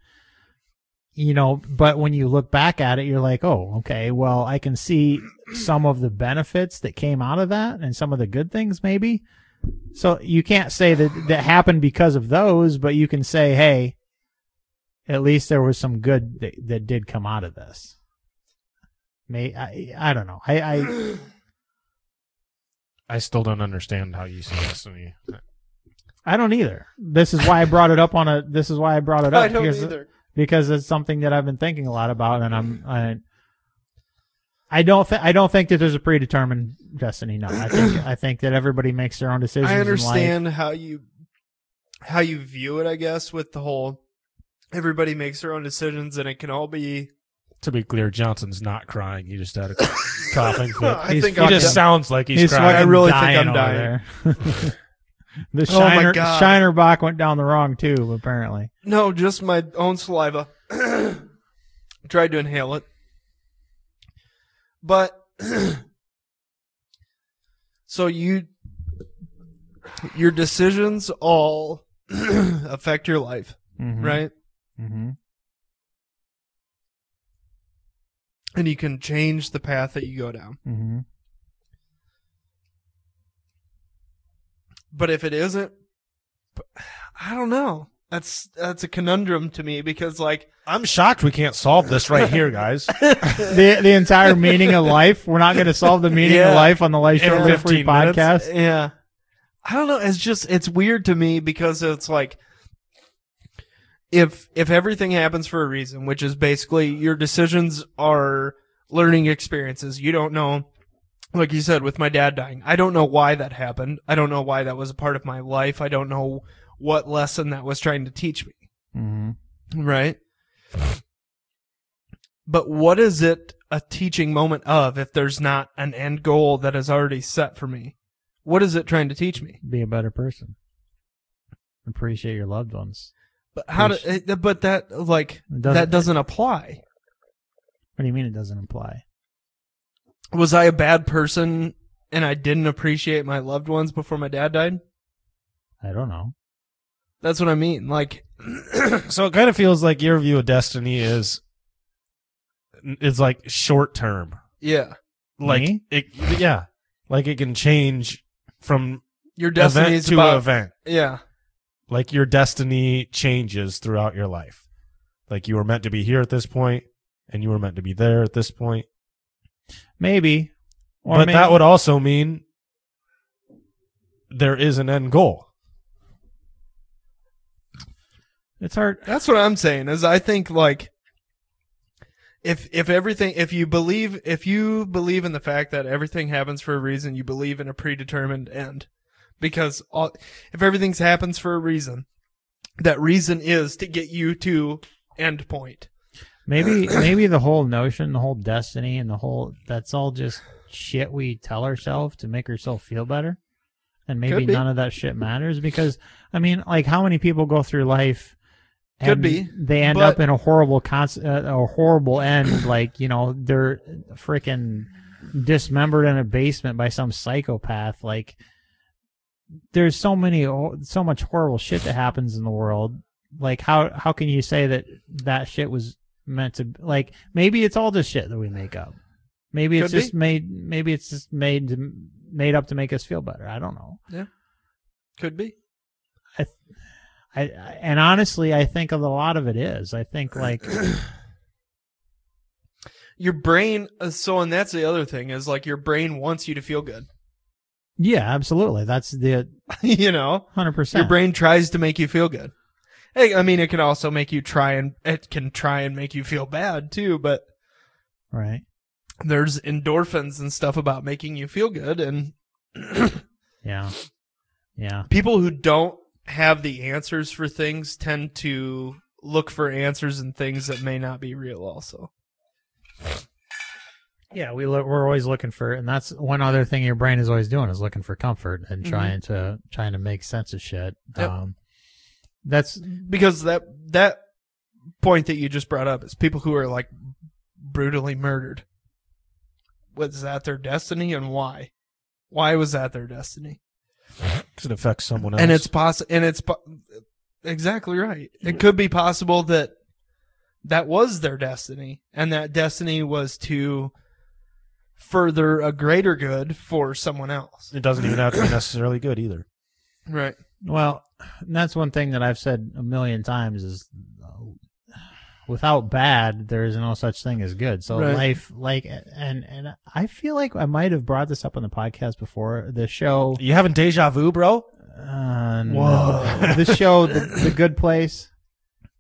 You know, but when you look back at it, you're like, oh, okay. Well, I can see some of the benefits that came out of that and some of the good things, maybe. So you can't say that that happened because of those, but you can say, hey, at least there was some good that, that did come out of this. May I? I don't know. I, I
I still don't understand how you see destiny.
I don't either. This is why I brought it up on a. This is why I brought it up
I don't
because
either.
because it's something that I've been thinking a lot about, and I'm I. I don't think I don't think that there's a predetermined destiny. No, I think I think that everybody makes their own decisions.
I
in life.
understand how you how you view it, I guess, with the whole everybody makes their own decisions and it can all be
To be clear, Johnson's not crying. He just had a coughing fit.
I
He's
think
He
I'm
just
done.
sounds like he's,
He's
crying.
I
fucking
really think I'm
over
dying.
there. the
Oh my
Shiner
God.
Shiner Bach went down the wrong tube apparently.
No, just my own saliva. Tried to inhale it. But so you your decisions all affect your life,
Mhm.
Mm-hmm.
right?
Mhm.
And you can change the path that you go down.
Mm-hmm.
Mhm.
But if it isn't I don't know. That's that's a conundrum to me because like
I'm shocked we can't solve this right here, guys.
The the entire meaning of life. We're not going to solve the meaning
Yeah.
of life on the Life Short
In
Live Free
15 minutes.
podcast.
Yeah. I don't know. It's just it's weird to me because it's like if if everything happens for a reason, which is basically your decisions are learning experiences. You don't know like you said with my dad dying. I don't know why that happened. I don't know why that was a part of my life. I don't know what lesson that was trying to teach me.
Mm-hmm.
Right. But what is it a teaching moment of if there's not an end goal that is already set for me? What is it trying to teach me?
be a better person. Appreciate your loved ones.
But how do,
Yes.
it- but that like
It doesn't-
that doesn't apply.
What do you mean it doesn't apply?
Was I a bad person and I didn't appreciate my loved ones before my dad died?
I don't know.
That's what I mean. Like
so it kind of feels like your view of destiny is is like short term.
yeah,
Like
Me?
it yeah. Like it can change from
your destiny
event
is
to
about
event.
yeah.
Like your destiny changes throughout your life. Like you were meant to be here at this point and you were meant to be there at this point.
Maybe. Or
but
may-
that would also mean there is an end goal.
It's hard.
That's what I'm saying is I think like if if everything if you believe if you believe in the fact that everything happens for a reason, you believe in a predetermined end. Because all, if everything's happens for a reason, that reason is to get you to end point.
Maybe maybe the whole notion, the whole destiny, and the whole that's all just shit we tell ourselves to make ourselves feel better. And maybe
Could be.
none of that shit matters because I mean, like, how many people go through life?
Could
and
be,
They end
but-
up in a horrible con- uh, a horrible end. Like you know, they're freaking dismembered in a basement by some psychopath. Like there's so many oh, so much horrible shit that happens in the world like how how can you say that that shit was meant to like maybe it's all just shit that we make up maybe it's
Could be.
just made maybe it's just made to, made up to make us feel better i don't know
Could be.
I, I and honestly i think a lot of it is i think like
Your brain uh, so and that's the other thing is like your brain wants you to feel good.
yeah absolutely that's the
you know?
100%
Your brain tries to make you feel good. Hey, I mean, it can also make you try and it can try and make you feel bad too. But
right
there's endorphins and stuff about making you feel good, and
yeah yeah
people who don't have the answers for things tend to look for answers in things that may not be real. Also,
Yeah, we look, we're always looking for, and that's one other thing your brain is always doing is looking for comfort and
Mhm.
trying to trying to make sense of shit.
Yep.
Um, that's
because that that point that you just brought up is people who are like brutally murdered. Was that their destiny, and why? Why was that their destiny?
Because it affects someone else.
and it's possible and it's po- exactly right it could be possible that that was their destiny and that destiny was to further a greater good for someone else
it doesn't even have to be necessarily good either.
right
well, and that's one thing that I've said a million times is, uh, without bad, there is no such thing as good. So
Right.
life, like, and and I feel like I might have brought this up on the podcast before the show.
You having deja vu, bro?
Uh, no.
Whoa.
the show, the, the Good Place,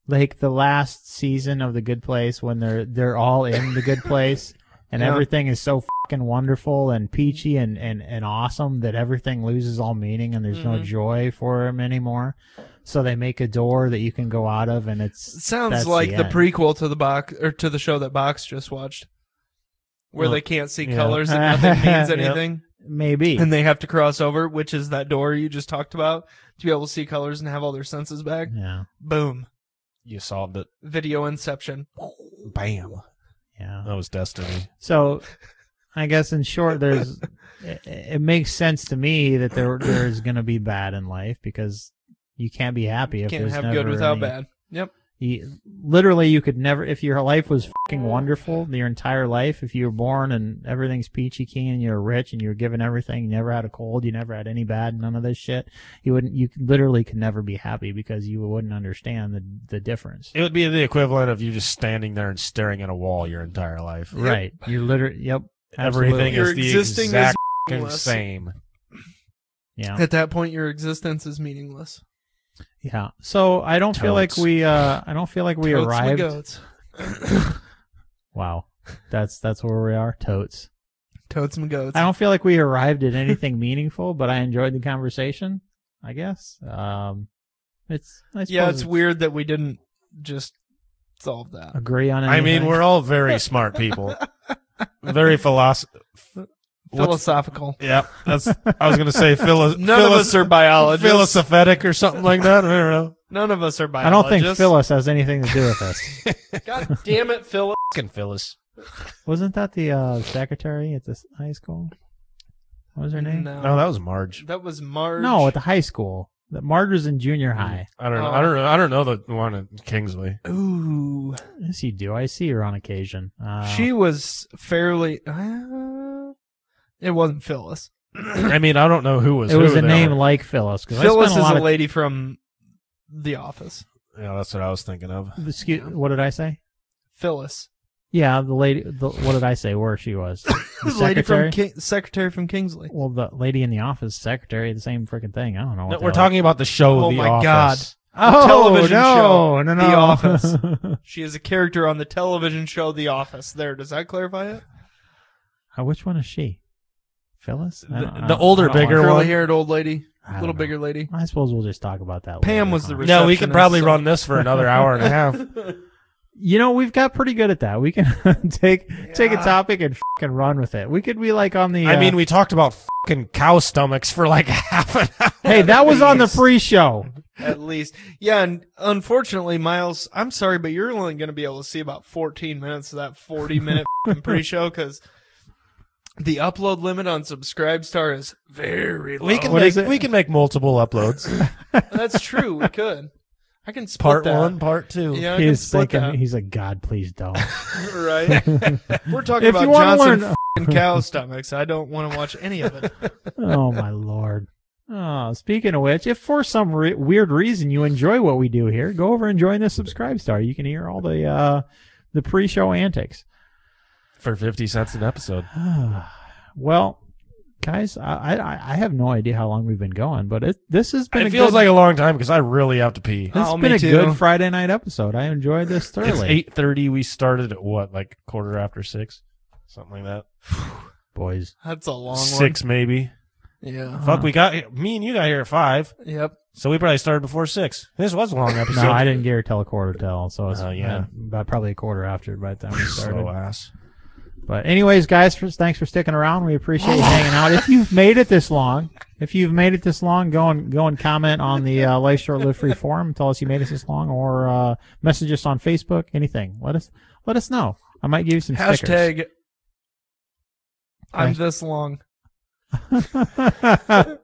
like the last season of the Good Place when they're they're all in the Good Place and
Yeah.
everything is so fucking wonderful and peachy and and and awesome that everything loses all meaning and there's no
Mhm.
joy for them anymore. So they make a door that you can go out of, and it's
sounds
That's
like
the
the,
end.
prequel to the box or to the show that box just watched where
Well,
they can't see
yeah.
colors and nothing means
Yep.
anything
maybe
and they have to cross over which is that door you just talked about to be able to see colors and have all their senses back
yeah,
boom
You solved it.
video inception
Bam.
yeah.
That was destiny.
So, I guess in short, there's it, it makes sense to me that there there is going to be bad in life because you can't be happy if
can't
there's
have
never
good without
any-
bad yep
You, literally, you could never if your life was fucking wonderful your entire life. If you were born and everything's peachy keen and you're rich and you were given everything, you never had a cold, you never had any bad, none of this shit. You wouldn't. You literally could never be happy because you wouldn't understand the the difference.
It would be the equivalent of you just standing there and staring at a wall your entire life.
Yep.
Right. You're literally. Yep. absolutely.
Everything
Your
is the
existing is
exact fucking
meaningless.
same.
Yeah.
At that point, your existence is meaningless.
Yeah. So I don't feel like
Totes.
we uh I don't feel like we
Totes
arrived.
My goats.
Wow. That's that's where we are. Totes.
Totes and goats.
I don't feel like we arrived at anything meaningful, but I enjoyed the conversation, I guess. Um it's I
yeah,
suppose
it's weird that we didn't just solve that.
agree on
I
anything.
mean, we're all very smart people. very philosoph.
Philosophical.
Yep. That's. I was gonna say philo-
None of us are biologists.
philosophetic or something like that. I don't know.
None of us are
I don't
biologists.
think Phyllis has anything to do with this.
God damn it, Phyllis.
Fucking Phyllis.
Wasn't that the uh secretary at this high school? What was her name? Oh,
No,
No, that was Marge.
that was Marge.
No, at the high school. That Marge was in junior
Mm.
high.
I don't know. I
Oh.
don't know. I don't know the one at Kingsley.
Ooh.
Yes, you do. I see her on occasion. Uh,
She was fairly. Uh, it wasn't Phyllis.
I mean, I don't know who was.
it was
who
a
there.
name like Phyllis. 'cause I spent
Phyllis is
a lot
a
of
lady from The Office.
Yeah, that's what I was thinking of.
Excuse, what did I say?
Phyllis.
Yeah, the lady. The, what did I say? Where she was? The
The lady from
secretary?
King- Secretary from Kingsley.
Well, the lady in the office, secretary, the same freaking thing. I don't know. What
No,
the
we're
hell-
talking about the show.
Oh
the
my
Office.
Oh
television
no,
show,
no, no,
The Office. She is a character on the television show The Office. There, does that clarify it?
Uh, Which one is she? Phyllis. I
The-
don't- I
the
don't-
older,
I don't
bigger
watch-
one.
Curly haired old lady,
I don't
little
know.
bigger lady.
I suppose we'll just talk about that.
Pam
later,
was the
huh?
re-
No, we could probably
Receptionist.
run this for another hour and a half.
you know we've got pretty good at that. We can take take a
Yeah.
topic and fucking run with it. We could be like on the.
I
uh,
mean, we talked about fucking cow stomachs for like half an hour.
hey, that was on the pre-show.
At least, yeah. And unfortunately, Miles, I'm sorry, but you're only going to be able to see about 14 minutes of that 40 minute f***ing pre-show because the upload limit on Subscribestar is very low.
We can
What
make
is it?
we can make multiple uploads.
That's true. We could. I can split
part
that.
one, part two.
Yeah, I can
He's
split
thinking. He's like, God, please don't.
that. right. We're talking
If you wanna
about Johnson
learn-
f***ing cow stomachs. I don't want to watch any of it.
oh my lord. Oh, speaking of which, if for some re- weird reason you enjoy what we do here, go over and join the Subscribe Star. You can hear all the uh, the pre-show antics.
For fifty cents an episode.
well, guys, I, I I have no idea how long we've been going, but it this has been
It
a
feels
good,
like a long time because I really have to pee.
this has
Oh, me
been a
too.
good Friday night episode. I enjoyed this thoroughly.
It's eight thirty. We started at what, like quarter after six, something like that.
boys.
That's a long one.
Six maybe.
Yeah.
Fuck, we got me and you got here at five,
Yep.
so we probably started before six. This was a long episode.
No, I didn't get here till a quarter till, so it's
Oh, yeah.
uh, about probably a quarter after by the time we started.
Slow ass.
But anyways, guys, for, thanks for sticking around. We appreciate you hanging out. If you've made it this long, if you've made it this long, go and go and comment on the uh, Life Short Live Free forum. Tell us you made it this long, or uh, message us on Facebook. Anything. Let us let us know. I might give you some stickers.
Hashtag. I'm
Thanks.
this long.
I'm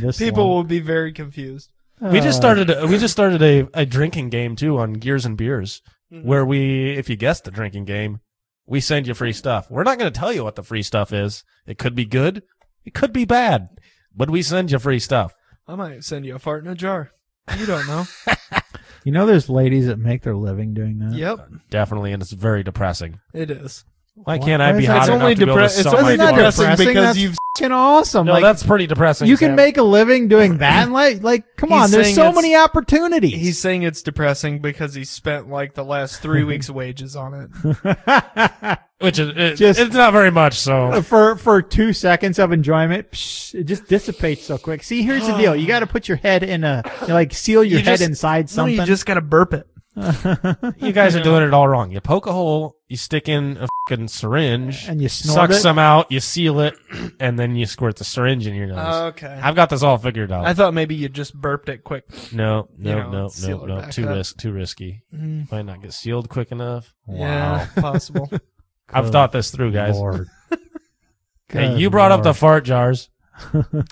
this.
People
long.
will be very confused.
We just
Uh,
started. A, we just started a, a drinking game too on Gears and Beers,
Mhm.
where we, if you guess the drinking game, we send you free stuff. We're not going to tell you what the free stuff is. It could be good, it could be bad, but we send you free stuff.
I might send you a fart in a jar. You don't know.
Uh, You know, there's ladies that make their living doing that.
yep.
Definitely, and it's very depressing.
It is.
Why
Why-
can't
why
I
is
be
that-
hot
It's
enough
only
to be able to
depre- it's
sell
only
my
It's not
farm?
depressing
depressing.
'cause
That's
you've-
fucking awesome.
No,
like,
that's pretty depressing.
you can
Sam.
make a living doing that. Like, like, come
He's
on. There's
saying
so
it's-
many opportunities.
He's saying it's depressing because he spent like the last three weeks' wages on it.
which is it,
Just-
it's not very much. So
Uh, for for two seconds of enjoyment, psh, it just dissipates so quick. See, here's the deal: you got to put your head in a you like seal your
You
head
just-
inside something.
No, you just gotta burp it.
you guys are doing it all wrong. You poke a hole, you stick in a fucking syringe,
And you
suck
snort it?
some out, you seal it, and then you squirt the syringe in your nose.
Okay.
I've got this all figured out.
I thought maybe you just burped it quick.
no, no,
you know,
no,
seal
no,
it
no.
back
Too
up.
risk, too risky.
Mm,
Might not get sealed quick enough.
Wow.
Yeah, possible.
I've thought this through, guys.
Lord.
Hey,
Good
you brought up the
Lord.
fart jars.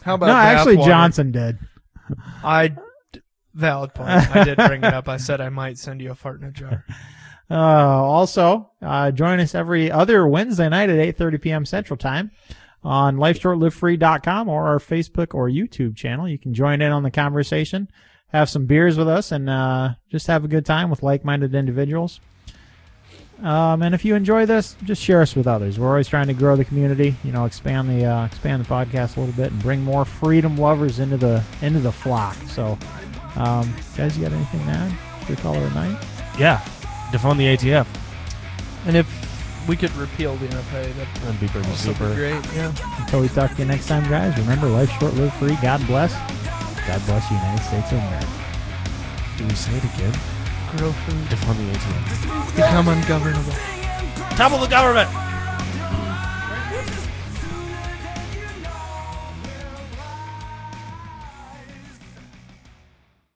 How about
no, actually,
bathwater?
Johnson did.
I d- valid point. I did bring it up. I said I might send you a fart in a jar.
Uh, also, uh, join us every other Wednesday night at 8.30 p.m. Central Time on lifeshortlivefree.com or our Facebook or YouTube channel. You can join in on the conversation, have some beers with us, and uh, just have a good time with like-minded individuals. Um, and if you enjoy this, just share us with others. We're always trying to grow the community, you know, expand the uh, expand the podcast a little bit and bring more freedom lovers into the into the flock. So, um, guys, you got anything to add? Your caller tonight.
Yeah, defund the ATF.
And if we could repeal the NFA, that'd
That'd be pretty
also be
super.
great. Yeah.
Until we talk to you next time, guys, remember life short, live free. God bless. God bless the United States of America.
Do we say it again?
Grow food.
Defund the ATF.
Become ungovernable.
Topple the government.